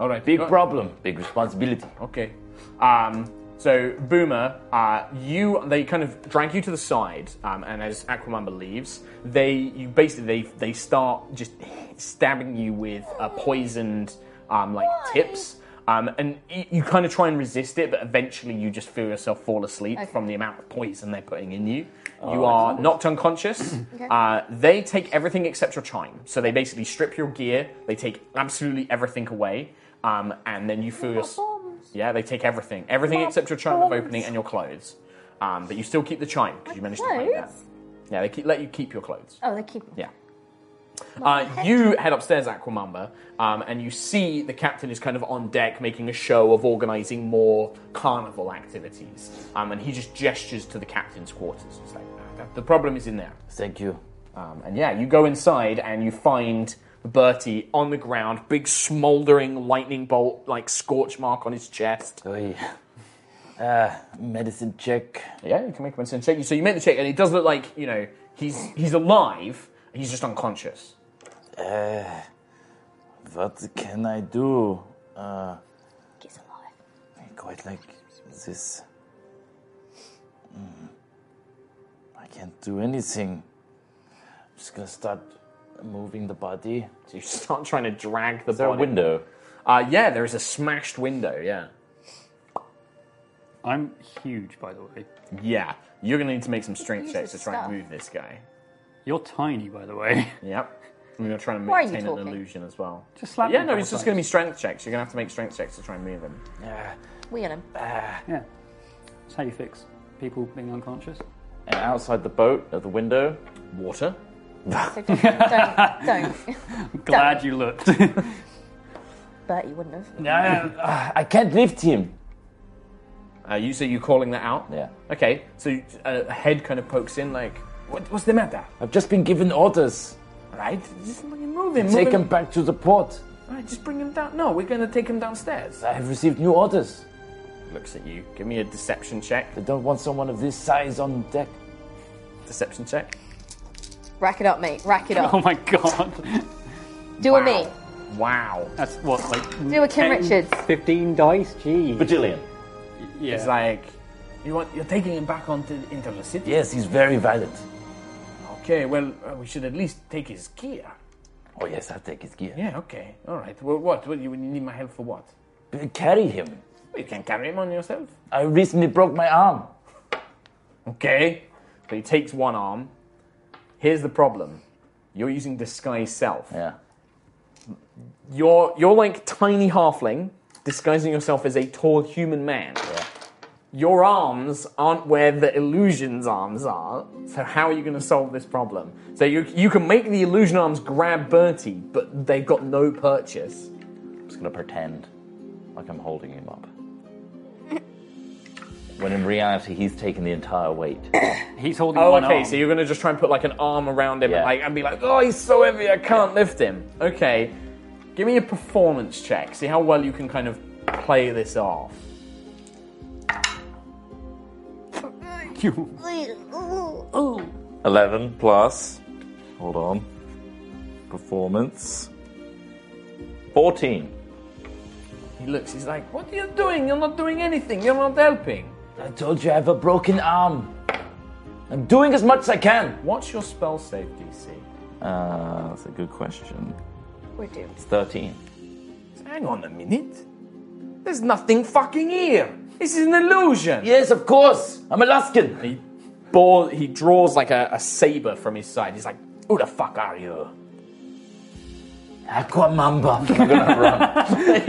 Speaker 4: All right.
Speaker 7: big
Speaker 4: go-
Speaker 7: problem.
Speaker 6: Big responsibility.
Speaker 4: Okay. Um, so Boomer, uh, you they kind of drag you to the side, um, and as Aquamamba leaves, they you basically they they start just stabbing you with uh, poisoned um, like tips. Um, and you, you kind of try and resist it, but eventually you just feel yourself fall asleep from the amount of poison they're putting in you. you are knocked unconscious. uh, they take everything except your chime. So they basically strip your gear, they take absolutely everything away, um, and then you feel yourself.
Speaker 3: Oh,
Speaker 4: Yeah, they take everything. Everything except your chime of opening and your clothes. Um, but you still keep the chime because you managed to find that.
Speaker 3: Clothes?
Speaker 4: Yeah, they keep, let you keep your clothes.
Speaker 3: Oh, they keep.
Speaker 4: Yeah. Uh, you head upstairs, Aquamamba, um, and you see the captain is kind of on deck making a show of organising more carnival activities. Um, and he just gestures to the captain's quarters. It's like, "Ah, that- the problem is in there.
Speaker 6: Thank you.
Speaker 4: Um, and yeah, you go inside and you find Bertie on the ground, big smouldering lightning bolt like scorch mark on his chest.
Speaker 6: Oi. Uh, medicine check.
Speaker 4: Yeah, you can make a medicine check. So you make the check, and it does look like you know he's he's alive. He's just unconscious.
Speaker 6: Uh, what can I do? Uh,
Speaker 3: He's alive.
Speaker 6: I quite like this. Mm. I can't do anything. I'm just gonna start moving the body.
Speaker 4: So you start trying to drag the
Speaker 6: Is there a
Speaker 4: body.
Speaker 6: window?
Speaker 4: Uh, yeah, there is a smashed window. Yeah,
Speaker 5: I'm huge, by the way.
Speaker 4: yeah. You're gonna need to make some strength
Speaker 3: Use
Speaker 4: checks to
Speaker 3: the
Speaker 4: try and
Speaker 3: stuff.
Speaker 4: move this guy.
Speaker 5: You're tiny, by the way.
Speaker 4: Yep. And you're trying to
Speaker 3: Why are you
Speaker 4: maintain an
Speaker 3: talking?
Speaker 4: illusion as well.
Speaker 5: Just slap
Speaker 4: yeah,
Speaker 5: him a
Speaker 4: no,
Speaker 5: couple
Speaker 4: it's just
Speaker 5: times.
Speaker 4: gonna be strength checks. You're gonna have to make strength checks to try and move him.
Speaker 6: Ah,
Speaker 3: We got him.
Speaker 5: Yeah. That's how you fix people being unconscious.
Speaker 6: and Uh, outside the boat, at the window,
Speaker 4: Water.
Speaker 3: So don't, don't, don't.
Speaker 5: Glad you looked. yeah,
Speaker 3: But you wouldn't have.
Speaker 6: I can't lift him.
Speaker 4: Uh, you so you calling that out?
Speaker 6: Yeah.
Speaker 4: Okay. So you- a a head kind of pokes in, like, what, what's the matter?
Speaker 6: I've just been given orders.
Speaker 4: Right? Just fucking move him.
Speaker 6: Take
Speaker 4: move
Speaker 6: him back to the port.
Speaker 4: Right, just bring him down. No, we're gonna take him downstairs.
Speaker 6: I have received new orders.
Speaker 4: looks at you. Give me a deception check.
Speaker 6: I don't want someone of this size on deck.
Speaker 4: Deception check.
Speaker 3: Rack it up, mate. Rack it up.
Speaker 5: Oh my god.
Speaker 4: Oh,
Speaker 3: Do a me.
Speaker 4: Wow.
Speaker 5: That's what, like.
Speaker 3: Do a
Speaker 5: 10,
Speaker 3: Kim Richards.
Speaker 5: 15 dice? Gee.
Speaker 6: Bajillion.
Speaker 5: Yeah.
Speaker 4: It's like you want you're taking him back onto into the city.
Speaker 6: Yes, he's very violent.
Speaker 4: Okay. Well, uh, we should at least take his gear.
Speaker 6: Oh yes, I'll take his gear.
Speaker 4: Yeah. Okay. All right. Well, what? What? You you need my help for what?
Speaker 6: B- Carry him.
Speaker 4: Well, you can carry him on yourself.
Speaker 6: I recently broke my arm.
Speaker 4: Okay. So he takes one arm. Here's the problem. You're using disguise self.
Speaker 6: Yeah.
Speaker 4: You're you're like tiny halfling disguising yourself as a tall human man. Your arms aren't where the illusion's arms are. So how are you going to solve this problem? So you you can make the illusion arms grab Bertie, but they've got no purchase.
Speaker 6: I'm just gonna pretend like I'm holding him up. when in reality, he's taking the entire weight.
Speaker 5: He's holding
Speaker 4: Oh,
Speaker 5: one
Speaker 4: okay.
Speaker 5: arm.
Speaker 4: So you're going to just try and put like an arm around him
Speaker 6: Yeah.
Speaker 4: and like and be like, oh, he's so heavy, I can't lift him. Okay. Give me a performance check. See how well you can kind of play this off.
Speaker 10: You.
Speaker 11: Oh.
Speaker 7: 11 plus. Hold on. Performance. 14.
Speaker 4: He looks, he's like, What are you doing? You're not doing anything. You're not helping.
Speaker 6: I told you I have a broken arm. I'm doing as much as I can.
Speaker 4: What's your spell save DC?
Speaker 7: Uh, that's a good question.
Speaker 3: We're doomed.
Speaker 7: It's 13.
Speaker 4: Hang on a minute. There's nothing fucking here. This is an illusion.
Speaker 6: Yes, of course. I'm Alaskan.
Speaker 4: He, bore, he draws like a, a saber from his side. He's like, Who the fuck are you?
Speaker 6: Aquamamba.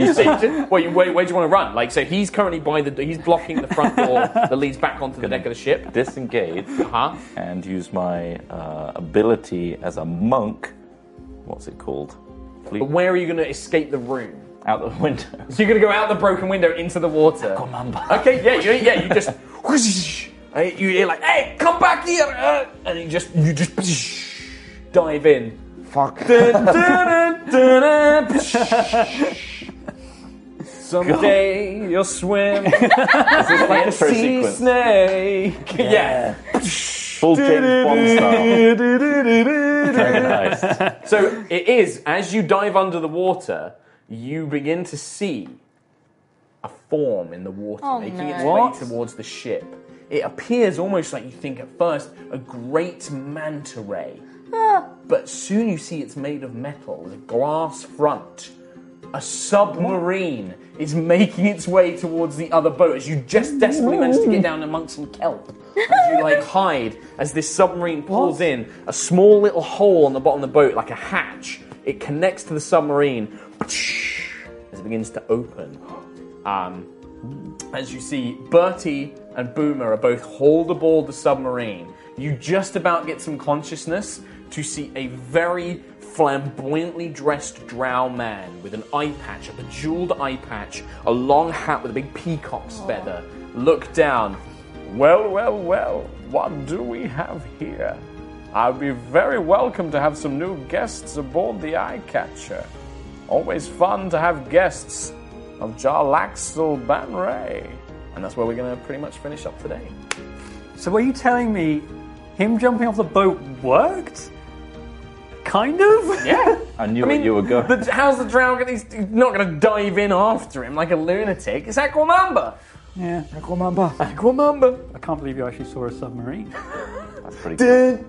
Speaker 4: you see, well, you, where, where do you want to run? Like, so he's currently by the, he's blocking the front door that leads back onto the deck of the ship.
Speaker 7: Disengage
Speaker 4: Huh?
Speaker 7: and use my uh, ability as a monk. What's it called? Fleet
Speaker 4: But where are you going to escape the room?
Speaker 7: out the window.
Speaker 4: So you're going to go out the broken window into the water.
Speaker 6: Aquamamba.
Speaker 4: Okay, yeah, you, yeah, you just, whoosh, uh, you hear like, hey, come back here, uh, and you just, you just psh, dive in.
Speaker 6: Fuck.
Speaker 4: Dun, dun, dun, dun, dun, psh. Someday you'll swim like a
Speaker 7: intro
Speaker 4: sea
Speaker 7: sequence.
Speaker 4: snake. Yeah.
Speaker 7: Full James Bond style. Very nice.
Speaker 4: So it is, as you dive under the water, you begin to see a form in the water
Speaker 3: Oh,
Speaker 4: making
Speaker 3: no.
Speaker 4: its
Speaker 3: What?
Speaker 4: way towards the ship. It appears almost like you think at first a great manta ray.
Speaker 3: Ah.
Speaker 4: But soon you see it's made of metal, with a glass front. A submarine is making its way towards the other boat as you just desperately manage to get down amongst some kelp. As you like hide, as this submarine pulls in, a small little hole on the bottom of the boat, like a hatch. It connects to the submarine as it begins to open. Um, as you see, Bertie and Boomer are both hauled aboard the submarine. You just about get some consciousness to see a very flamboyantly dressed drow man with an eye patch, a bejeweled eye patch, a long hat with a big peacock's feather. Look down. Well, well, well, what do we have here? I'd be very welcome to have some new guests aboard the Eye Catcher. Always fun to have guests of Jarlaxle Banray. And that's where we're going to pretty much finish up today.
Speaker 10: So were you telling me him jumping off the boat worked? Kind of?
Speaker 4: Yeah.
Speaker 7: I knew where you were going.
Speaker 4: The, how's the drow going to... He's not going to dive in after him like a lunatic. It's Aquamamba.
Speaker 10: Yeah.
Speaker 6: Aquamamba.
Speaker 4: Aquamamba.
Speaker 10: I can't believe you actually saw a submarine.
Speaker 7: That's pretty good.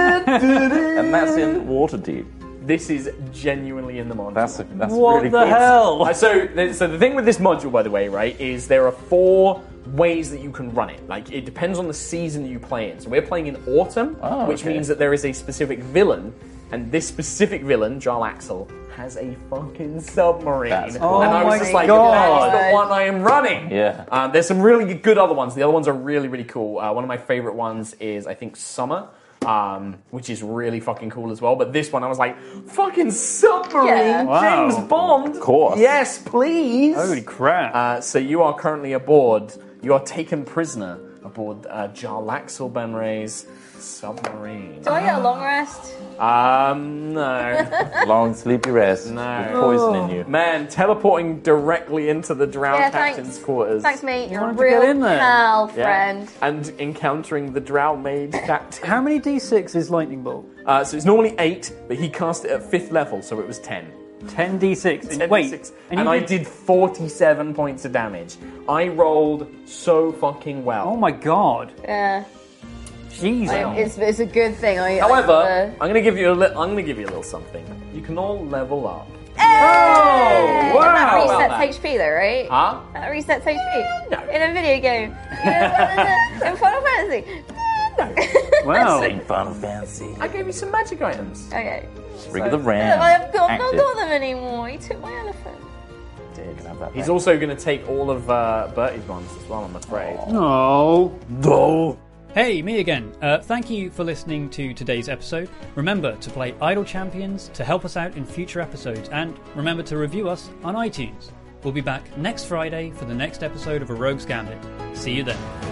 Speaker 7: And that's in water deep.
Speaker 4: This is genuinely in the module.
Speaker 7: That's a, that's
Speaker 10: What
Speaker 7: really
Speaker 10: the
Speaker 7: good.
Speaker 10: hell?
Speaker 4: Uh, so, th- so the thing with this module, by the way, right, is there are four ways that you can run it. Like it depends on the season that you play in. So we're playing in autumn,
Speaker 7: Oh,
Speaker 4: which
Speaker 7: okay.
Speaker 4: means that there is a specific villain, and this specific villain, Jarl Axel, has a fucking submarine.
Speaker 7: That's
Speaker 4: and
Speaker 7: cool.
Speaker 4: I
Speaker 10: Oh
Speaker 4: was
Speaker 10: my
Speaker 4: just like,
Speaker 10: God.
Speaker 4: that is the one I am running.
Speaker 7: Yeah.
Speaker 4: Um, there's some really good other ones. The other ones are really really cool. Uh, one of my favorite ones is I think Summer. Um, which is really fucking cool as well. But this one, I was like, fucking submarine,
Speaker 3: Yeah.
Speaker 10: Wow.
Speaker 4: James Bond. Of
Speaker 7: course.
Speaker 4: Yes, please.
Speaker 10: Holy crap.
Speaker 4: Uh, so you are currently aboard. You are taken prisoner aboard uh, Jarlaxle Benray's submarine.
Speaker 3: Do I get a long rest?
Speaker 4: Ah. Um, no.
Speaker 7: Long sleepy rest.
Speaker 4: No.
Speaker 7: With poison in you.
Speaker 4: Man, teleporting directly into the drowned
Speaker 3: Yeah, thanks.
Speaker 4: captain's quarters.
Speaker 3: Thanks, mate. You're a
Speaker 10: wanted to get
Speaker 3: real
Speaker 10: in there.
Speaker 3: pal,
Speaker 4: Yeah.
Speaker 3: friend.
Speaker 4: And encountering the drow mage captain.
Speaker 10: How many d6 is lightning bolt?
Speaker 4: Uh, so it's normally eight, but he cast it at fifth level, so it was ten.
Speaker 10: 10 d6.
Speaker 4: 10
Speaker 10: Wait,
Speaker 4: six.
Speaker 10: and,
Speaker 4: and
Speaker 10: you
Speaker 4: I did 47 points of damage. I rolled so fucking well.
Speaker 10: Oh my god.
Speaker 3: Yeah.
Speaker 10: Jesus.
Speaker 3: It's, it's a good thing. I,
Speaker 4: However,
Speaker 3: I,
Speaker 4: I'm gonna give you a li- I'm gonna give you a little something. You can all level up.
Speaker 3: Hey!
Speaker 4: wow.
Speaker 3: That
Speaker 4: How about
Speaker 3: resets
Speaker 4: that?
Speaker 3: HP though, right?
Speaker 4: Huh?
Speaker 3: That resets HP.
Speaker 4: No.
Speaker 3: In a video game. In Final Fantasy.
Speaker 10: Wow.
Speaker 7: Final Fantasy.
Speaker 4: I gave you some magic items.
Speaker 3: okay.
Speaker 7: Regular
Speaker 3: I have
Speaker 7: ram.
Speaker 3: got, not
Speaker 7: Active.
Speaker 3: got them anymore. He took my elephant.
Speaker 7: You can have that
Speaker 4: He's
Speaker 7: back.
Speaker 4: also gonna take all of uh, Bertie's ones as well. I'm afraid.
Speaker 10: No.
Speaker 5: Hey, me again. Uh, thank you for listening to today's episode. Remember to play Idle Champions to help us out in future episodes, and remember to review us on iTunes. We'll be back next Friday for the next episode of A Rogue's Gambit. See you then.